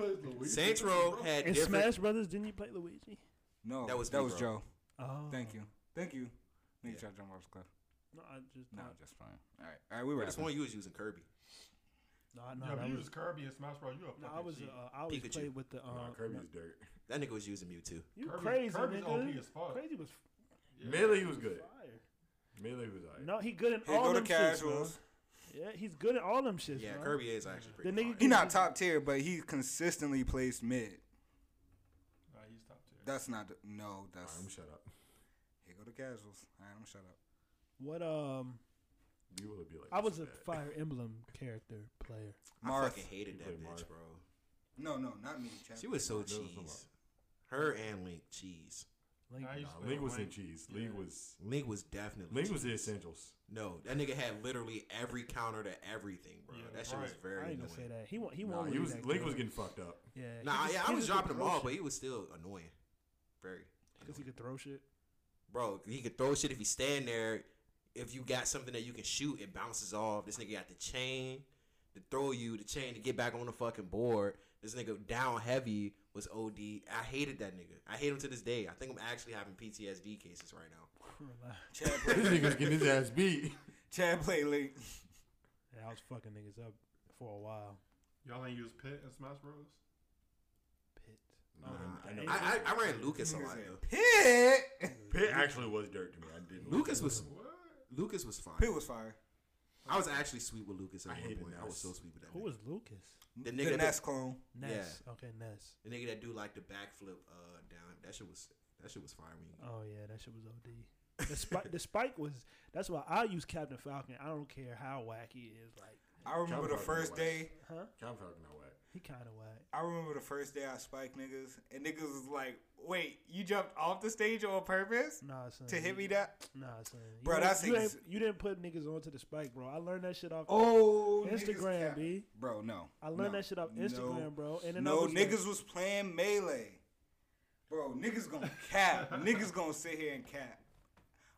S1: Saints Row had
S2: In
S1: different.
S2: Smash Brothers, didn't you play Luigi?
S3: No,
S1: That was
S3: that
S1: me,
S3: was
S1: bro.
S3: Joe.
S2: Oh.
S3: Thank you, thank you. Nigga
S1: Yeah.
S3: tried to jump off the cliff.
S2: No, I just
S3: No,
S2: thought-
S3: just fine. All right, all right. We were.
S1: This one you was using Kirby.
S2: no, I- no,
S5: yeah,
S2: that
S5: but you
S2: was-
S5: was Kirby and Smash Bros. You a
S2: no,
S5: fucking
S2: I was.
S5: cheat.
S2: Uh, I always
S1: Pikachu.
S2: played with the. Uh,
S4: Nah, Kirby's dirt.
S1: That nigga was using Mewtwo.
S2: You
S5: Kirby-
S2: crazy,
S5: Kirby's
S2: nigga.
S5: OP as fuck.
S2: Crazy was
S4: Melee was good.
S2: fire.
S4: Melee was alright.
S2: No, he good in
S3: Here
S2: all
S3: go the
S2: them shits, bro.
S3: casuals.
S2: Yeah, he's good at all them shits,
S1: Yeah,
S2: bro.
S1: Kirby is actually
S2: The
S1: pretty.
S2: nigga
S3: He
S2: can
S3: not
S2: just-
S3: top tier, but he consistently placed mid.
S5: Nah, he's top tier.
S3: That's not the- no. That's
S4: I'm shut up.
S3: here go the casuals. All right, I'm shut up.
S2: What um?
S4: You will be like.
S2: I was
S4: this
S2: a
S4: bad.
S2: Fire Emblem character player.
S1: I
S3: Marth.
S1: fucking hated
S4: play
S1: that bitch,
S4: Marth.
S1: bro.
S3: No, no, not me. Chad.
S1: She was so
S4: Those are
S1: cheese. Her and Link cheese.
S2: Link,
S5: Nah, I used to
S4: Nah, <laughs>
S5: play
S4: Link
S5: with
S4: was in
S5: Link.
S4: cheese. Link was.
S1: Link was definitely.
S4: Link was the
S1: cheese.
S4: essentials.
S1: No, that nigga had literally every counter to everything, bro.
S5: Yeah,
S1: that shit was
S5: right.
S1: very
S2: I ain't
S1: annoying.
S2: gonna say that. He won. He
S4: Nah,
S2: won.
S4: he was.
S2: that
S4: Link
S2: game.
S4: was getting fucked up.
S1: <laughs>
S2: Yeah. he
S1: Nah,
S2: just-
S1: yeah,
S2: he
S1: I was
S2: just could
S1: dropping them
S2: throw
S1: all,
S2: shit.
S1: but he was still annoying. Very.
S2: Cause he could throw shit.
S1: Bro, he could throw shit if he stand there. If you got something that you can shoot, it bounces off. This nigga got the chain to throw you, the chain to get back on the fucking board. This nigga down heavy was OD. I hated that nigga. I hate him to this day. I think I'm actually having PTSD cases right now.
S2: Relax.
S3: Chad
S4: this
S3: played,
S4: nigga's getting his ass beat.
S3: Chad played late.
S2: Yeah, I was fucking niggas up for a while.
S5: Y'all ain't use Pit and Smash Bros.
S2: Pit.
S4: Uh,
S1: Nah, I, I, I ran
S3: <laughs>
S1: Lucas a lot
S3: Niggas
S1: though. <laughs>
S3: Pit.
S4: Pit actually was dirt to me. I didn't. like
S1: Lucas
S4: it.
S1: was
S5: What?
S1: Lucas was fine.
S3: Pit was fire.
S1: I was actually sweet with Lucas at
S4: I
S1: one
S4: hated
S1: point. I
S4: Ness.
S1: was so sweet with that.
S2: Who
S1: nigga.
S2: was Lucas?
S1: the
S3: The
S1: nigga?
S3: Ness
S1: That,
S3: clone.
S2: Ness. Okay, Ness.
S1: the nigga that do like the backflip uh down. That shit was that shit was fire when you
S2: Oh yeah, that shit was OD. The spike, the spike was. That's why I use Captain Falcon. I don't care how wacky it is. Like
S3: I remember the
S4: John Parker
S3: first
S4: was.
S3: day.
S4: John Falcon, not whack.
S2: he kind of wack.
S3: I remember the first day I spiked niggas, and niggas was like, "Wait, you jumped off the stage on purpose
S2: Nah, son.
S3: to hit
S2: you-
S1: Mm.
S3: me that?"
S2: Nah, son. You
S3: Bro,
S2: ain't-
S3: that's
S2: you,
S3: ex-
S2: ain't, you didn't put niggas onto the spike, bro. I learned that shit off
S3: Oh, niggas
S2: Instagram,
S3: cap.
S2: b.
S3: bro, no.
S2: I learned
S3: no,
S2: that shit off
S3: no,
S2: Instagram, bro. And then I
S3: no,
S2: was like-
S3: niggas was playing melee. Bro, niggas gonna
S2: <laughs>
S3: cap. niggas gonna sit here and cap.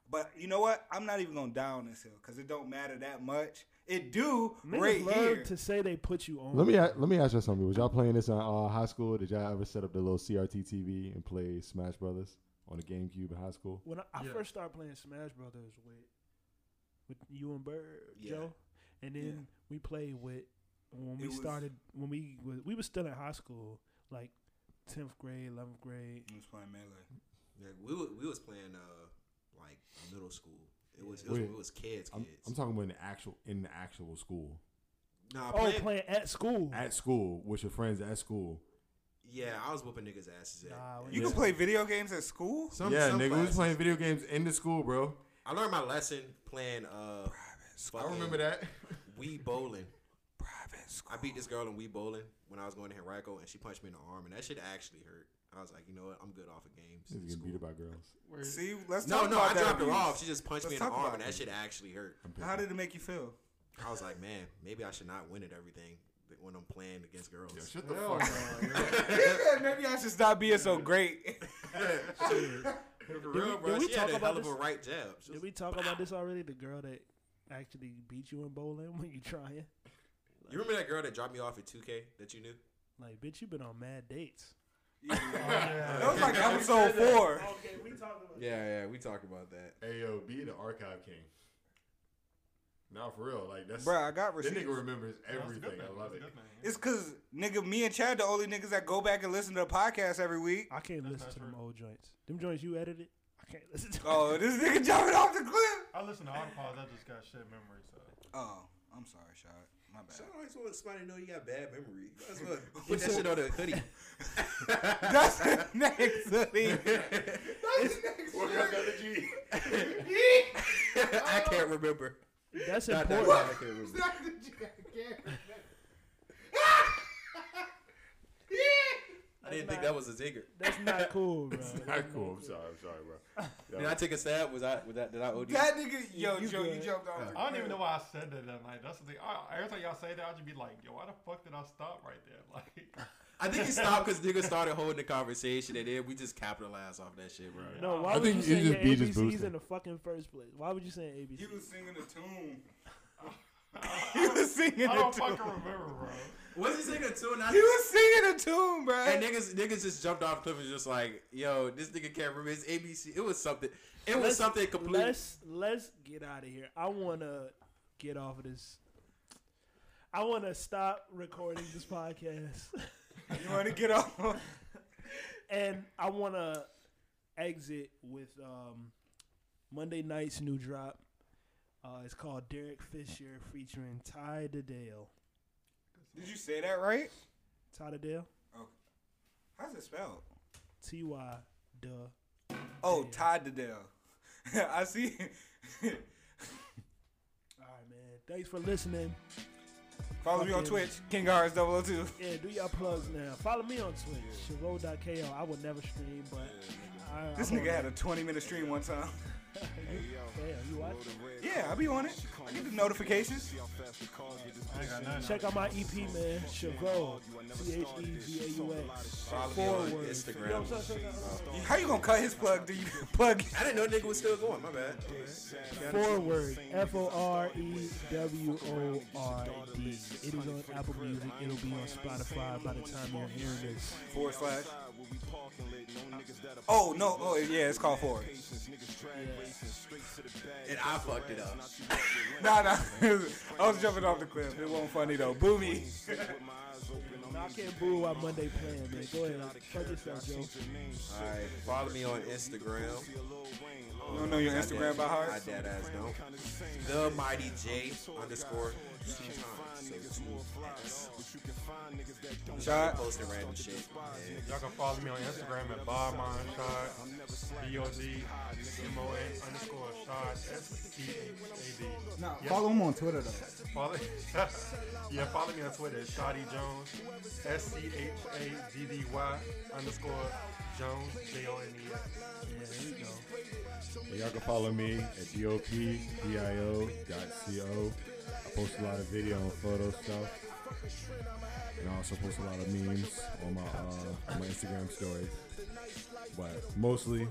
S3: But you know what? I'm not even gonna die on this hill because it don't matter that much. It do
S2: Niggas
S3: right
S2: love
S3: here.
S2: to say they put you on.
S4: Let me a- let me ask you something. Was y'all playing this in uh, high school? Did y'all ever set up the little CRT TV and play Smash Brothers on the GameCube in high school?
S2: when I, I
S5: Yeah.
S2: first started playing Smash Brothers with with you and Bird
S1: Yeah.
S2: Joe, and then
S3: Yeah.
S2: we played with when we
S3: It was-
S2: started when we was, we was still in high school, like tenth grade, eleventh grade.
S3: I was playing melee.
S1: Yeah, we wa- we was playing uh like middle school. It was it was,
S4: Wait,
S1: it was kids.
S4: I'm,
S1: kids.
S4: I'm talking about in the actual in the actual school.
S1: Nah,
S2: oh,
S1: playing-
S2: playing at school.
S4: At school with your friends at school.
S1: Yeah, I was whooping niggas' asses. At,
S4: You can play
S3: video games at school?
S4: yeah, nigga, we was playing video games in the school, bro.
S1: I learned my lesson playing. Uh, I
S4: remember <laughs> that.
S1: We bowling. Private school. I beat this girl in we bowling when I was going to Henrico, and she punched me in the arm, and that shit actually hurt. I was like, you know what? I'm good off of games.
S4: This is getting beat up by girls.
S3: See, let's
S1: no,
S3: talk
S1: no,
S3: about
S1: I
S3: that
S1: dropped her
S3: abuse.
S1: off. She just punched
S3: Let's
S1: me in the
S3: talk
S1: arm,
S3: about
S1: and that
S3: it.
S1: shit actually hurt.
S3: How did it make you feel?
S1: I was like, man, maybe I should not win at everything that- when I'm playing against girls.
S4: shut the Hell fuck up.
S3: He said, Maybe I should stop being so great. <laughs>
S1: For real, bro. She had a hell of a right jab. She
S2: Did
S1: was-
S2: we talk about this already? The girl that actually beat you in bowling <laughs> when you trying?
S1: You remember that girl that dropped me off at 2K that you knew?
S2: Like, bitch, you been on mad dates.
S3: <laughs>
S1: That was like episode four. Okay, we talked about Yeah, yeah, we talked about that.
S4: <laughs> Hey yo, be the archive king. Now for real, like that's
S3: Bruh, I got
S4: This
S3: receipts.
S4: nigga remembers
S3: That was a good
S4: everything. I love it.
S3: It's because, nigga, me and Chad, the only niggas that go back and listen to the podcast every week.
S2: I can't listen to them old joints. Them joints you edited? I can't <laughs> listen to
S3: Oh, this nigga jumping off the cliff.
S5: I listen to Autopods. I just got shit memories. So.
S3: Oh, I'm sorry, Shot. My bad. <laughs>
S1: I always want somebody to know you got bad memory. You might as well <laughs> Put that shit on the hoodie.
S3: That's the next hoodie.
S1: <laughs>
S5: <laughs>
S1: That's <laughs> I can't remember.
S2: That's
S1: Not that
S2: important.
S1: one, I can't remember.
S4: <laughs>
S1: I didn't think that was a zigger.
S2: That's not cool, bro.
S4: <laughs> It's not cool. I'm sorry. I'm sorry, bro. <laughs>
S1: Did I take a stab? Was I? Was that? Did I OD?
S3: That nigga- yo, You Joe, you good. jumped off
S5: I
S3: the
S5: don't even
S3: cliff.
S5: know why I said that that night. That's the thing. I, every time y'all say that, I just be like, yo, why the fuck did I stop right there? <laughs> Like,
S1: I think he stopped because niggas started holding the conversation, and then we just capitalized off that shit, bro.
S2: No, why would you say your ABCs in the fucking first place? Why would you say ABC?
S3: He was singing a tune.
S5: <laughs>
S3: <laughs> he was singing
S5: I
S3: a
S5: don't
S3: tune.
S5: fucking remember, bro.
S1: Was he singing a tune?
S3: He was singing a tune, bro.
S1: And niggas, niggas just jumped off cliff and just like, yo, this nigga can't remember. It's ABC. It was something. It was
S2: Let's-
S1: something complete.
S2: Let's let's get out of here. I wanna get off of this. I wanna stop recording this podcast.
S3: you wanna get off? <laughs>
S2: and I wanna exit with um, Monday night's new drop. Uh, it's called Derek Fisher featuring Ty Dedale.
S3: Did you say that right?
S2: Ty Dedale,
S3: How's it spelled?
S2: T Y Duh.
S3: Oh, Todd Dedell. <laughs> I see.
S2: All right, man. Thanks for listening.
S3: Follow me on
S2: Fucking-
S3: Twitch, KingRS002.
S2: Yeah, do y'all plugs now. Follow me on Twitch, Chavo.ko. I will never stream, but I,
S3: This
S2: I'm
S3: nigga
S2: on
S3: had a 20 minute stream one time.
S2: Damn, you watch?
S3: Yeah, I'll be on it. I get the notifications.
S2: Check out my EP, man. Chavo. C H E G A U X. Four words. You know what I'm saying?
S3: How you gonna cut his plug? Do you <laughs> plug?
S1: I didn't know nigga was still going. My bad.
S2: Forward. F O R E W O R D. It is on Apple Music. It'll be on Spotify by the time you're hearing this.
S3: Forward slash. Oh no! Oh yeah, it's called forward.
S1: And I fucked it up.
S3: Nah, nah. <laughs> I was jumping off the cliff. It wasn't funny though. Boo me.
S2: No, I can't boo while Monday playing, man. Go ahead. Fuck yourself, Joe.
S1: All right. Follow me on Instagram.
S3: You don't know your
S1: I
S3: Instagram by heart?
S1: I dead ass don't. The Mighty J underscore two times. So two S.
S3: Shot.
S1: Posting random shit. And
S5: Y'all can follow me on Instagram at Bob Shot, B O D M O A underscore Shot, S T H A D.
S24: Nah,
S5: Yeah.
S24: follow him on Twitter though.
S5: Follow, <laughs> yeah, follow me on Twitter at Shotty Jones, S C H A D D Y underscore Jones, J O N E S.
S2: Yeah, there you go.
S4: But y'all can follow me at dopdio.co. I post a lot of video and photo stuff. And I also post a lot of memes on my uh, on my Instagram story. But mostly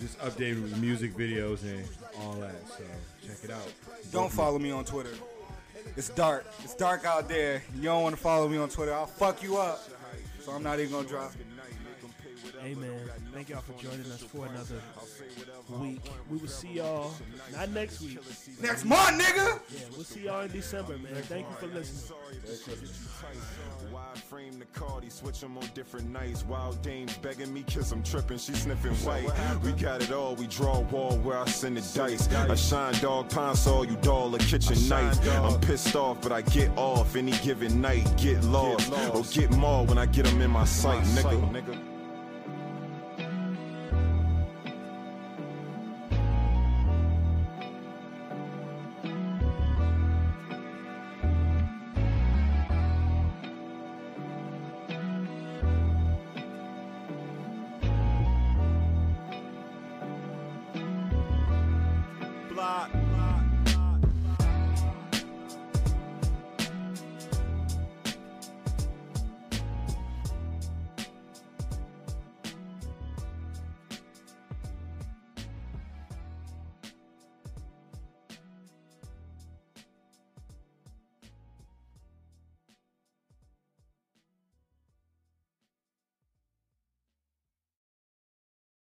S4: just updated with music videos and all that. So check it out.
S3: Don't follow me on Twitter. It's dark. It's dark out there. You don't want to follow me on Twitter. I'll fuck you up. So I'm not even gonna drop.
S2: Hey, man. Thank y'all for joining us for another week. We will see y'all not next week.
S3: Next month, nigga.
S2: Yeah, we'll see y'all in December, man. Thank you for listening.
S7: Wide frame the Cardi, switch 'em on different nights. Wild dames begging me, kiss 'em, tripping, she sniffing white. We got it all, we draw a wall where I send the dice. I shine dog, pine saw you doll, a kitchen knife. I'm pissed off, but I get Oh, off any given night. Get lost, or get mauled when I get 'em in my sight, nigga.